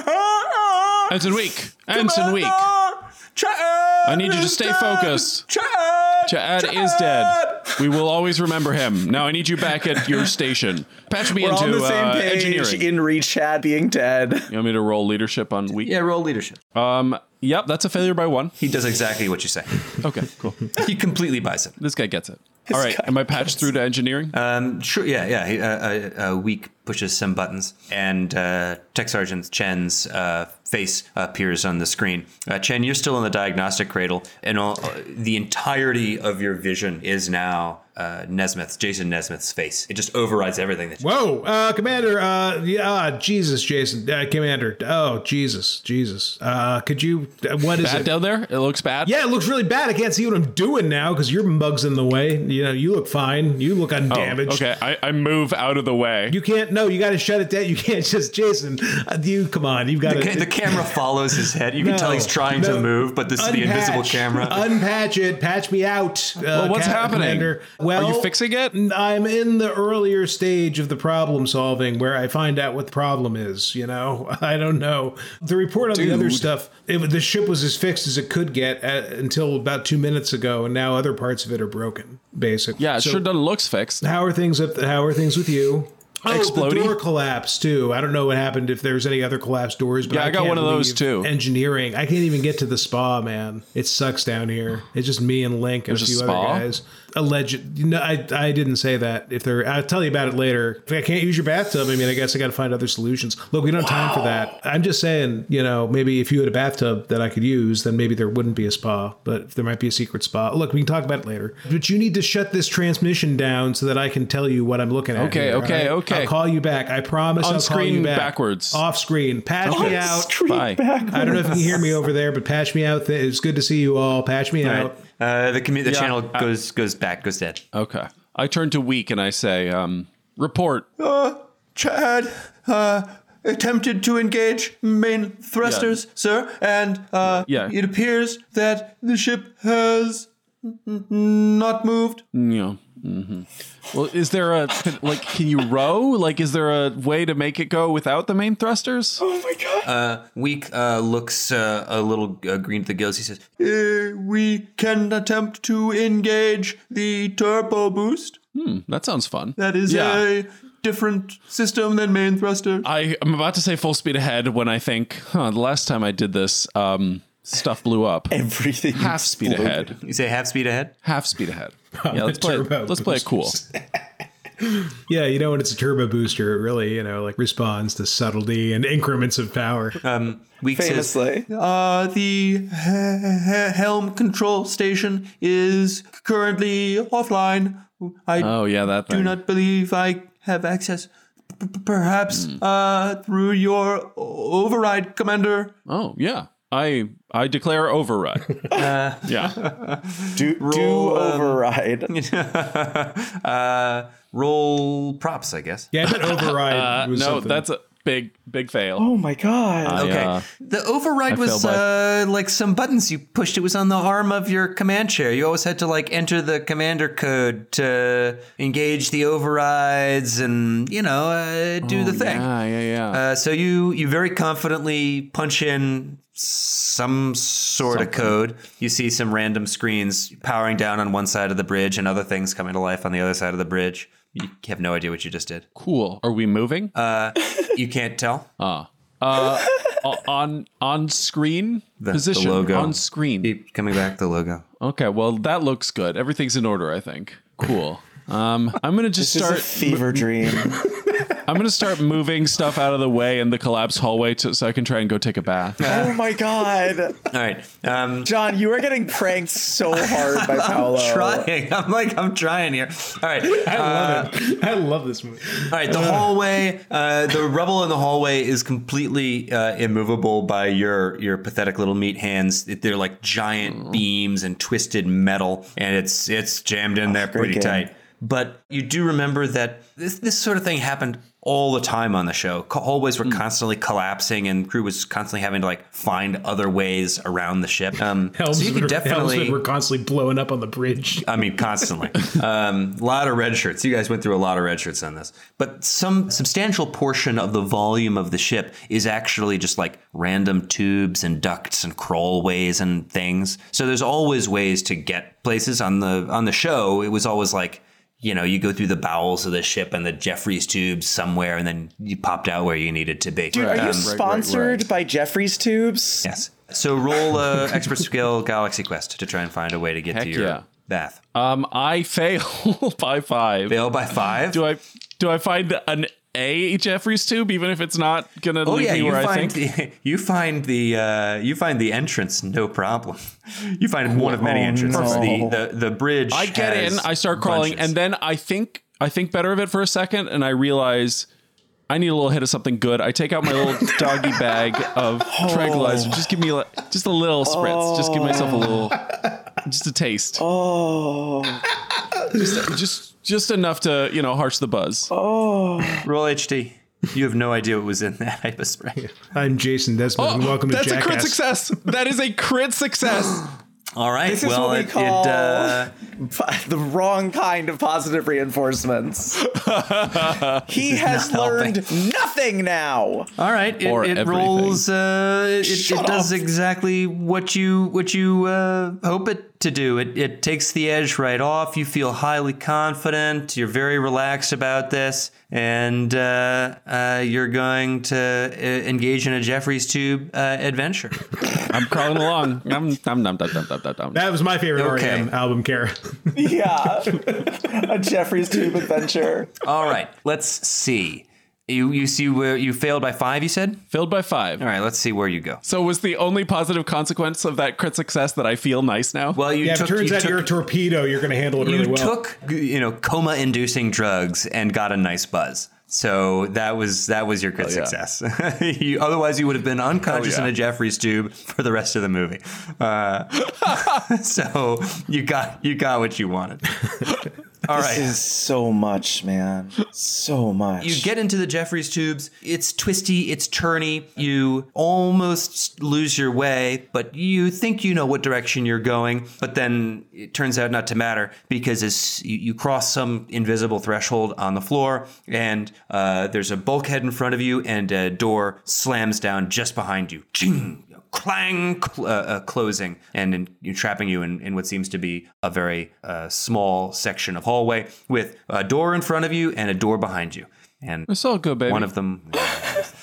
No! Anson Weak. Anson Weak. I need you to stay focused. Chad! Chad is dead. We will always remember him. Now I need you back at your station. Patch me We're into on the same uh, page engineering. in reach Chad being dead. you want me to roll leadership on Weak? Yeah, roll leadership. Um. Yep. That's a failure by one. He does exactly what you say. Okay. Cool. He completely buys it. This guy gets it. All right. Am I patched through to engineering? Um, sure. Yeah, yeah. He, uh, uh, uh, Weak pushes some buttons, and uh, Tech Sergeant Chen's uh, face appears on the screen. Uh, Chen, you're still in the diagnostic cradle, and all, uh, the entirety of your vision is now uh, Nesmith's, Jason Nesmith's face. It just overrides everything. That Whoa, uh, Commander. Uh, yeah, ah, Jesus, Jason, uh, Commander. Oh, Jesus, Jesus. Uh, could you? uh, What is bad it? down there. It looks bad. Yeah, it looks really bad. I can't see what I'm doing now because your mug's in the way. You know, you look fine. You look undamaged. Okay. I, I move out of the way. You can't. No, you got to shut it down. You can't just, Jason. uh, You come on. You've got the, ca- the camera follows his head. You can tell he's trying to move, but this is the invisible camera. Unpatch it. Patch me out. Uh, Well, what's Captain happening? Commander. Are Well, you fixing it? n- I'm in the earlier stage of the problem solving, where I find out what the problem is. You know, I don't know. The report on the other stuff. It, the ship was as fixed as it could get at, until about two minutes ago, and now other parts of it are broken. Basically, Yeah. It So sure doesn't looks fixed. How are things up? How are things with you? Oh, Explodey? the door collapsed too. I don't know what happened if there's any other collapsed doors. But Yeah, I got can't one of those, leave too. Engineering. I can't even get to the spa, man. It sucks down here. It's just me and Link and There's a a few spa? other guys. Alleged. No, I I didn't say that. If there, I'll tell you about it later. If I can't use your bathtub, I mean, I guess I got to find other solutions. Look, we don't have time for that. I'm just saying, you know, maybe if you had a bathtub that I could use, then maybe there wouldn't be a spa, but there might be a secret spa. Look, we can talk about it later. But you need to shut this transmission down so that I can tell you what I'm looking at. Okay, here, all okay, right? okay. I'll call you back. I promise. On I'll call screen you back. backwards. Off screen. Patch me out. Bye. I don't know if you can hear me over there, but patch me out. It's good to see you all. Patch me All out. right. Uh, the commu- the Yeah. channel goes goes back, goes dead. Okay. I turn to Weak and I say, um, report. Chad uh, attempted to engage main thrusters, sir, and uh, Yeah. it appears that the ship has n- n- not moved. Yeah. hmm Well, is there a like? Can you row? Like, is there a way to make it go without the main thrusters? Weak uh, looks uh, a little uh, green to the gills. He says, Uh, we can attempt to engage the turbo boost. That sounds fun. That is Yeah. a different system than main thruster. I am about to say full speed ahead when I think, huh? The last time I did this, um, stuff blew up. Everything. Half speed ahead. "You say half speed ahead." Half speed ahead. Yeah, let's play. Turbo Let's play it cool. Yeah, you know when it's a turbo booster, it really you know like responds to subtlety and increments of power. Weak says, Famously. Uh, the he- he- helm control station is currently offline. I Oh yeah, that do thing. not believe I have access. P- p- perhaps Hmm. uh, through your o- override, Commander. oh yeah. I I declare override. yeah. Do, um, do override. uh, "Roll props, I guess." Yeah, I bet override. Uh, was no, something. that's a Big big fail. Oh my god. Okay. uh, the override I was fell uh, like some buttons you pushed. It was on the arm of your command chair. You always had to like enter the commander code to engage the overrides and you know uh, do the thing. Yeah, yeah, yeah. Uh, so you you very confidently punch in some sort of code. You see some random screens powering down on one side of the bridge and other things coming to life on the other side of the bridge. You have no idea what you just did. cool. Are we moving? uh, You can't tell. O- Uh, on on screen the position logo. on screen. Keep coming back the logo. Okay, well that looks good. Everything's in order, I think. Cool. Um, I'm gonna just This is a start. fever dream. I'm gonna start moving stuff out of the way in the collapsed hallway to, so I can try and go take a bath. Oh my god. All right. Um, John, you are getting pranked so hard by Paolo. Oh. trying. I'm like, I'm trying here. All right. I uh, love it. I love this movie. All right, the hallway, uh, the rubble in the hallway is completely uh, immovable by your your pathetic little meat hands. It- They're like Mm. giant beams and twisted metal, and it's it's jammed in there pretty game. tight. But you do remember that this this sort of thing happened all the time on the show. Co- Hallways Mm. were constantly collapsing, and crew was constantly having to like find other ways around the ship. Um, so you could Helmsman- definitely Uh, Helmsman were constantly blowing up on the bridge. I mean, constantly. um, a lot of red shirts. You guys went through a lot of red shirts on this, but some substantial portion of the volume of the ship is actually just like random tubes and ducts and crawlways and things. So there's always ways to get places on the on the show. It was always like you know, you go through the bowels of the ship and the Jeffries tubes somewhere, and then you popped out where you needed to be. Dude, are Um, you sponsored by Jeffrey's Tubes? yes. So roll uh, expert skill Galaxy Quest to try and find a way to get Heck to your yeah. bath. Um, I fail by five. Fail by five. Do I do I find an A Jeffries tube even if it's not gonna Oh leave yeah, me you where I find think? the, you find the uh, you find the entrance no problem. You find one of many entrances. The, the the bridge. I get has in, I start crawling, bunches. and then I think I think better of it for a second, and I realize I need a little hit of something good. I take out my little doggy bag of Oh. tranquilizer. Just give me a, just a little spritz. Just give myself a little, Oh. just a taste. Oh, just just just enough to you know harsh the buzz. Oh. roll HD. You have no idea what was in that hyper spray. I'm Jason Desmond, and welcome to Oh, that's a Jackass. crit success. That is a crit success. All right. This is well, what we it, call- it uh, the wrong kind of positive reinforcements. he has learned nothing now. all right. It, Or it everything. rolls. Uh, it it, it Shut does up. exactly what you what you uh, hope it to do. It it takes the edge right off. You feel highly confident. You're very relaxed about this, and uh, uh, you're going to uh, engage in a Jeffrey's Tube uh, adventure. I'm crawling along. I'm I'm numb, dum, dum, dum, dum, dum. That was my favorite Okay. REM album, Kara. Yeah. A Jeffrey's Tube adventure. All right. Let's see. You you see where you failed by five. You said. Filled by five. All right. Let's see where you go. So was the only positive consequence of that crit success that I feel nice now? Well, you Yeah, if took. it turns you out took- you're a torpedo, you're going to handle it you really well. took you know coma inducing drugs and got a nice buzz so that was that was your good yeah. success you, otherwise you would have been unconscious yeah. in a jeffrey's tube for the rest of the movie uh, so you got you got what you wanted all right This is so much, man. So much. you get into the Jeffrey's tubes. It's twisty, it's turny. You almost lose your way, but you think you know what direction you're going. But then it turns out not to matter because as you, you cross some invisible threshold on the floor, and uh, there's a bulkhead in front of you, and a door slams down just behind you. Ching! Clang, cl- uh, uh, closing and in, trapping you in, in what seems to be a very uh, small section of hallway with a door in front of you and a door behind you. And It's all good, baby. one of them.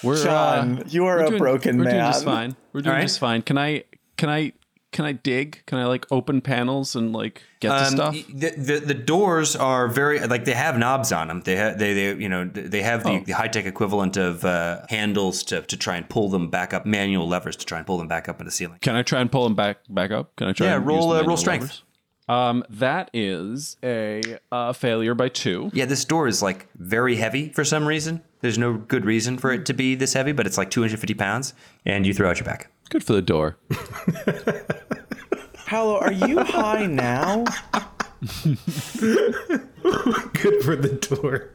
we're, Um, John, you are Uh, we're a doing- broken we're Doing man. just fine. We're doing All right. just fine. Can I? Can I? Can I dig? Can I like open panels and like get to Um, stuff? The, the the doors are very like they have knobs on them. They ha- they, they you know they have Oh. the, the high tech equivalent of uh, handles to, to try and pull them back up, manual levers to try and pull them back up into the ceiling. Can I try and pull him back back up? Can I try? Yeah, and roll, use the uh, roll manual strength. levers? Um, that is a uh, failure by two. Yeah, this door is like very heavy for some reason. There's no good reason for it to be this heavy, but it's like 250 pounds, and you throw out your back. Good for the door. Paolo, are you high now? Good for the door.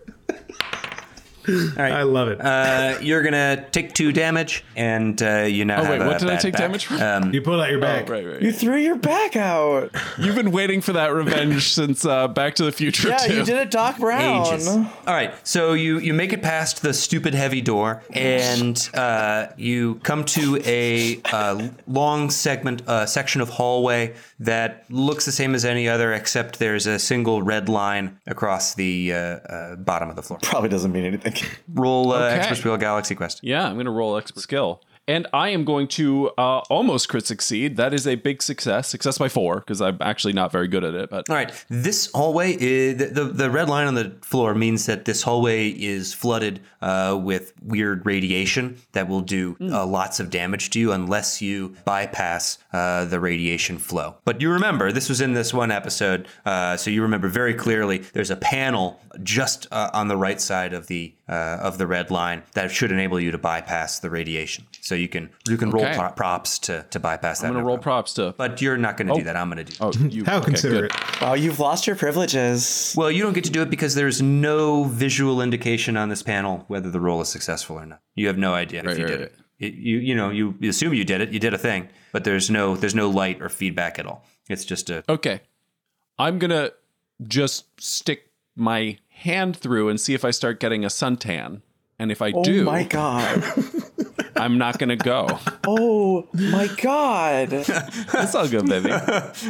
I love it. Uh, you're gonna take two damage, and uh, you now. Oh, wait, have a what did I bad take back. damage from? Um, you pull out your back. Oh, Right, right. You threw your back out. You've been waiting for that revenge since uh, Back to the Future Yeah, 2. you did a Doc Brown. ages. All right, so you you make it past the stupid heavy door, and uh, you come to a uh, long segment uh, section of hallway that looks the same as any other, except there's a single red line across the uh, uh, bottom of the floor. Probably doesn't mean anything. Roll uh, Okay. Express Wheel Galaxy Quest. Yeah, I'm going to roll expert skill. And I am going to uh, almost crit succeed. That is a big success. Success by four, because I'm actually not very good at it. But All right. This hallway, is, the, the the red line on the floor means that this hallway is flooded uh, with weird radiation that will do Hmm. uh, lots of damage to you unless you bypass uh, the radiation flow. But you remember this was in this one episode, uh, so you remember very clearly. There's a panel just uh, on the right side of the uh, of the red line that should enable you to bypass the radiation. So you can you can roll Okay. pro- props to to bypass that. I'm no going to roll problem. props to. But you're not going to do that. I'm going to do. that. Oh, you, How okay, considerate. good. Wow, you've lost your privileges. Well, you don't get to do it because there's no visual indication on this panel whether the roll is successful or not. You have no idea if you right, did it. It- You you know you you assume you did it. You did a thing, but there's no there's no light or feedback at all. It's just a Okay. I'm going to just stick my hand through and see if I start getting a suntan. And if I do, Oh my god. I'm not going to go. Oh my god. That's all good, baby.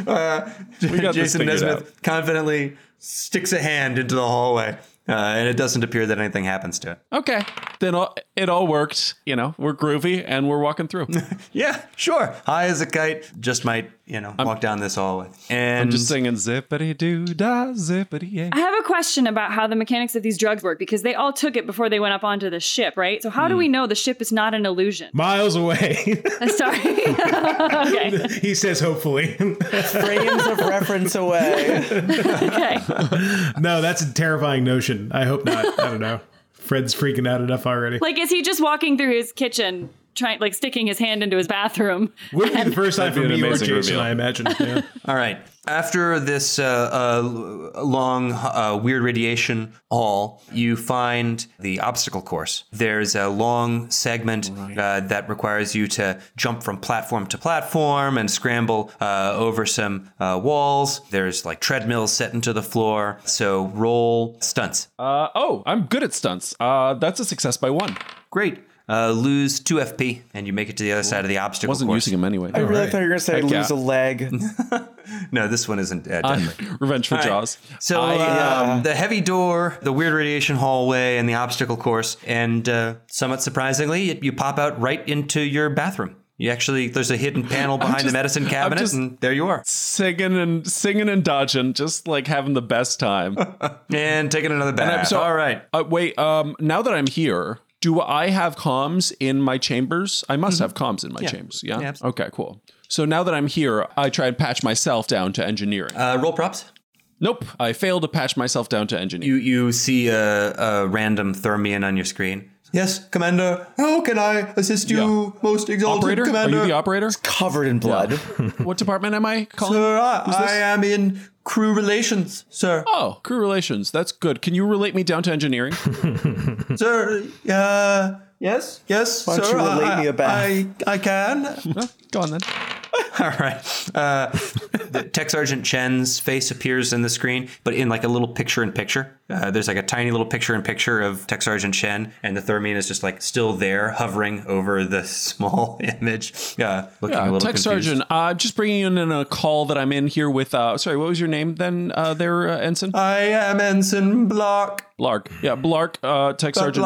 we got this Jason figured Nesmith out. confidently sticks a hand into the hallway, uh, and it doesn't appear that anything happens to it. Okay. Then all, it all worked. You know, we're groovy and we're walking through. Yeah, sure. High as a kite, just might you know walk down this hallway. And I'm just singing zippity doo da zippity yay. I have a question about how the mechanics of these drugs work because they all took it before they went up onto the ship, right? So Hmm. how do we know the ship is not an illusion? Miles away, Sorry. okay. he says. Hopefully, Frames of reference away. Okay. no. That's a terrifying notion. I hope not. I don't know. Fred's freaking out enough already. Like, is he just walking through his kitchen, trying, like, sticking his hand into his bathroom? Wouldn't be the first time for That'd be an me or amazing Jason, reveal. I imagine. Yeah. All right. After this uh, uh, long, uh, weird radiation hall, you find the obstacle course. There's a long segment uh, that requires you to jump from platform to platform and scramble uh, over some uh, walls. There's like treadmills set into the floor. So roll stunts. Uh, oh, I'm good at stunts. Uh, that's a success by one. Great. Uh, lose two FP, and you make it to the other side of the obstacle Wasn't course. using them anyway. I really thought you were gonna say Heck yeah. lose a leg. No, this one isn't uh, deadly. Revenge for All right. Jaws. So I, um, the heavy door, the weird radiation hallway, and the obstacle course, and uh, somewhat surprisingly, it, you pop out right into your bathroom. You actually there's a hidden panel behind the just- medicine I'm cabinet, just- and there you are. singing and singing and dodging, just like having the best time. And taking another I'm bath. so- All right. Uh, wait, um, now that I'm here, do I have comms in my chambers? I must have comms in my chambers. Yeah. Mm-hmm. Yeah, abs- okay, cool. So now that I'm here, I try and patch myself down to engineering. Uh, roll props. nope, I fail to patch myself down to engineering. You you see a, a random thermion on your screen. Yes, Commander. How can I assist you, most exalted operator? Are Commander? you the operator? Covered in blood. what department am I calling? Sir, I, I am in crew relations, sir. Oh, crew relations. That's good. Can you relate me down to engineering? Sir, uh, yes, yes, don't sir. you relate I, me a bath? I, I can. Huh? Go on then. All right. Uh, the Tech Sergeant Chen's face appears in the screen, but in like a little picture in picture. Uh, there's like a tiny little picture in picture of Tech Sergeant Chen, and the Thermion is just like still there, hovering over the small image. Yeah, looking a Uh, little Tech confused. Sergeant, uh, just bringing in a call that I'm in here with. Uh, sorry, what was your name then? Uh, there, uh, Ensign I am Ensign Block. Blark. Yeah, Blark. Uh, Tech Sergeant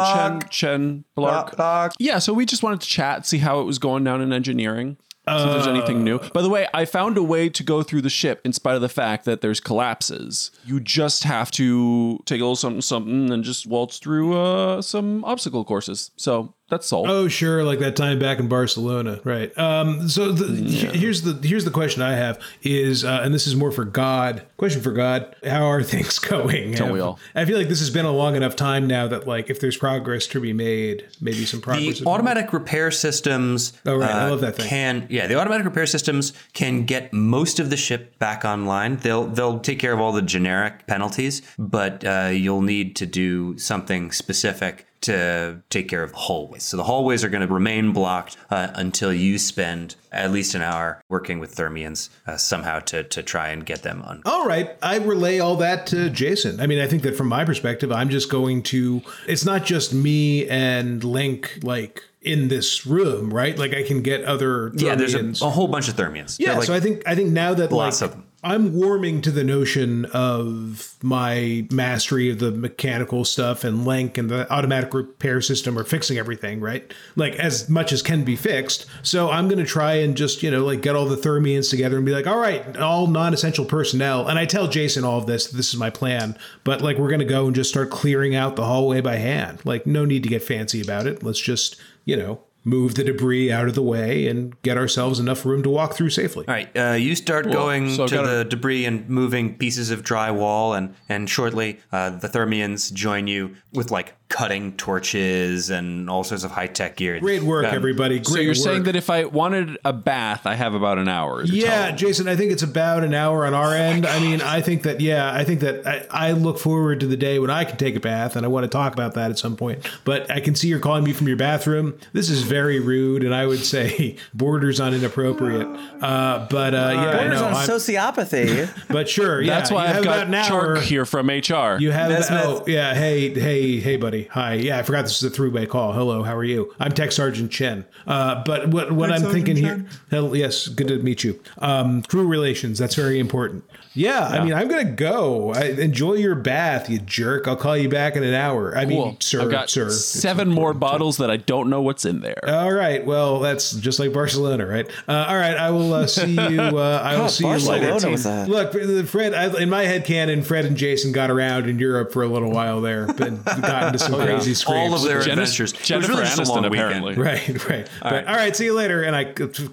Chen Blark. Chen Blark. Block. Yeah, so we just wanted to chat, see how it was going down in engineering. See if there's anything new. By the way, I found a way to go through the ship in spite of the fact that there's collapses. You just have to take a little something, something, and just waltz through uh, some obstacle courses. So that's all. Oh sure, like that time back in Barcelona, right? Um, so the, he- here's the here's the question I have is, uh, and this is more for God. Question for God: How are things going? we all? I feel like this has been a long enough time now that like if there's progress to be made, maybe some progress. is The made. automatic repair systems uh, Oh, right. I love that thing. can yeah, the automatic repair systems can get most of the ship back online. They'll they'll take care of all the generic penalties, but uh, you'll need to do something specific to take care of the hallways. So the hallways are going to remain blocked uh, until you spend at least an hour working with Thermians uh, somehow to, to try and get them un. All right, I relay all that to Jason. I mean, I think that from my perspective, I'm just going to. It's not just me and Link like in this room, right? Like I can get other. yeah, there's Thermians. a, a whole bunch of Thermians. Yeah, They're like- so I think I think now that Lots like of them. I'm warming to the notion of my mastery of the mechanical stuff and link and the automatic repair system are fixing everything, right? Like as much as can be fixed. So I'm gonna try and just, you know, like get all the thermians together and be like, all right, all non-essential personnel. And I tell Jason all of this, this is my plan, but like we're gonna go and just start clearing out the hallway by hand. Like, no need to get fancy about it. Let's just, you know, move the debris out of the way and get ourselves enough room to walk through safely. All right, uh, you start going so to gotta- the debris and moving pieces of drywall, and and shortly uh, the Thermians join you with like cutting torches and all sorts of high tech gear. Great work, Um, everybody. Great So you're work. saying that if I wanted a bath, I have about an hour. is your yeah, total. Jason, I think it's about an hour Oh on our end. I mean, I think that, yeah, I think that I, I look forward to the day when I can take a bath, and I want to talk about that at some point. But I can see you're calling me from your bathroom. This is very rude, and I would say borders on inappropriate. Oh. Uh, but uh, yeah, Borders no, on I'm- sociopathy. but sure, yeah, That's why you I've have got about an hour. Chark here from HR. You have Nesmith. oh yeah hey hey hey buddy hi yeah I forgot this is a three way call hello how are you I'm Tech Sergeant Chen uh but what what I'm Sergeant thinking Chen. here hell, yes good to meet you um crew relations that's very important yeah, I mean I'm gonna go I, enjoy your bath you jerk I'll call you back in an hour I mean cool. sir I've got sir Uh, seven more bottles that I don't know what's in there. all right well that's just like Barcelona right uh, all right I will uh, see you uh, I will see you later. Barcelona was a Look, Fred. I, in my head canon, Fred and Jason got around in Europe for a little while there, but got into some crazy scrapes. all of their Jennis- adventures. It was Jennifer really just a long Aniston, weekend. apparently. Right, right. but all right, see you later. And I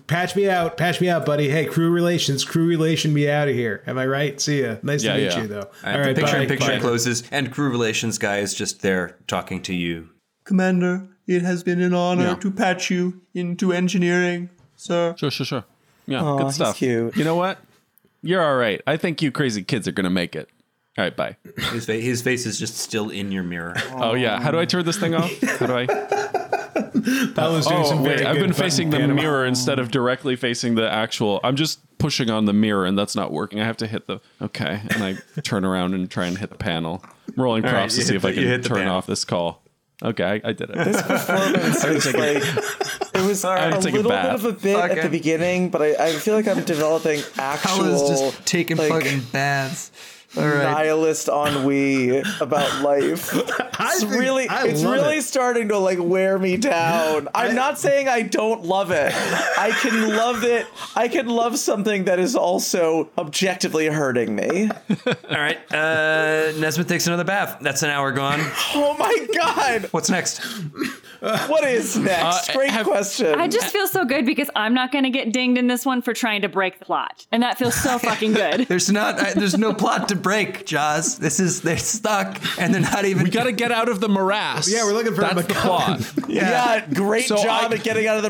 patch me out, patch me out, buddy. Hey, crew relations, crew relation me out of here. Am I right? See ya. Nice Yeah, to meet yeah. you, though. All right, the picture in picture closes, and crew relations guy is just there talking to you. Commander, it has been an honor Yeah. to patch you into engineering, sir. Sure, sure, sure. Yeah, he's good stuff. cute. You know what? You're all right. I think you crazy kids are gonna make it. All right, bye. His, fa- his face is just still in your mirror. Oh yeah, how do I turn this thing off? How do I? Paolo's doing Oh some wait, very I've good been button facing the pantomime. mirror instead of directly facing the actual. I'm just pushing on the mirror, and that's not working. I have to hit the okay, and I turn around and try and hit the panel. I'm rolling props right, to you see hit if the- I you hit can the turn panel. off this call. Okay, I, I did it. performance was like it was had a to take a little bit bath. of a bit at the beginning, but I, I feel like I'm developing actual like, baths. All nihilist ennui about life. It's think- really, I it's love really it. starting to like wear me down. I'm not saying I don't love it. I can love it. I can love something that is also objectively hurting me. All right, uh, Nesmith takes another bath. That's an hour gone. Oh my god! What's next? What is next? Uh, Great have- question. I just feel so good because I'm not going to get dinged in this one for trying to break the plot. And that feels so fucking good. There's not. I, there's no plot to break, Jaws. This is they're stuck, and they're not even. We got to get out of the morass. Yeah, we're looking for a That's the plot. yeah. great So I- job at getting out of the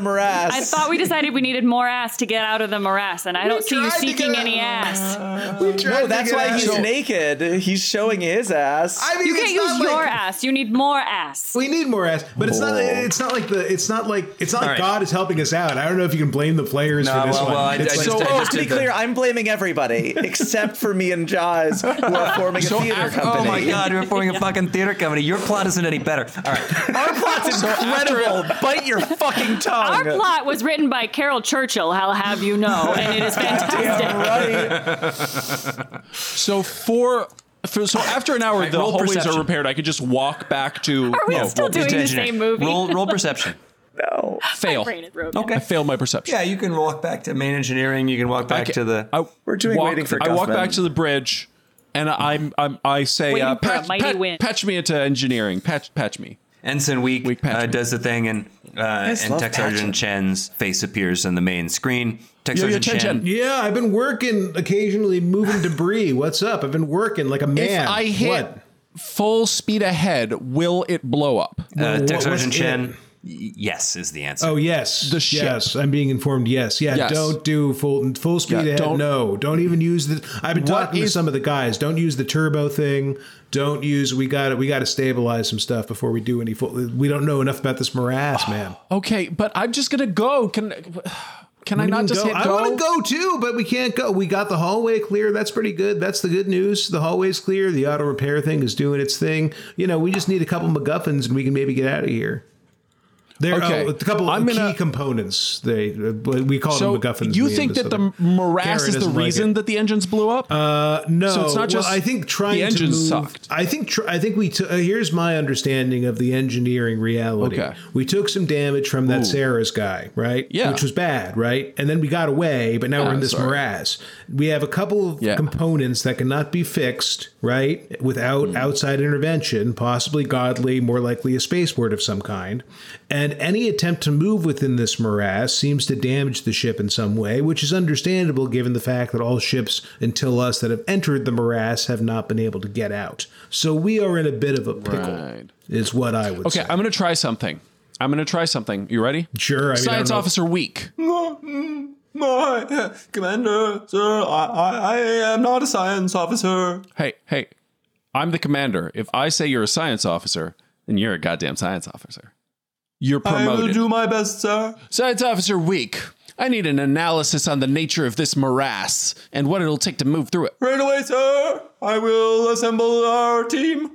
morass. I thought we decided we needed more ass to get out of the morass, and I don't see you tried to seeking get any ass. No, Oh, that's why he's So- naked. He's showing his ass. I mean, You can't it's not use like- your ass. You need more ass. We need more ass, but it's not. It's not like the. It's not like. It's not like right. God is helping us out. I don't know if you can blame the players No, for this well, one. well, I- It's I like- just- I Oh, just to be did the- clear, I'm blaming everybody except for me and Jaws, who are forming a theater act- company. Oh my God, we're forming a fucking theater company. Your plot isn't any better. All right. Our plot's incredible. Bite your fucking Our tongue. plot was written by Carol Churchill, I'll have you know, and it is fantastic. Right. So for, for so after an hour, the roll hallways perception. are repaired. I could just walk back to. Are we no, still roll- doing the Engineer. same movie? Roll, roll perception. No. fail? Brain is broken. I fail my perception. Yeah, you can walk back to main engineering. You can walk back Okay. to the. I We're doing walk, Waiting for I walk Guffman. back to the bridge, and I'm, I'm I say, Waiting uh, for a patch, mighty pat- wind. patch me into engineering. Patch patch me. Ensign Week, Week patch. uh, does the thing, and uh, and love Tech patching. Sergeant Chen's face appears on the main screen. Tech Yo, yo, Sergeant Chen, Chen. Chen. yeah, I've been working occasionally, moving debris. What's up? I've been working like a man. If I hit What? full speed ahead, will it blow up? Uh, What- Tech what's Sergeant in Chen it? Y- yes is the answer. Oh yes, The ship. yes. I'm being informed. Yes, yeah. Yes. Don't do full full speed Yeah, ahead. don't- no, don't even use the. I've been What talking to is- some of the guys. Don't use the turbo thing. Don't use. We got to We got to stabilize some stuff before we do any full. We don't know enough about this morass, man. Okay, but I'm just gonna go. Can can I We not can just go. hit I go? want to go too, but we can't go. We got the hallway clear. That's pretty good. That's the good news. The hallway's clear. The auto repair thing is doing its thing. You know, we just need a couple MacGuffins and we can maybe get out of here. There are Okay. a couple I'm of key gonna- components. They uh, we call So them MacGuffins. you me and think this that the other- morass Kara is the doesn't like reason it. Uh, that the engines blew up? No, So it's not just well, I think the trying engine to move, sucked. I think tr- I think we t- uh, here's my understanding of the engineering reality. Okay. We took some damage from that Sarah's guy, right? Yeah. which was bad, right? And then we got away, but now we're in this sorry. morass. We have a couple of Yeah. components that cannot be fixed, right? Without outside intervention, possibly godly, more likely a spaceport of some kind. And any attempt to move within this morass seems to damage the ship in some way, which is understandable given the fact that all ships until us that have entered the morass have not been able to get out. So we are in a bit of a pickle, Right. is what I would okay, say. I'm gonna try something. I'm gonna try something. You ready? Sure, I mean, I don't Science know if- officer weak. My commander, sir, I, I, I am not a science officer. Hey, hey, I'm the commander. If I say you're a science officer, then you're a goddamn science officer. You're I will promoted. do my best, sir. Science Officer Week, I need an analysis on the nature of this morass and what it'll take to move through it. Right away, sir. I will assemble our team.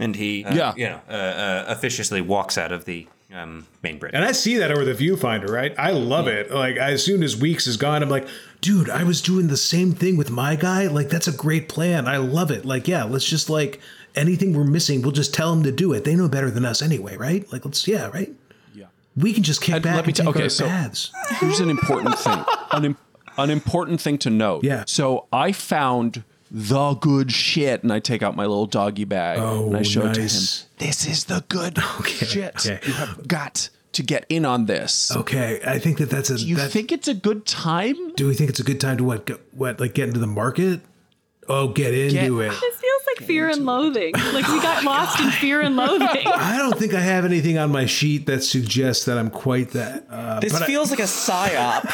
And he, uh, Yeah. you know, uh, uh, officiously walks out of the um, main bridge. And I see that over the viewfinder, right? I love it. Like as soon as Weeks is gone, I'm like, dude, I was doing the same thing with my guy. Like that's a great plan. I love it. Like yeah, let's just like anything we're missing, we'll just tell them to do it. They know better than us anyway, right? Like let's yeah, right. Yeah, we can just kick And back. let me and tell- take okay, our so- paths. Here's an important thing. An, im- an important thing to note. Yeah. So I found the good shit, and I take out my little doggy bag and I show Oh, it nice. to him. This is the good shit. okay. You have got to get in on this. Okay, I think that that's a. You that, think it's a good time? do we think it's a good time to what go- what like get into the market? Oh, get into it. This feels like fear and loathing. Like we got lost in fear and loathing. I don't think I have anything on my sheet that suggests that I'm quite that. Uh, This but I- feels like a psyop.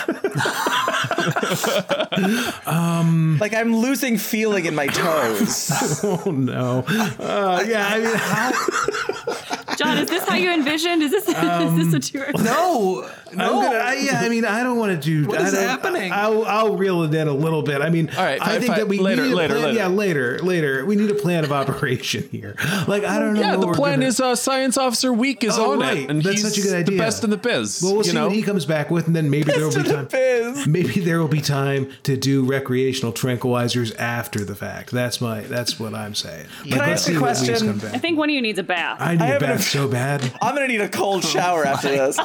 like I'm losing feeling in my toes. oh no. Uh, yeah, I mean, how, John, is this how you envisioned? Is this Um, is this a tour? No, I'm gonna, I, yeah, I mean, I don't want to do. oh, What is happening? I'll, I'll reel it in a little bit. I mean, All right, I fine, think fine. that we Later, need a later, plan. later. Yeah, later, later. We need a plan of operation here. Like, I don't know. Yeah, what the we're plan gonna- is uh, Science Officer Week is Oh, on right. it, and That's he's such a good the idea. best in the biz. Well, we'll you see know? what he comes back with, and then maybe there will be time. Maybe there will be time to do recreational tranquilizers after the fact. That's my. That's what I'm saying. But I let's ask a see what leaves question? come I back. think one of you needs a bath. I need a have an- bath so bad. I'm gonna need a cold shower after this,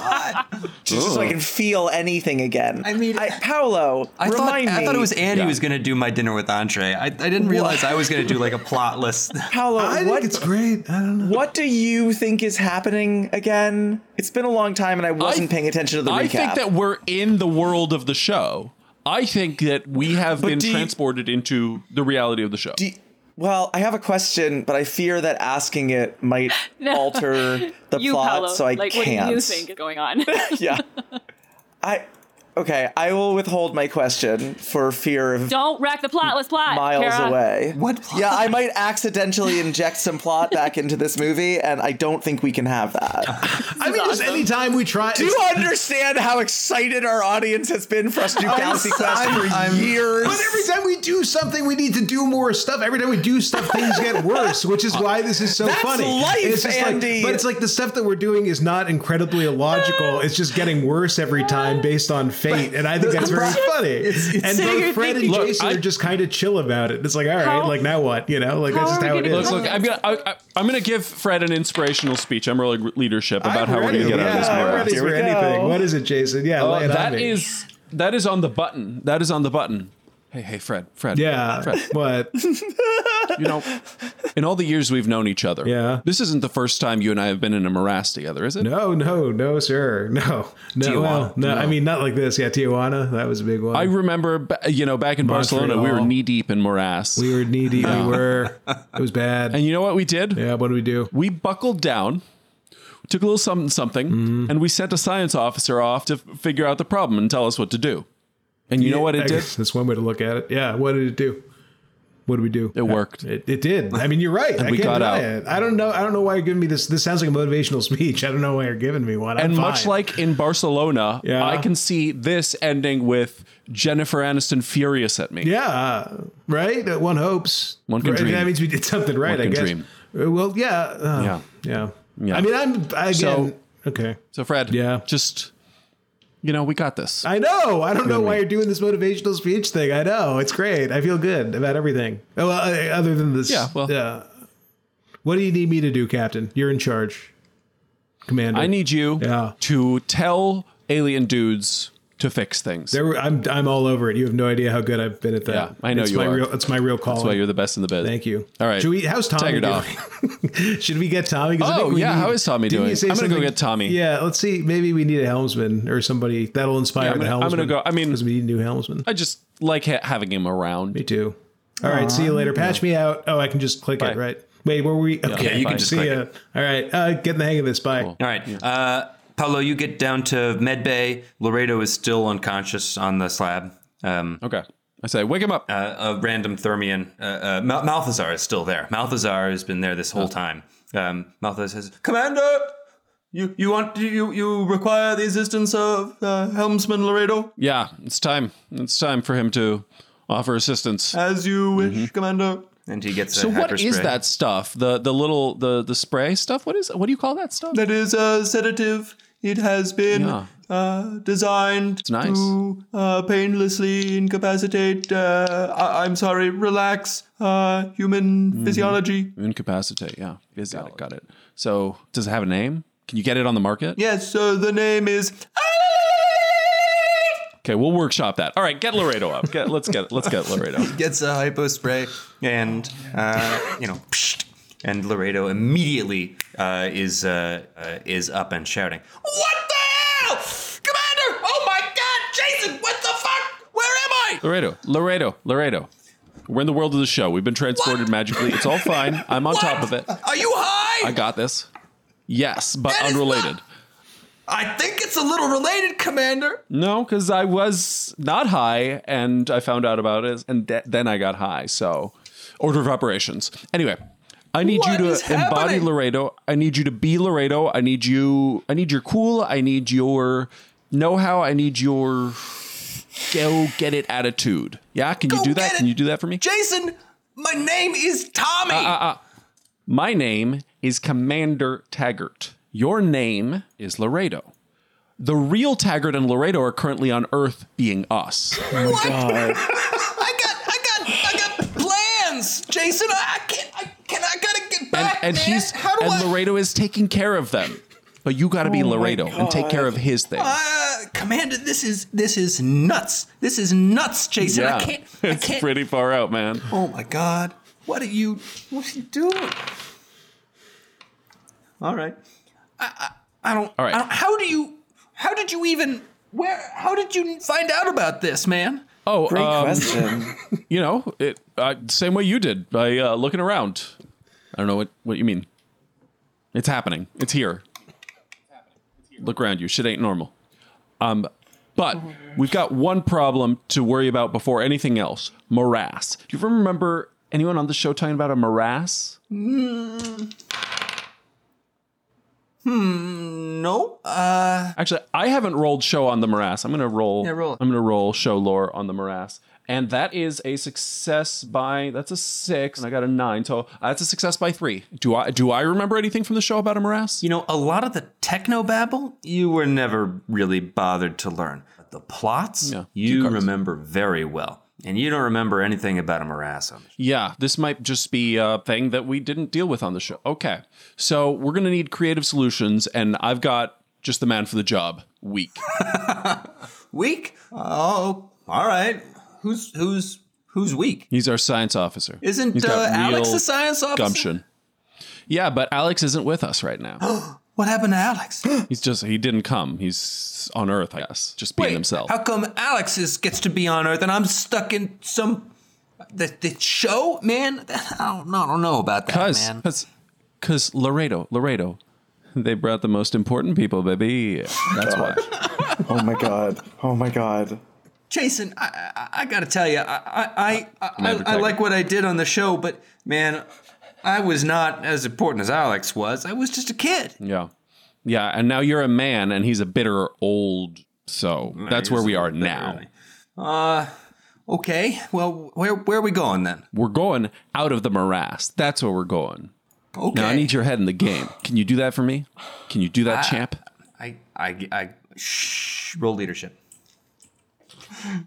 just so I can feel anything again. I mean- Paolo, I thought, remind me. I thought it was Andy who was going to do my dinner with entree. I, I didn't realize I was going to do like a plotless. Paolo. I what think it's great. I don't know. What do you think is happening again? It's been a long time and I wasn't paying attention to the recap. I think that we're in the world of the show. I think that we have been do you- transported into the reality of the show. Do- well, I have a question, but I fear that asking it might alter the you, plot, Paolo. so I like, can't. What do you think is going on? Yeah. I okay, I will withhold my question for fear of Don't rack the plotless plot. miles Kara. away. What plot? Yeah, I might accidentally inject some plot back into this movie, and I don't think we can have that. I mean, just any time we try. Do you understand how excited our audience has been for us to do Galaxy Quest for years? But every time we do something, we need to do more stuff. Every time we do stuff, things get worse, which is why this is so That's funny. life, it's just like- Andy. but it's like the stuff that we're doing is not incredibly illogical. it's just getting worse every time based on fate, and I think that's very funny. and sitting both here Fred and thinking- Look, Jason I- are just kind of chill about it. It's like, all right, How- like now what? You know, like how that's just are we how it gonna is. Look, look, I'm gonna, I, I, I'm gonna give Fred an inspirational speech. I'm really leadership about how we're gonna get out of this yeah, I'm morass. ready Here for we go. anything. What is it, Jason? Yeah, Uh, lay it on that me. is that is on the button. That is on the button. Hey, hey, Fred, Fred. yeah. Fred. What? You know, in all the years we've known each other, Yeah. this isn't the first time you and I have been in a morass together, is it? No, no, no, sir. No, no, Tijuana. well, no, I mean, not like this. Yeah, Tijuana. That was a big one. I remember, ba- you know, back in Barcelona, we were Montreal. knee deep in morass, we were needy. We were. It was bad. and you know what we did? yeah. What do we do? We buckled down. took a little something something, Mm-hmm. and we sent a science officer off to f- figure out the problem and tell us what to do. And you know what it I did? guess That's one way to look at it. Yeah. What did it do? What did we do? It worked. It, it did. I mean, you're right. I we can't got deny out. it. I don't know. I don't know why you're giving me this. This sounds like a motivational speech. I don't know why you're giving me one. I'm And much fine. like in Barcelona, Yeah. I can see this ending with Jennifer Aniston furious at me. yeah, right. One hopes. One can Right? dream. That means we did something right. One I can guess. dream. Uh, Well, yeah, uh, yeah, Yeah. I mean, I'm again. So- okay. So Fred, Yeah. just you know, we got this. I know. I don't know why you're doing this motivational speech thing. I know. It's great. I feel good about everything. Oh, well, uh, other than this. Yeah, well- yeah. What do you need me to do, Captain? You're in charge, Commander. I need you Yeah. to tell alien dudes to fix things. There, were- I'm I'm all over it. You have no idea how good I've been at that. Yeah, I know it's you my are. Real, it's my real call. That's why you're the best in the biz. Thank you. All right. Should we? How's Tiger Tommy doing? Dog. Should we get Tommy? 'Cause I Oh, think we yeah, how is Tommy didn't you doing? say I'm gonna go something- get Tommy. Yeah. Let's see. Maybe we need a helmsman or somebody that'll inspire Yeah, I'm the gonna- I'm helmsman. gonna go- I mean- because we need a new helmsman. I just like ha- having him around. Me too. All right. See you later. Patch me out. Oh, I can just click Bye. it, right? Wait, where were we? Okay. Yeah, you can bye. just see click ya. All right. Uh, get in the hang of this. Bye. All right. Uh, Paolo, you get down to med bay. Laredo is still unconscious on the slab. Um, Okay. I say, wake him up. a random Thermian. Uh, uh, Mal- Malthazar is still there. Malthazar has been there this Oh. whole time. Um, Malthazar says, "Commander, you you want you you require the assistance of uh, helmsman Laredo yeah, it's time. It's time for him to offer assistance. As you Mm-hmm. wish, Commander. And he gets Uh, so a what hyper is spray. that stuff? The the little the the spray stuff? What is what do you call that stuff? That is a sedative. It has been Yeah. uh, designed nice. to uh, painlessly incapacitate, uh, I- I'm sorry, relax uh, human Mm-hmm. physiology. Incapacitate, yeah. Is got it, got it. So does it have a name? Can you get it on the market? Yes, so the name is. Okay, we'll workshop that. All right, get Laredo up. Get let's get let's get Laredo. Gets a hypo spray and uh, you know, psht. and Laredo immediately uh, is uh, uh, is up and shouting, "What the hell, Commander? Oh my God, Jason! What the fuck? Where am I?" Laredo, Laredo, Laredo. We're in the world of the show. We've been transported What? magically. It's all fine. I'm on What? top of it. Are you high? I got this. Yes, but That is unrelated. not- I think it's a little related, Commander. No, because I was not high, and I found out about it, and de- then I got high. So, order of operations. Anyway, I need What you is to embody happening? Laredo. I need you to be Laredo. I need you. I need your cool. I need your know-how. I need your go get it attitude. Yeah, can you Go do get that? it. Can you do that for me? Jason, my name is Uh, Tommy. My name is Commander Taggart. Your name is Laredo. The real Taggart and Laredo are currently on Earth being us. what? I got, I got, I got plans, Jason. I, I can't, I can, I gotta get and back, and man. he's How do and I? Oh Laredo is taking care of them. But you got to be Laredo and take care of his thing. uh, Commander, this is this is nuts. This is nuts, Jason. I can't. I it's can't. pretty far out, man. Oh my God! What are you? What are you doing? All right. I I, I don't. All right. I don't, how do you? How did you even? Where? How did you find out about this, man? Oh, Great um, question. you know, it uh, same way you did by uh, looking around. I don't know what what you mean. It's happening. It's here. Look around you. Shit ain't normal. Um, but we've got one problem to worry about before anything else: morass. Do you remember anyone on the show talking about a morass? No. Uh. Actually, I haven't rolled show on the morass. I'm gonna roll. Yeah, roll it. I'm gonna roll show lore on the morass, and that is a success by that's a six, and I got a nine, so that's a success by three. Do I do I remember anything from the show about a morass? You know, a lot of the techno babble you were never really bothered to learn. But the plots Yeah, you remember very well, and you don't remember anything about a morass. on it. Yeah, this might just be a thing that we didn't deal with on the show. Okay, so we're gonna need creative solutions, and I've got just the man for the job. Weak. Weak? Oh, all right. Who's who's who's weak? He's our science officer. Isn't He's uh, got Alex real the science officer? gumption? Yeah, but Alex isn't with us right now. What happened to Alex? He's just he didn't come. He's on Earth, I guess, just being himself. How come Alex is, gets to be on Earth and I'm stuck in some the, the show, man? I don't, know- I don't know about that, Cause, man. cause, cause Laredo, Laredo, They brought the most important people, baby. That's why. Oh my god. Oh my god. Jason, I, I, I gotta tell you, I, I, I, I, I protector. like what I did on the show, but man, I was not as important as Alex was. I was just a kid. Yeah. Yeah. And now you're a man and he's a bitter old. So that's where we are now. Uh, okay. Well, where where are we going then? We're going out of the morass. That's where we're going. Okay. Now I need your head in the game. Can you do that for me? Can you do that, champ? I I I shh, roll leadership.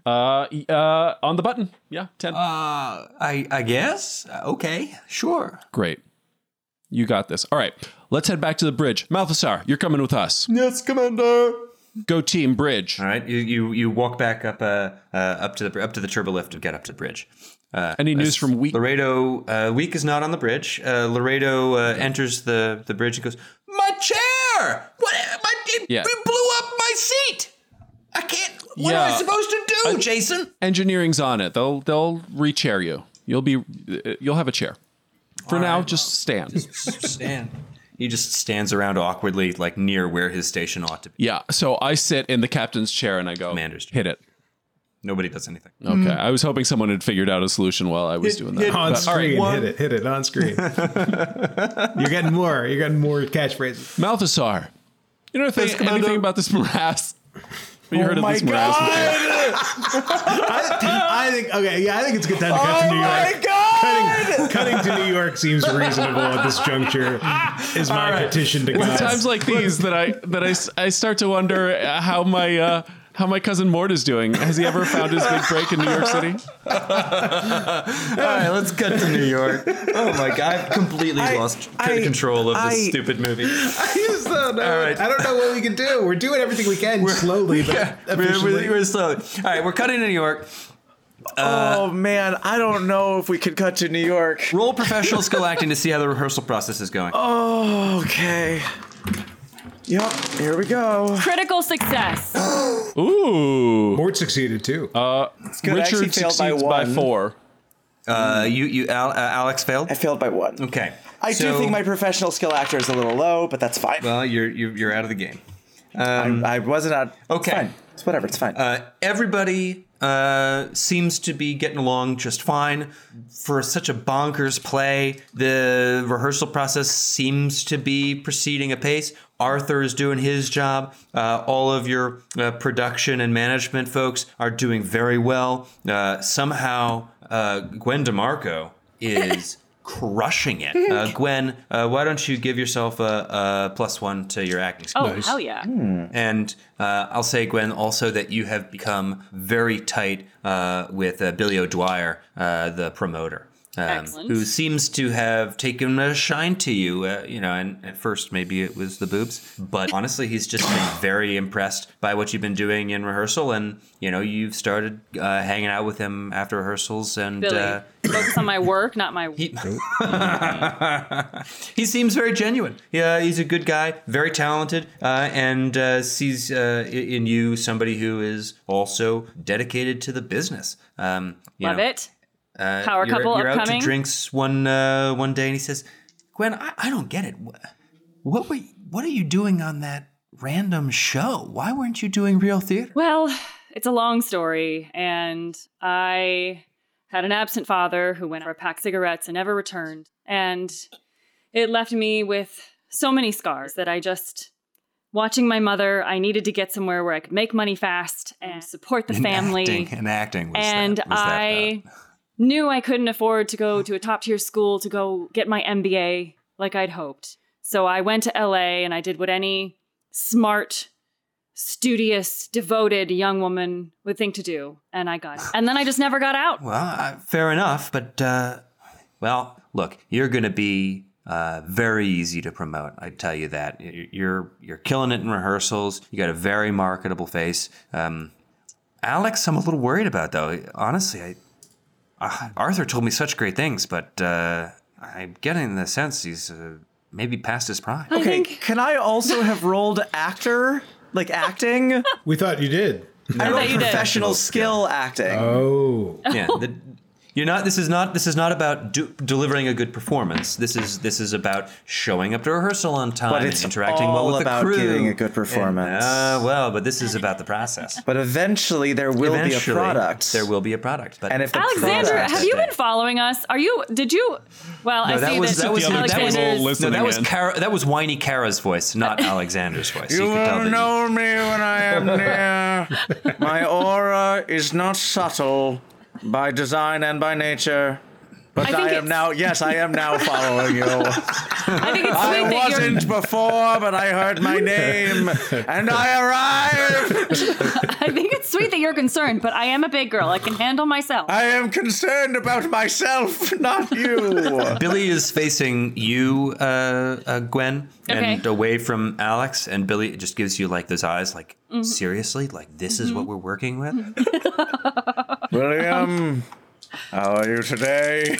Uh, e- uh, on the button. Yeah, 10. I I guess. Uh, Okay. Sure. Great. You got this. All right. Let's head back to the bridge. Malthasar, you're coming with us. Yes, Commander. Go team bridge. All right. You you you walk back up uh, uh up to the up to the turbo lift to get up to the bridge. Any news from Week? Laredo uh, Week is not on the bridge. Uh, Laredo uh, enters the, the bridge and goes, "My chair! What? My it, Yeah. it blew up my seat! I can't. What am Yeah. I supposed to do, I- Jason?" Engineering's on it. They'll they'll re-chair you. You'll be uh, you'll have a chair. For now, just stand. Stand. He just stands around awkwardly, like near where his station ought to be. yeah. So I sit in the captain's chair and I go, Commander's chair. hit it. Nobody does anything. Okay. I was hoping someone had figured out a solution while I was doing that. On But- all right. screen, hit it, hit it on screen. you're getting more. You're getting more catchphrases. Malthasar, you know thing, anything about this morass? Oh You heard of this morass? I, I think okay, yeah, I think it's a good time to cut to New York. Cutting, cutting to New York seems reasonable at this juncture. Is my petition to It's God. times like these that I that I, s- I start to wonder uh, how my uh, how my cousin Mort is doing. Has he ever found his big break in New York City? All right, let's cut to New York. Oh my god, I've completely lost I- control of I- this stupid movie. Yes, though, no, All right. I don't know what we can do. We're doing everything we can slowly, but We're, we're, efficiently. we're slowly. All right, we're cutting to New York. oh man, I don't know if we could cut to New York. Roll professional skill acting to see how the rehearsal process is going. Oh. Okay. Yep, here we go. Critical success. Ooh, Mort succeeded too. I actually Richard failed succeeds by by, one. four. Uh, you, you, Al, uh, Alex failed. I failed by one. Okay. I do So- think my professional skill actor is a little low, but that's fine. Well, you're you're, you're out of the game. I, I wasn't out. Okay. It's, fine. it's whatever. It's fine. Uh, everybody uh, seems to be getting along just fine for such a bonkers play. The rehearsal process seems to be proceeding apace. Arthur is doing his job. Uh, all of your uh, production and management folks are doing very well. Uh, somehow, uh, Gwen DeMarco is. Crushing it, uh, Gwen. Uh, why don't you give yourself a, a plus one to your acting? skill? Oh hell yeah! Hmm. And uh, I'll say, Gwen, also that you have become very tight uh, with uh, Billy O'Dwyer, uh, the promoter, um, Excellent. who seems to have taken a shine to you. Uh, you know, and at first maybe it was the boobs, but honestly, he's just been very impressed by what you've been doing in rehearsal, and you know, you've started uh, hanging out with him after rehearsals, and. Billy, Uh, focus on my work, not my. he seems very genuine. Yeah, he's a good guy, very talented, uh, and uh, sees uh, i- in you somebody who is also dedicated to the business. Um, you Love know, uh, it. Power you're, couple you're out upcoming. to drinks one uh, one day, and he says, "Gwen, I, I don't get it. Wh- What were you, what are you doing on that random show? Why weren't you doing real theater?" Well, it's a long story, and I had an absent father who went for a pack of cigarettes and never returned, and it left me with so many scars that I just. Watching my mother, I needed to get somewhere where I could make money fast and support the family. acting, and acting was and that, was that, uh, I knew I couldn't afford to go to a top tier school to go get my MBA like I'd hoped. So I went to LA and I did what any smart, studious, devoted young woman would think to do, and I got. It. And then I just never got out. Well, uh, fair enough, but uh, well, look, you're going to be uh, very easy to promote. I tell you that Y- you're you're killing it in rehearsals. You got a very marketable face. Um, Alex, I'm a little worried about though. Honestly, I uh, Arthur told me such great things, but uh, I'm getting the sense he's uh, maybe past his prime. I okay. think Can I also have rolled actor, like acting? we thought you did. I rolled you did. professional skill acting. Oh, yeah, the, You're not. This is not. This is not about do, delivering a good performance. This is. This is about showing up to rehearsal on time. But and it's interacting well all with about the crew. giving a good performance. And, uh, well, but this is about the process. But eventually there will Eventually, be a product. There will be a product. But and if the Alexander, product- have you been following us? Are you? Did you? Well, I no, see that was that, that was Alexander's. that was all no, listening that was in. Cara, that was whiny Kara's voice, not Alexander's voice. You, could tell that will know me when I am near. My aura is not subtle by design and by nature. But I I, am think it's- now, yes, I am now following you. I I think it's sweet that you're. wasn't before, but I heard my name and I arrived. I think it's sweet that you're concerned, but I am a big girl. I can handle myself. I am concerned about myself, not you. Billy is facing you, uh, uh, Gwen, and Okay. away from Alex, and Billy just gives you like those eyes, like Mm-hmm. seriously, like this is what we're working with. William, how are you today?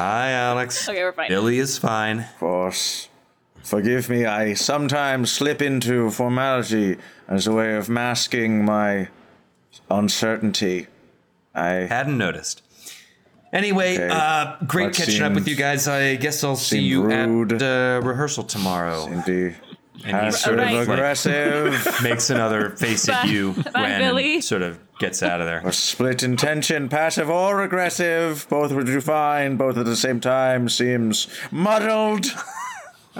Hi, Alex. Okay, we're fine. Billy is fine. course. Forgive me, I sometimes slip into formality as a way of masking my uncertainty. I Hadn't noticed. Anyway, Okay. uh, great That catching up with seems- you guys. I guess I'll see seemed you rude. at uh, rehearsal tomorrow. can be And he sort sort Right. of of like, aggressive, makes another face at Bye. you, Bye, Gwen, Billy. and sort of gets out of there. split intention, passive or aggressive. Both would you find, both at the same time seems muddled.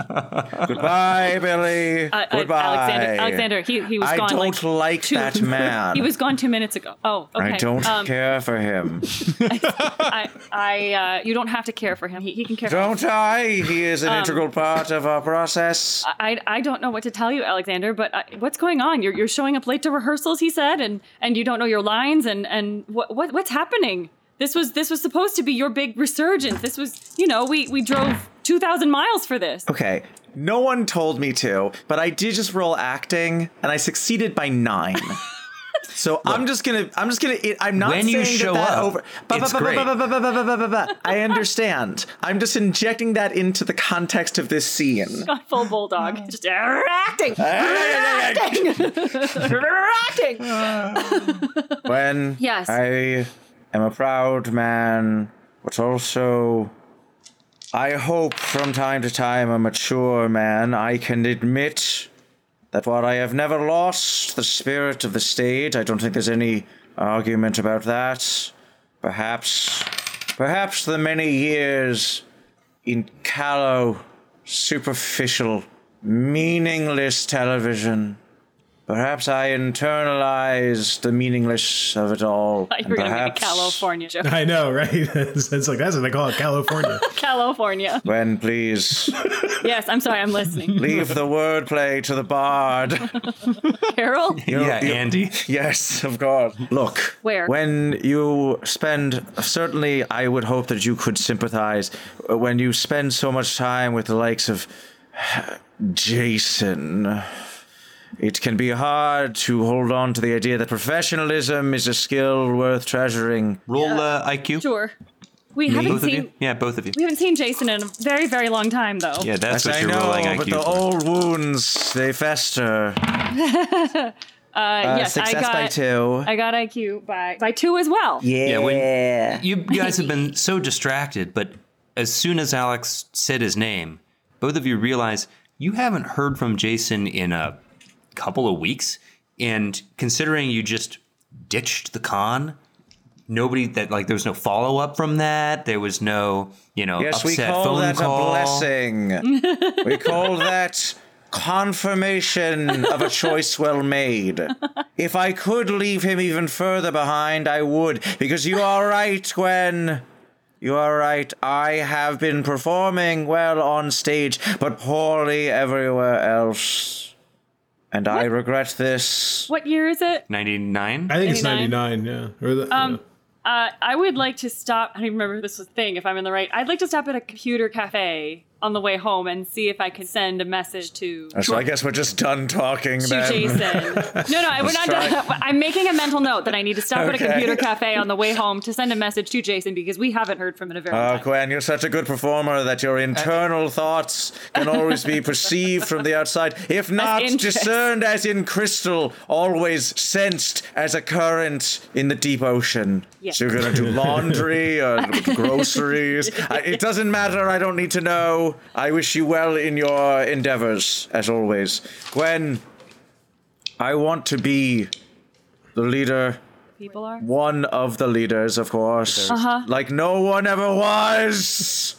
Goodbye, Billy. Uh, uh, Goodbye. Alexander, Alexander, he, he was I gone. don't like, like two- that man. He was gone two minutes ago. Oh, okay. I don't um, care for him. I, I, uh, you don't have to care for him. He, he can care. Don't I? He is Um, an integral part of our process. I, I don't know what to tell you, Alexander. But I, what's going on? You're, you're showing up late to rehearsals. He said, and and you don't know your lines, and and what, what what's happening? This was this was supposed to be your big resurgence. This was, you know, we we drove two thousand miles for this. Oh. Okay. No one told me to, but I did just roll acting, and I succeeded by nine. So I'm just gonna, I'm just gonna. It, I'm not When you saying show that, that up, over. Ba- ba- it's ba- ba- great. ba- ba- ba- ba- ba- ba- ba- I understand. I'm just injecting that into the context of this scene. Full bulldog, just acting, acting, acting. When Yes. I am a proud man, but also I hope from time to time a mature man, I can admit that while I have never lost the spirit of the stage, I don't think there's any argument about that. Perhaps perhaps the many years in callow, superficial, meaningless television. Perhaps I internalized the meaningless of it all. I thought you and were gonna make a perhaps California joke. I know, right? it's, it's like that's what they call it, California. California. When please Yes, I'm sorry, I'm listening. leave the wordplay to the bard. Carol, yeah, Andy. Yes, of course. Look, Where? when you spend, certainly, I would hope that you could sympathize uh, when you spend so much time with the likes of Jason. It can be hard to hold on to the idea that professionalism is a skill worth treasuring. Roll uh, IQ. sure. We haven't Both of you. seen Yeah, both of you. we haven't seen Jason in a very very long time though. Yeah, that's what I you're rolling know, IQ but the for. old wounds, they fester. Uh, yes, I Success got by two. I got IQ by by two as well. Yeah. Yeah, when you guys have been so distracted, but as soon as Alex said his name, both of you realize you haven't heard from Jason in a couple of weeks, and considering you just ditched the con, nobody that like there was no follow up from that. There was no you know Yes, we upset call phone that call. a blessing. we call that confirmation of a choice well made. If I could leave him even further behind, I would, because you are right, Gwen. You are right. I have been performing well on stage, but poorly everywhere else. And I regret this. What year is it? Ninety nine. I think it's 99. 99, yeah. Or the, Um, Uh, I would like to stop. I don't even remember if this was a thing. If I'm in the right, I'd like to stop at a computer cafe on the way home and see if I could send a message to So I guess we're just done talking to then. Jason. No, no, I- we're not done. I'm making a mental note that I need to stop at a Okay. computer cafe on the way home to send a message to Jason because we haven't heard from him in a very Oh, long time. Gwen, you're such a good performer that your internal thoughts can always be perceived from the outside, if not interest. discerned as in crystal, always sensed as a current in the deep ocean. Yes. So you're going to do laundry or groceries. I, it doesn't matter. I don't need to know. I wish you well in your endeavors, as always. Gwen, I want to be the leader People are. one of the leaders, of course. Like no one ever was.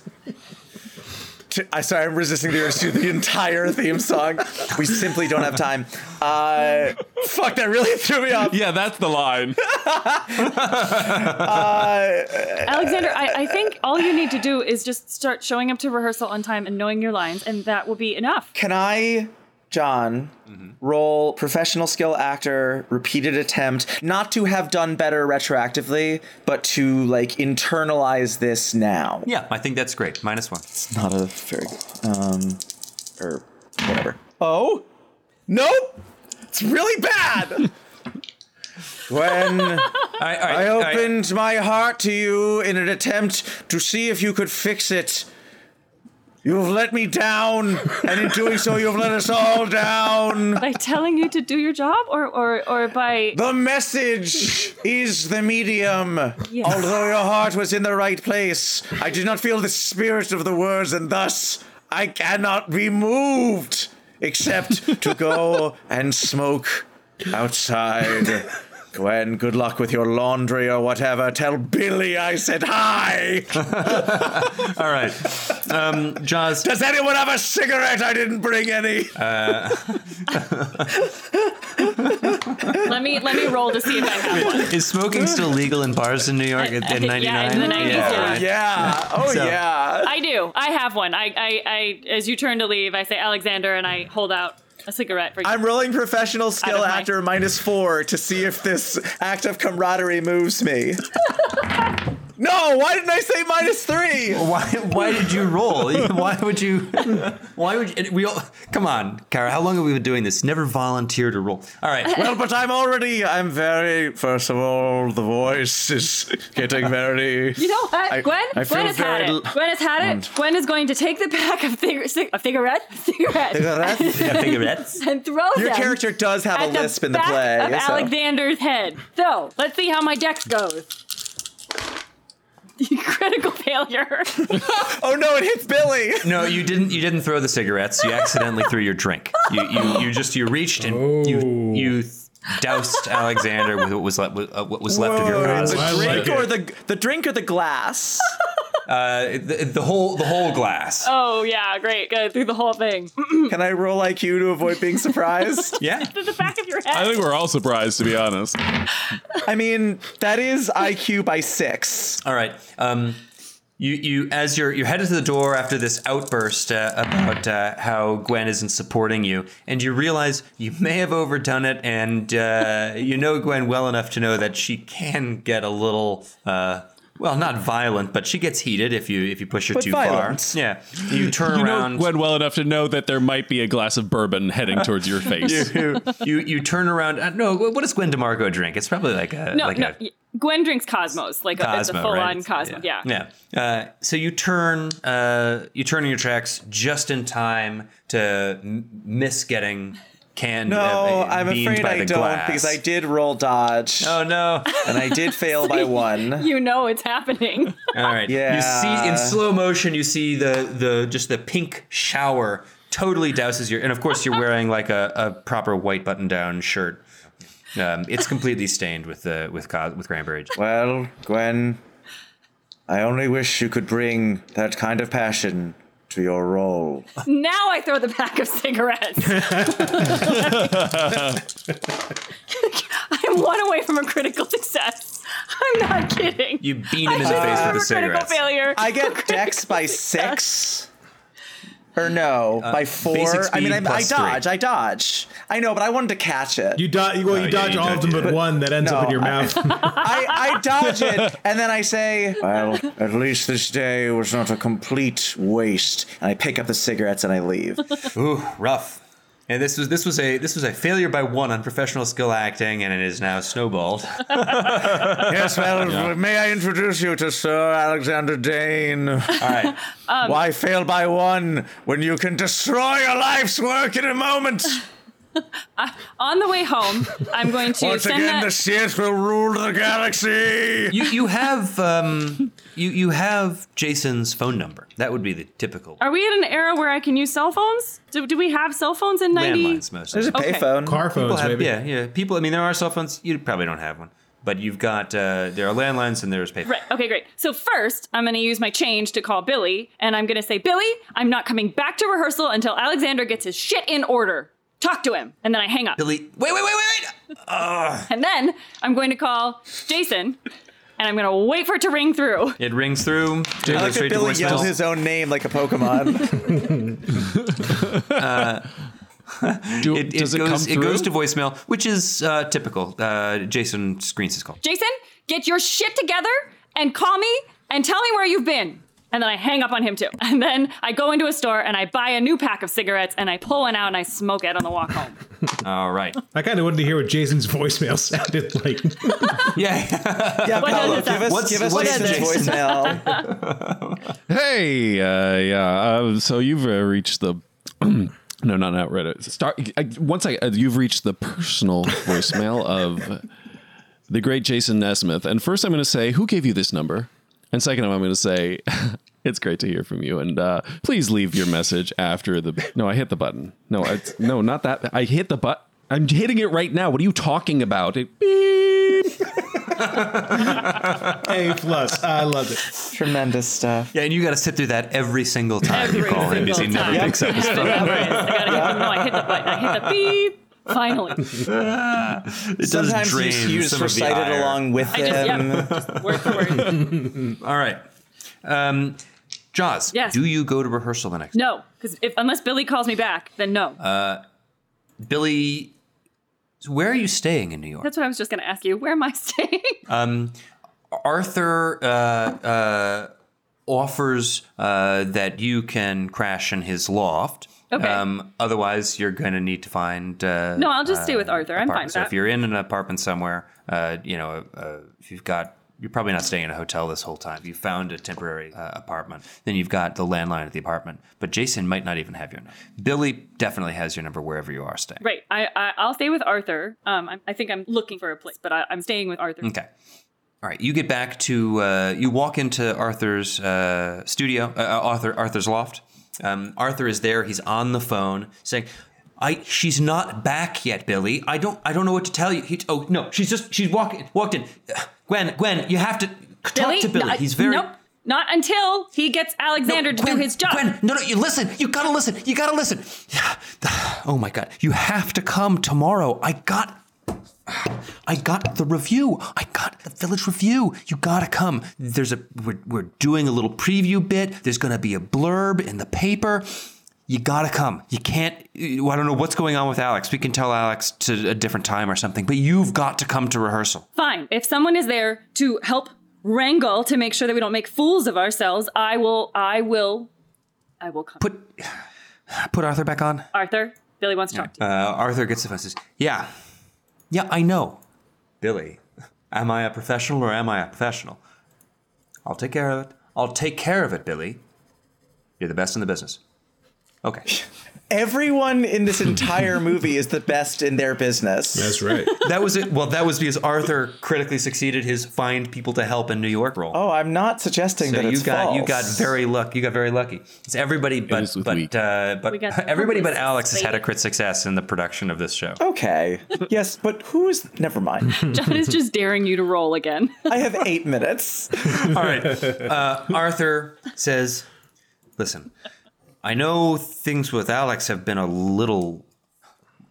T- I sorry, I'm resisting the urge to do the entire theme song. We simply don't have time. Uh, fuck, that really threw me off. Yeah, that's the line. Alexander, I, I think all you need to do is just start showing up to rehearsal on time and knowing your lines, and that will be enough. Can I, John, roll professional skill actor, repeated attempt, not to have done better retroactively, but to like internalize this now? Yeah, I think that's great. Minus one. Not a very good. Um, or whatever. Oh? Nope! It's really bad! when All right, all right, I all right. opened my heart to you in an attempt to see if you could fix it, you've let me down, and in doing so, you've let us all down. By telling you to do your job, or or or by The message is the medium. Yes. Although your heart was in the right place, I did not feel the spirit of the words, and thus I cannot be moved except to go and smoke outside. Gwen, good luck with your laundry or whatever. Tell Billy I said hi. All right. Um, Jaws. Does anyone have a cigarette? I didn't bring any. let me let me roll to see if I have one. Is smoking still legal in bars in New York in Yeah, in the 99? 90s, yeah. yeah. Oh, So- yeah. I do. I have one. I, I I as you turn to leave, I say Alexander, and I hold out a cigarette for you. I'm rolling professional skill Out of my- actor minus four to see if this act of camaraderie moves me. no, why didn't I say minus three? Why, why did you roll? Why would you? Why would you, we all? Come on, Kara. How long have we been doing this? Never volunteer to roll. All right. Well, Well, but I'm already. I'm very. First of all, the voice is getting very. You know what, I- Gwen? I Gwen feel has had very Mm. it. l- Gwen has had it. Gwen is going to take the pack of cig- cig- a cigarette, cigarette, Your cigarettes. and throw them character does have at a lisp in the back play. of so- Alexander's head. So let's see how my dex goes. Critical failure. Oh no, it hits Billy. No, you didn't. You didn't throw the cigarettes. You accidentally threw your drink. You you, you just you reached and you you doused Alexander with what was left uh, what was left of your glass. I like drink it. or Oh, the the drink or the glass. Uh, the, the whole the whole glass. oh yeah, great. Go through the whole thing. Can I roll IQ to avoid being surprised? Yeah. Through the back of your I head. think we're all surprised, to be honest. I mean, that is IQ by six. All right. Um, you, you, as you're you're headed to the door after this outburst uh, about uh, how Gwen isn't supporting you, and you realize you may have overdone it, and uh, you know Gwen well enough to know that she can get a little, uh, well, not violent, but she gets heated if you if you push her But too violent. far. Yeah, you turn You know around. Gwen well enough to know that there might be a glass of bourbon heading towards your face. you, you you turn around. Uh, no, what does Gwen DeMarco drink? It's probably like a No, like no. a y- Gwen drinks Cosmos, like a, it's a Cosmo, full-on right? Cosmo. Yeah. Yeah. Uh, so you turn, uh, you turn in your tracks just in time to m- miss getting canned. No, uh, Oh, I'm beamed afraid by I the don't glass. because I did roll dodge Oh no! and I did fail by one. You know it's happening. All right. You Yeah. see in slow motion, you see the the just the pink shower totally douses your, and of course you're wearing like a, a proper white button down shirt. Um, it's completely stained with the with co- with cranberry. juice. Well, Gwen, I only wish you could bring that kind of passion to your role. Now I throw the pack of cigarettes. I'm one away from a critical success. I'm not kidding. You beat him I in the just face remember with the critical cigarettes. failure. I get dex by six. Or no, by four. Uh, basic I mean, speed I, I plus dodge. I dodge. I know, but I wanted to catch it. You dodge. Well, you yeah, dodge you all dodge of them it. but one that ends up in No, your mouth. I, I dodge it, and then I say, "Well, at least this day was not a complete waste." And I pick up the cigarettes and I leave. Ooh, rough. And this was this was a this was a failure by one on professional skill acting, and it is now snowballed. yes, well, may I introduce you to Sir Alexander Dane? All right, Um, Why fail by one when you can destroy your life's work in a moment? On the way home, I'm going to Once send again, that. the shit will rule the galaxy. you you have um you you have Jason's phone number. That would be the typical Are we in an era where I can use cell phones? Do, do we have cell phones in 90? landlines mostly. There's a Okay. payphone. Car People phones, have- maybe. yeah, yeah. People. I mean, there are cell phones. You probably don't have one, but you've got uh, there are landlines and there's payphones. Right. Okay, great. So first, I'm going to use my change to call Billy, and I'm going to say, Billy, I'm not coming back to rehearsal until Alexander gets his shit in order. Talk to him. And then I hang up. Billy, wait, wait, wait, wait, wait. And then I'm going to call Jason, and I'm going to wait for it to ring through. It rings through. It I goes like that straight to Billy yells voicemail. his own name like a Pokemon. Do, It, it does it, goes, come through? It goes to voicemail, which is uh, typical. Uh, Jason screens his call. Jason, get your shit together and call me and tell me where you've been. And then I hang up on him too. And then I go into a store and I buy a new pack of cigarettes and I pull one out and I smoke it on the walk home. All right. I kind of wanted to hear what Jason's voicemail sounded like. Yeah. yeah, What Paolo, does it give us, What's- give us what's it? Jason's voicemail. Hey, uh, yeah. Uh, so you've uh, reached the. No, not not Reddit. Start I, once I uh, you've reached the personal voicemail of the great Jason Nesmith. And first, I'm going to say who gave you this number, and second, I'm going to say it's great to hear from you. And uh, please leave your message after the. No, I hit the button. No, I, no, not that. I hit the button. I'm hitting it right now. What are you talking about? It beep. A plus. I loved it. Tremendous stuff. yeah, and you got to sit through that every single time you Every call him because he single never time. picks up his I phone. gotta hit the- no, I hit the button. I hit the beep. Finally. It does Sometimes drain he's used some for of the recited ire. along with I just, him. yeah, just word for word. All right. Um, Jaws, Yes. do you go to rehearsal the next No, because if unless Billy calls me back, then no. Billy, where are you staying in New York? That's what I was just gonna ask you. Where am I staying? Arthur uh, uh, offers uh, that you can crash in his loft. Um, Okay. otherwise, you're going to need to find. Uh, No, I'll just stay with Arthur. I'm apartment. fine with So that. if you're in an apartment somewhere, uh, you know, uh, if you've got, you're probably not staying in a hotel this whole time. If you found a temporary uh, apartment, then you've got the landline at the apartment. But Jason might not even have your number. Billy definitely has your number wherever you are staying. Right. I, I I'll stay with Arthur. Um, I'm, I think I'm looking for a place, but I, I'm staying with Arthur. Okay. All right. You get back to uh, you walk into Arthur's uh, studio, uh, uh, Arthur Arthur's loft. Um, Arthur is there. He's on the phone saying, "I she's not back yet, Billy. I don't I don't know what to tell you. He, oh no, she's just she's walking walked in. Uh, Gwen, Gwen, you have to talk to Billy. No, I- He's very Nope. Not until he gets Alexander to Gwen, do his job. Gwen, no, no, you listen. You gotta listen. You gotta listen. Oh my god, you have to come tomorrow. I got. I got the review. I got the village review. You gotta come. There's a we're, we're doing a little preview bit. There's gonna be a blurb in the paper. You gotta come. You can't. I don't know what's going on with Alex. We can tell Alex to a different time or something. But you've got to come to rehearsal. Fine. If someone is there to help wrangle to make sure that we don't make fools of ourselves, I will. I will. I will come. Put put Arthur back on. Arthur. Billy wants to talk to you. Uh, Arthur gets the phone and says, Yeah. Yeah, I know. Billy, am I a professional or am I a professional? I'll take care of it. I'll take care of it, Billy. You're the best in the business. Okay. Everyone in this entire movie is the best in their business. That's right. that was it. Well, that was because Arthur critically succeeded his find people to help in New York role. Oh, I'm not suggesting So that it's you got false. you got very luck. You got very lucky. It's everybody but is with but weak. uh, but got everybody but purpose, Alex has had a baby. crit success in the production of this show. Okay. Yes, but who is? Never mind. John is just daring you to roll again. I have eight minutes. All right. Uh, Arthur says, "Listen, I know things with Alex have been a little.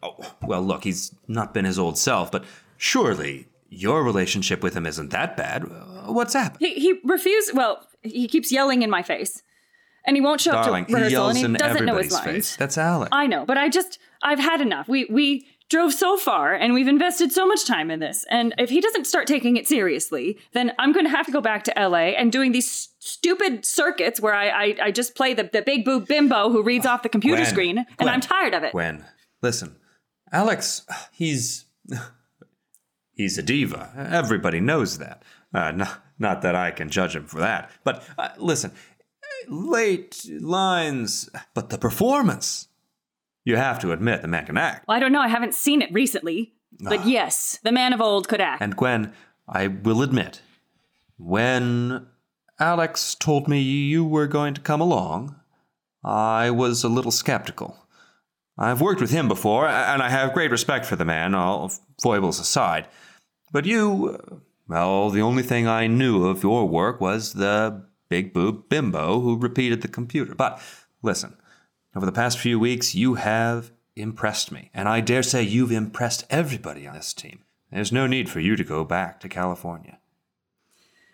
Oh, well, look, he's not been his old self, but surely your relationship with him isn't that bad. Uh, What's happened? he, he refused. Well, he keeps yelling in my face, and he won't show Darling, up to he rehearsal, yells and in he doesn't know everybody's his lines. face. That's Alec. I know, but I just I've had enough. We we drove so far and we've invested so much time in this. And if he doesn't start taking it seriously, then I'm going to have to go back to LA and doing these s- stupid circuits where I I, I just play the, the big boob bimbo who reads off the computer Gwen, screen and Gwen, I'm tired of it. Gwen, listen, Alex, he's he's a diva. Everybody knows that. Uh, not, not that I can judge him for that. But uh, listen, late lines, but the performance. You have to admit the man can act. Well, I don't know. I haven't seen it recently. But yes, the man of old could act. Ah. And Gwen, I will admit, when Alex told me you were going to come along, I was a little skeptical. I've worked with him before, and I have great respect for the man, all foibles aside. But you, uh, well, the only thing I knew of your work was the big boob bimbo who repeated the computer. But listen, over the past few weeks, you have impressed me, and I dare say you've impressed everybody on this team. There's no need for you to go back to California.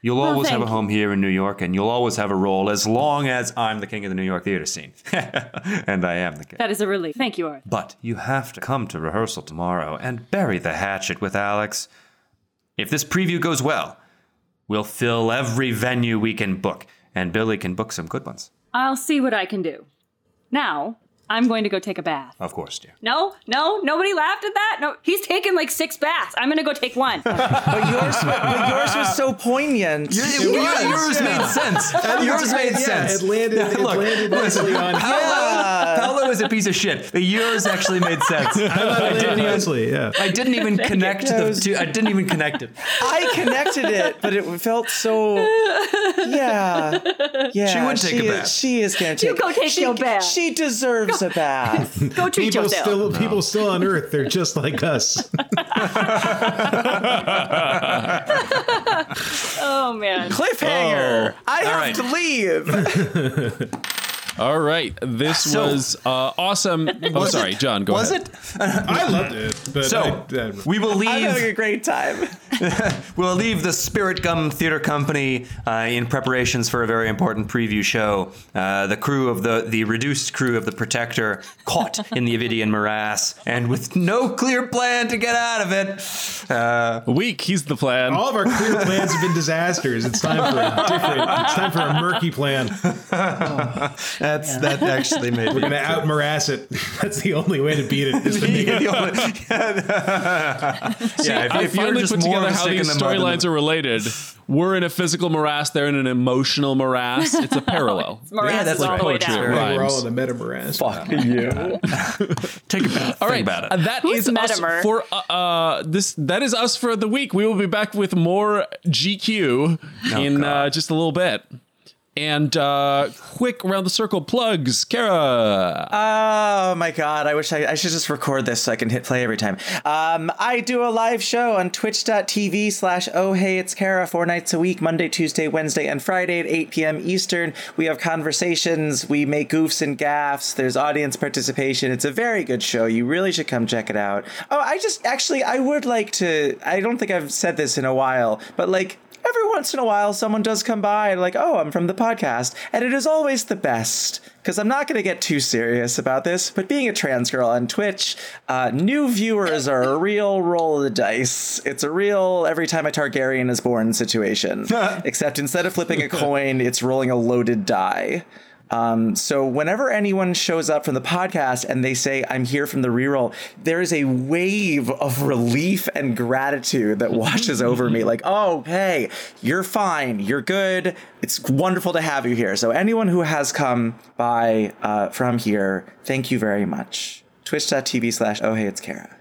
You'll Well, always have a thank you. home here in New York, and you'll always have a role as long as I'm the king of the New York theater scene. and I am the king. that is a relief. Thank you, Arthur. But you have to come to rehearsal tomorrow and bury the hatchet with Alex. If this preview goes well, we'll fill every venue we can book, and Billy can book some good ones. I'll see what I can do. Now, I'm going to go take a bath. Of course, dear. No, no, nobody laughed at that. No, he's taken like six baths. I'm going to go take one. But yours, but yours was so poignant. Yours made sense. Yours made sense. It landed, it Look, landed nicely on. Paolo, Paolo is a piece of shit. The yours actually made sense. I It landed didn't even, nicely, yeah. I didn't even connect the two. I didn't even connect it. I connected it, but it felt so. Yeah, yeah. She would take a is- bath. She is gonna take. You go take she, your bath. She deserves a bath. go treat People yourself. still, people still on Earth. They're just like us. oh, man. Cliffhanger. I have right. to leave. All right, this So- was uh, awesome. Oh, sorry, John. Go Was ahead. it? I loved it, but So I- I- we will I'm leave. having a great time. We'll leave the Spirit Gum Theater Company uh, in preparations for a very important preview show. Uh, the crew of the the reduced crew of the Protector caught in the Avidian morass and with no clear plan to get out of it. Uh, Weak. He's the plan. all of our clear plans have been disasters. It's time for a different. It's time for a murky plan. that's that actually made We're gonna out morass it. That's the only way to beat it. Is to make it yeah, if, I if you were finally just put more together of a how stick in these the mud than storylines the- are related. We're in a physical morass. They're in an emotional morass. It's a parallel. Morass that's is all right. the way Poetry, down. right. we're all in a meta morass. take a bath. All right, think about it. uh, That Who's is us Metamer? for uh, uh, this. That is us for the week. We will be back with more GQ in uh, just a little bit. And uh, quick round the circle plugs, Kara. Oh my god! I wish I, I should just record this so I can hit play every time. Um, I do a live show on twitch.tv slash oh hey it's Kara four nights a week Monday, Tuesday, Wednesday, and Friday at 8 p.m. Eastern. We have conversations, we make goofs and gaffs. There's audience participation. It's a very good show. You really should come check it out. Oh, I just actually I would like to. I don't think I've said this in a while, but like every once in a while someone does come by and like oh i'm from the podcast and it is always the best because i'm not going to get too serious about this but being a trans girl on twitch uh, new viewers are a real roll of the dice it's a real every time a targaryen is born situation except instead of flipping a coin it's rolling a loaded die um, so whenever anyone shows up from the podcast and they say, I'm here from the reroll, there is a wave of relief and gratitude that washes over me. Like, oh, hey, you're fine. You're good. It's wonderful to have you here. So anyone who has come by uh, from here, thank you very much. Twitch.tv slash oh hey it's Kara.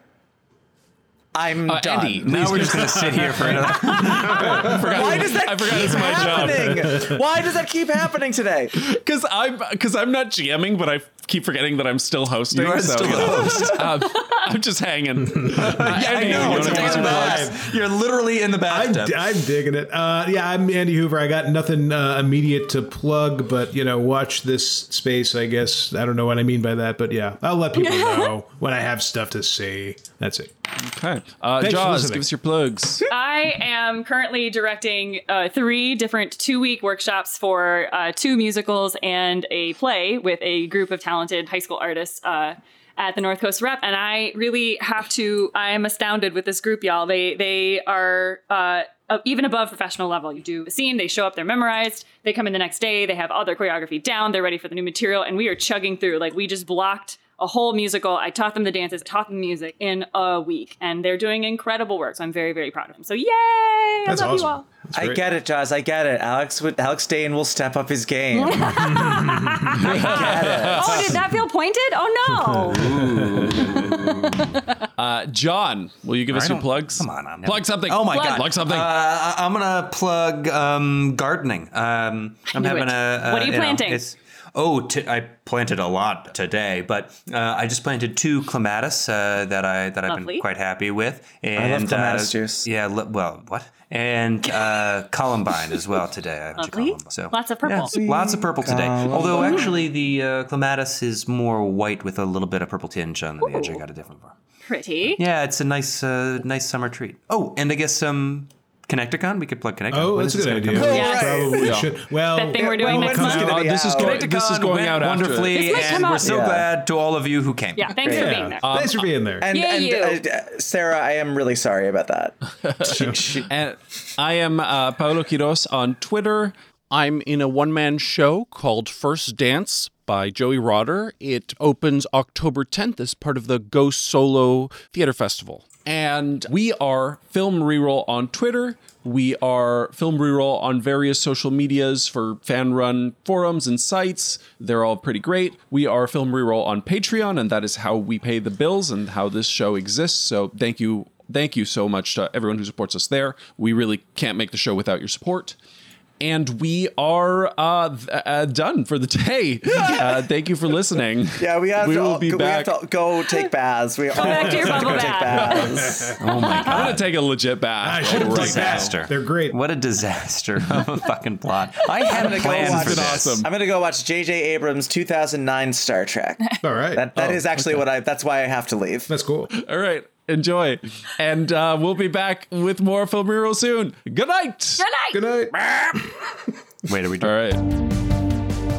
I'm Uh, done. Andy, now we're just gonna sit here for another. Why does that I forgot keep it's my job. happening? Why does that keep happening today? Because I'm because I'm not GMing, but I keep forgetting that I'm still hosting. You are so, still the host. um, I'm just hanging. I know. It's a take some bath. You're literally in the I'm, bathtub. I'm digging it. Uh, yeah, I'm Andy Hoover. I got nothing uh, immediate to plug, but you know, watch this space. I guess I don't know what I mean by that, but yeah, I'll let people know when I have stuff to say. That's it. Okay. Uh, Thanks for Jaws, listening. give us your plugs. I am currently directing uh, three different two week workshops for uh, two musicals and a play with a group of talented high school artists uh, at the North Coast Rep. And I really have to, I am astounded with this group, y'all. They, they are uh, uh, even above professional level. You do a scene, they show up, they're memorized, they come in the next day, they have all their choreography down, they're ready for the new material, and we are chugging through. Like, we just blocked a whole musical. I taught them the dances, taught them music in a week, and they're doing incredible work. So I'm very, very proud of them. So yay! That's I love awesome. you all. That's I great. get it, Jaws. I get it. Alex would Alex Dane will step up his game. Oh, did that feel pointed? Oh no! Uh, John, will you give us your plugs? Come on, I'm- plug something. Oh my plug, God. plug something. Uh, I'm gonna plug um, gardening. Um, I'm knew having it. a. What are you know, planting? it's- Oh, t- I planted a lot today, but uh, I just planted two clematis uh, that I that I've Lovely. been quite happy with. And, clematis uh, juice. Yeah. Lo- well, what? And uh, columbine as well today. I have Lovely. columbine, so Lots of purple. Yeah, lots of purple today. Although actually, the uh, clematis is more white with a little bit of purple tinge on the edge. I got a different one. Pretty. Yeah, it's a nice, uh, nice summer treat. Oh, and I guess some Connecticon. We could plug Connecticon. Oh, When that's a is good this gonna come idea. out? We Yes. Probably should. Well, That thing we're doing well, next come month? out- gonna be this is out. going. This is Connecticon going went out after it. wonderfully, This might come and out- we're so Yeah. glad to all of you who came. Yeah, thanks for Yeah. being there. Thanks for being there. And, Yeah, and you. uh, Sarah, I am really sorry about that. And I am uh, Paolo Quiros on Twitter. I'm in a one man show called First Dance by Joey Rotter. It opens October 10th as part of the Go Solo Theater Festival. And we are Film Reroll on Twitter. We are Film Reroll on various social medias for fan run forums and sites. They're all pretty great. We are Film Reroll on Patreon, and that is how we pay the bills and how this show exists. So thank you. Thank you so much to everyone who supports us there. We really can't make the show without your support and we are uh, th- uh done for the day. uh, thank you for listening. Yeah, we have We to will all- be go, back. We have to go take baths. We all back to your have to bubble go take bath. baths. Oh I'm gonna take a legit bath. I should have right done now. that. They're great. What a disaster of a fucking plot. I had a go plan watch for it. this. Awesome. I'm gonna go watch J.J. Abrams' 2009 Star Trek. All right. That that is actually what I. That's why I have to leave. That's cool. All right, enjoy, and uh, we'll be back with more film mural soon. Good night. Good night. Good night. Wait, are we doing? All right.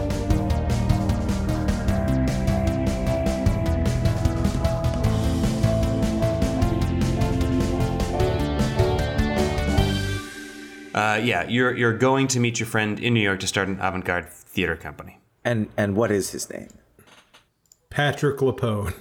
Uh, yeah, you're you're going to meet your friend in New York to start an avant-garde theater company. And and what is his name? Patrick Lapone.